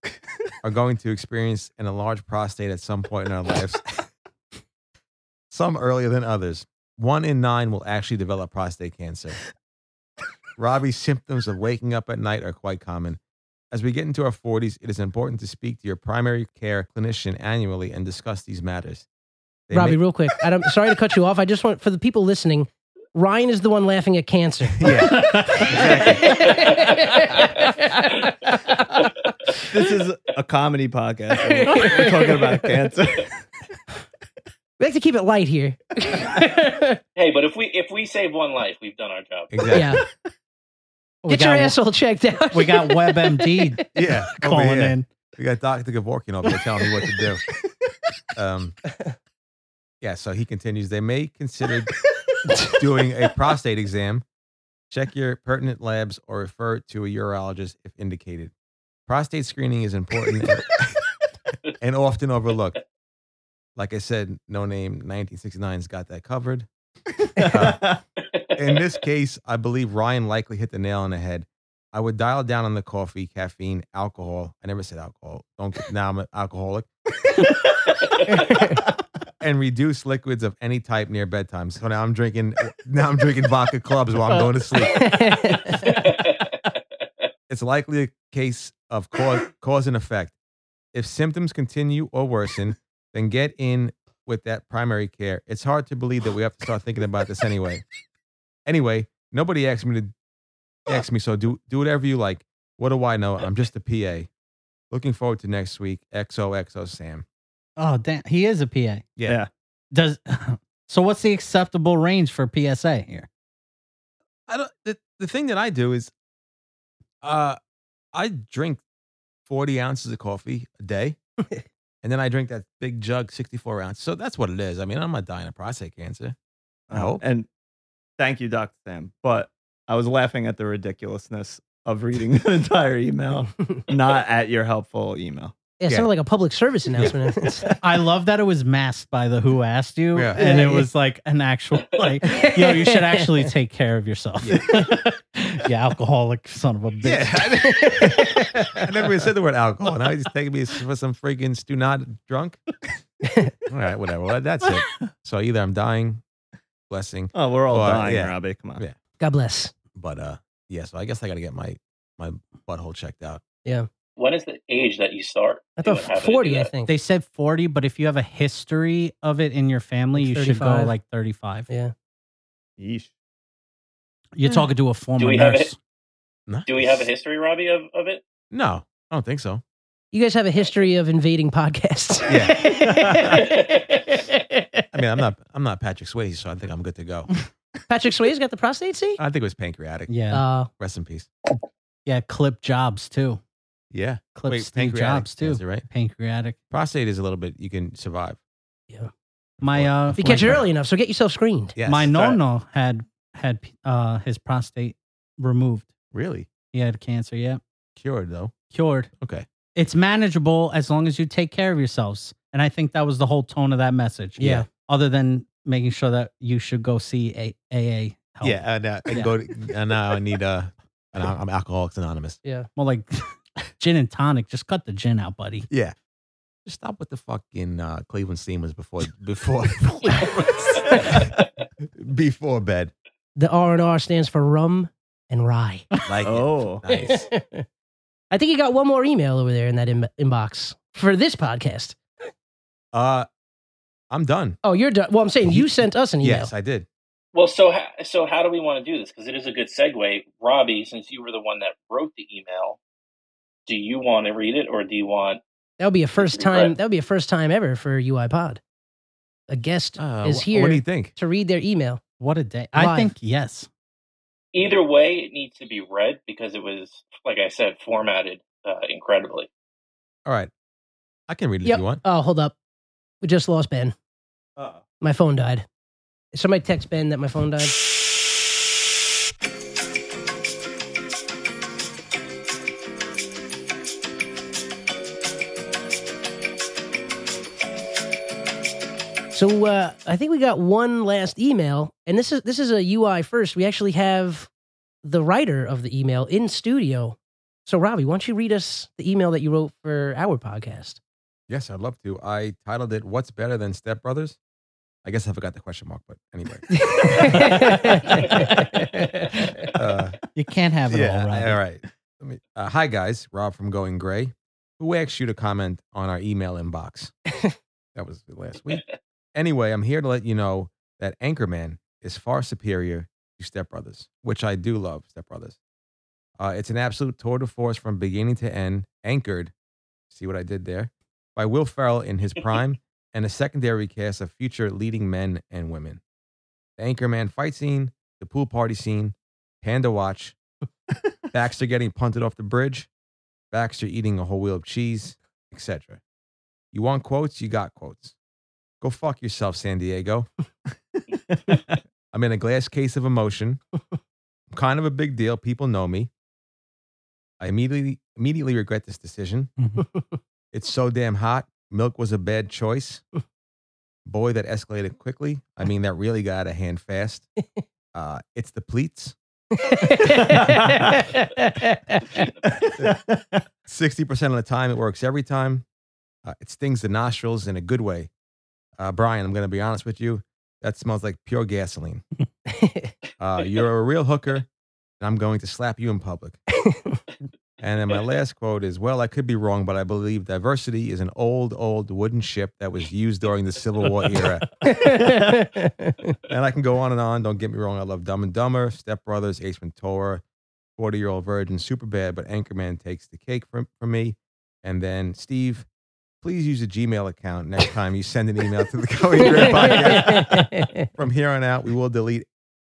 [SPEAKER 6] are going to experience an enlarged prostate at some point in our lives, some earlier than others. One in nine will actually develop prostate cancer. Robbie's symptoms of waking up at night are quite common. As we get into our 40s, it is important to speak to your primary care clinician annually and discuss these matters. They
[SPEAKER 4] Robbie,
[SPEAKER 6] may-
[SPEAKER 4] real quick. I don't, sorry to cut you off. I just want for the people listening. Ryan is the one laughing at cancer.
[SPEAKER 6] yeah,
[SPEAKER 7] This is a comedy podcast. We're talking about cancer.
[SPEAKER 4] We like to keep it light here.
[SPEAKER 8] hey, but if we if we save one life, we've done our job.
[SPEAKER 6] exactly.
[SPEAKER 4] yeah.
[SPEAKER 5] We
[SPEAKER 4] Get your
[SPEAKER 5] got-
[SPEAKER 4] asshole checked out.
[SPEAKER 5] We got WebMD
[SPEAKER 6] Yeah, over
[SPEAKER 5] calling
[SPEAKER 6] here.
[SPEAKER 5] in.
[SPEAKER 6] We got Dr. Gavorkian over there telling me what to do. Um, yeah, so he continues. They may consider doing a prostate exam. Check your pertinent labs or refer to a urologist if indicated. Prostate screening is important and, and often overlooked. Like I said, no name 1969's got that covered. In this case, I believe Ryan likely hit the nail on the head. I would dial down on the coffee, caffeine, alcohol. I never said alcohol. Don't get- now I'm an alcoholic. and reduce liquids of any type near bedtime. So now I'm drinking now I'm drinking vodka clubs while I'm going to sleep. It's likely a case of cause, cause and effect. If symptoms continue or worsen, then get in with that primary care. It's hard to believe that we have to start thinking about this anyway. Anyway, nobody asked me to ask me, so do do whatever you like. What do I know? I'm just a PA. Looking forward to next week. XOXO Sam.
[SPEAKER 5] Oh, damn. He is a PA.
[SPEAKER 6] Yeah.
[SPEAKER 7] Yeah.
[SPEAKER 5] Does so what's the acceptable range for PSA here?
[SPEAKER 6] I don't. The, the thing that I do is, uh, I drink forty ounces of coffee a day, and then I drink that big jug, sixty-four ounce. So that's what it is. I mean, I'm not dying of prostate cancer. I
[SPEAKER 7] Um,
[SPEAKER 8] Oh, eh,
[SPEAKER 6] hope.
[SPEAKER 7] And thank you, Dr. Sam. But I was laughing at the ridiculousness of reading the entire email, not at your helpful email.
[SPEAKER 4] Yeah, it sounded like a public service announcement.
[SPEAKER 5] I love that it was masked by the who asked you.
[SPEAKER 6] Yeah.
[SPEAKER 5] And
[SPEAKER 4] Yeah,
[SPEAKER 5] it
[SPEAKER 4] yeah.
[SPEAKER 5] was like an actual like yo, you should actually take care of yourself.
[SPEAKER 6] Yeah.
[SPEAKER 5] you alcoholic son of a bitch.
[SPEAKER 6] Yeah, I, I never even said the word alcohol. Now he's taking me for some freaking stu not drunk. All right, whatever. Well, that's it. So either I'm dying, blessing,
[SPEAKER 7] Oh, we're all
[SPEAKER 6] Well,
[SPEAKER 7] dying,
[SPEAKER 6] yeah.
[SPEAKER 7] Robbie. Come on.
[SPEAKER 6] Yeah.
[SPEAKER 4] God bless.
[SPEAKER 6] but uh, yeah. So I guess I got to get my my butthole checked out.
[SPEAKER 8] when is the age that you start?
[SPEAKER 4] I thought
[SPEAKER 8] doing- having to do
[SPEAKER 4] 40, I
[SPEAKER 8] that?
[SPEAKER 4] think.
[SPEAKER 5] They said 40, but if you have a history of it in your family,
[SPEAKER 4] Like
[SPEAKER 5] you should go
[SPEAKER 4] 35.
[SPEAKER 5] like 35.
[SPEAKER 4] Yeah.
[SPEAKER 7] Yeesh.
[SPEAKER 5] You're talking to a former
[SPEAKER 8] we have
[SPEAKER 5] nurse.
[SPEAKER 8] Do we have a history, Robbie, of, of it?
[SPEAKER 6] No, I don't think so.
[SPEAKER 4] You guys have a history of invading podcasts.
[SPEAKER 6] I mean, I'm not. I'm not Patrick Swayze, so I think I'm good to go.
[SPEAKER 4] Patrick Swayze got the prostate, see?
[SPEAKER 6] I think it was pancreatic.
[SPEAKER 5] Yeah.
[SPEAKER 4] Uh,
[SPEAKER 6] Rest in peace.
[SPEAKER 5] yeah. Clip jobs too.
[SPEAKER 6] Yeah.
[SPEAKER 5] Clip
[SPEAKER 6] Wait,
[SPEAKER 5] Steve Jobs too.
[SPEAKER 6] cancer, right?
[SPEAKER 5] Pancreatic.
[SPEAKER 6] Prostate is a little bit you can survive.
[SPEAKER 5] My, uh,
[SPEAKER 4] if you catch it
[SPEAKER 5] my-
[SPEAKER 4] early enough, so get yourself screened.
[SPEAKER 6] Yes.
[SPEAKER 5] my
[SPEAKER 7] Sorry.
[SPEAKER 5] nono had, had, uh, his prostate removed.
[SPEAKER 6] really
[SPEAKER 5] He had cancer. Yeah.
[SPEAKER 6] cured though.
[SPEAKER 5] Cured.
[SPEAKER 6] Okay.
[SPEAKER 5] It's manageable as long as you take care of yourselves. And I think that was the whole tone of that message.
[SPEAKER 4] Yeah.
[SPEAKER 5] Other than making sure that you should go see a AA help.
[SPEAKER 6] Yeah, and, uh, and
[SPEAKER 5] Yeah.
[SPEAKER 6] go. To, and now I need uh, and I'm I'm Alcoholics Anonymous.
[SPEAKER 5] Well, like gin and tonic. Just cut the gin out, buddy.
[SPEAKER 6] Yeah. Just stop with the fucking uh, Cleveland Steamers before before before bed.
[SPEAKER 4] The R and R stands for rum and rye.
[SPEAKER 6] Like it.
[SPEAKER 7] Oh.
[SPEAKER 6] nice.
[SPEAKER 4] I think you got one more email over there in that Im- inbox for this podcast.
[SPEAKER 6] Uh, I'm done.
[SPEAKER 4] Oh, you're done. Well, I'm saying you sent us an email.
[SPEAKER 6] Yes, I did.
[SPEAKER 8] Well, so ho- so how do we want to do this? Because it is a good segue, Robbie. Since you were the one that wrote the email, do you want to read it or do you want?
[SPEAKER 4] That would be a first time.
[SPEAKER 8] Right.
[SPEAKER 4] That would be a first time ever for UiPod. A guest
[SPEAKER 6] Uh,
[SPEAKER 4] is
[SPEAKER 6] wh-
[SPEAKER 4] here
[SPEAKER 6] What do you think?
[SPEAKER 4] to read their email.
[SPEAKER 5] What a day. I
[SPEAKER 4] Live.
[SPEAKER 5] think yes.
[SPEAKER 8] Either way, it needs to be read because it was, like I said, formatted uh, incredibly.
[SPEAKER 6] All right, I can read it
[SPEAKER 4] Yep.
[SPEAKER 6] if you want.
[SPEAKER 4] Oh, hold up. We just lost Ben.
[SPEAKER 7] Uh-oh.
[SPEAKER 4] My phone died. Somebody text Ben that my phone died. So uh, I think we got one last email, and this is this is a UI first. We actually have the writer of the email in studio. So Robbie, why don't you read us the email that you wrote for our podcast?
[SPEAKER 6] Yes, I'd love to. I titled it "What's Better Than Step Brothers." I guess I forgot the question mark, but anyway. Uh,
[SPEAKER 5] You can't have it all right.
[SPEAKER 6] All right. Let me, uh, hi, guys. Rob from Going Gray, who asked you to comment on our email inbox. that was last week. Anyway, I'm here to let you know that Anchorman is far superior to Step Brothers, which I do love Step Brothers. Uh, it's an absolute tour de force from beginning to end, anchored, see what I did there, by Will Ferrell in his prime and a secondary cast of future leading men and women. The Anchorman fight scene, the pool party scene, Panda Watch, Baxter getting punted off the bridge, Baxter eating a whole wheel of cheese, etc. You want quotes? You got quotes. Go fuck yourself, San Diego. I'm in a glass case of emotion. I'm kind of a big deal. People know me. I immediately immediately regret this decision.
[SPEAKER 5] Mhm.
[SPEAKER 6] It's so damn hot. Milk was a bad choice. Boy, that escalated quickly. I mean, that really got out of hand fast. Uh, it's the pleats. Sixty percent of the time, it works every time. Uh, it stings the nostrils in a good way. Uh, Brian, I'm going to be honest with you. That smells like pure gasoline. Uh, you're a real hooker, and I'm going to slap you in public. and then my last quote is Well, I could be wrong, but I believe diversity is an old, old wooden ship that was used during the Civil War era. And I can go on and on. Don't get me wrong. I love Dumb and Dumber, Step Brothers, Ace Ventura, 40 Year Old Virgin, Superbad, but Anchorman takes the cake from, from me. And then, Steve, please use a Gmail account next time you send an email to the Going Grid podcast. From here on out, we will delete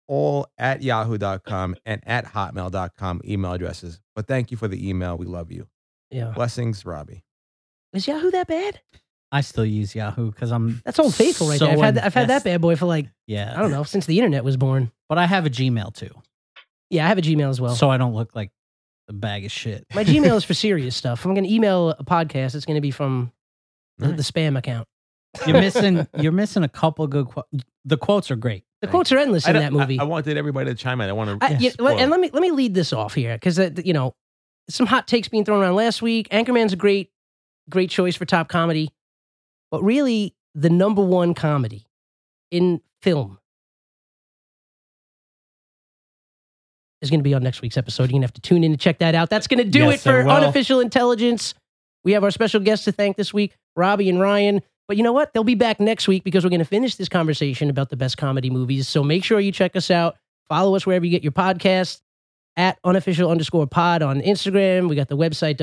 [SPEAKER 6] all at yahoo.com and at hotmail.com email addresses. But thank you for the email. We love you.
[SPEAKER 4] yeah.
[SPEAKER 6] Blessings, Robbie.
[SPEAKER 4] Is Yahoo that bad?
[SPEAKER 5] I still use Yahoo because I'm
[SPEAKER 4] That's Old Faithful right
[SPEAKER 5] So
[SPEAKER 4] there. I've had, I've had that
[SPEAKER 5] invest-
[SPEAKER 4] bad boy for like,
[SPEAKER 5] yeah.
[SPEAKER 4] I don't know, since the internet was born.
[SPEAKER 5] But I have a Gmail too,
[SPEAKER 4] Yeah, I have a Gmail as well.
[SPEAKER 5] so I don't look like a bag of shit.
[SPEAKER 4] My Gmail is for serious stuff. I'm going to email a podcast. It's going to be from the, the spam account.
[SPEAKER 5] you're missing. You're missing a couple good. Qu- the quotes are great.
[SPEAKER 4] The quotes are endless in that movie.
[SPEAKER 6] I, wanted everybody to chime in. I want to.
[SPEAKER 4] I, yeah, well, and let me let me lead this off here because you know some hot takes being thrown around last week. Anchorman's a great great choice for top comedy, but really the number one comedy in film is going to be on next week's episode. You're going to have to tune in to check that out. That's going to do
[SPEAKER 5] Yes,
[SPEAKER 4] it for
[SPEAKER 5] I will.
[SPEAKER 4] Unofficial Intelligence. We have our special guests to thank this week, Robbie and Ryan. But you know what? They'll be back next week because we're going to finish this conversation about the best comedy movies. So make sure you check us out. Follow us wherever you get your podcasts at unofficial underscore pod on Instagram. We got the website,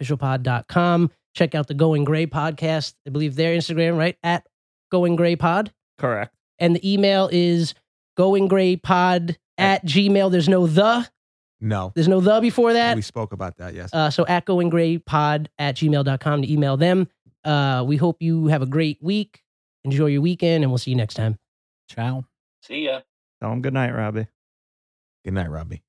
[SPEAKER 4] www.unofficialpod.com. Check out the Going Gray podcast. I believe their Instagram, right? At Going Gray Pod.
[SPEAKER 7] Correct.
[SPEAKER 4] And the email is goinggraypod at gmail. There's no the.
[SPEAKER 6] No.
[SPEAKER 4] There's no the before that.
[SPEAKER 6] We spoke about that, yes.
[SPEAKER 4] Uh, so at goinggraypod at gmail.com to email them. Uh, we hope you have a great week. Enjoy your weekend, and we'll see you next time.
[SPEAKER 5] Ciao.
[SPEAKER 8] See ya.
[SPEAKER 7] Tell him good night, Robbie.
[SPEAKER 6] Good night, Robbie.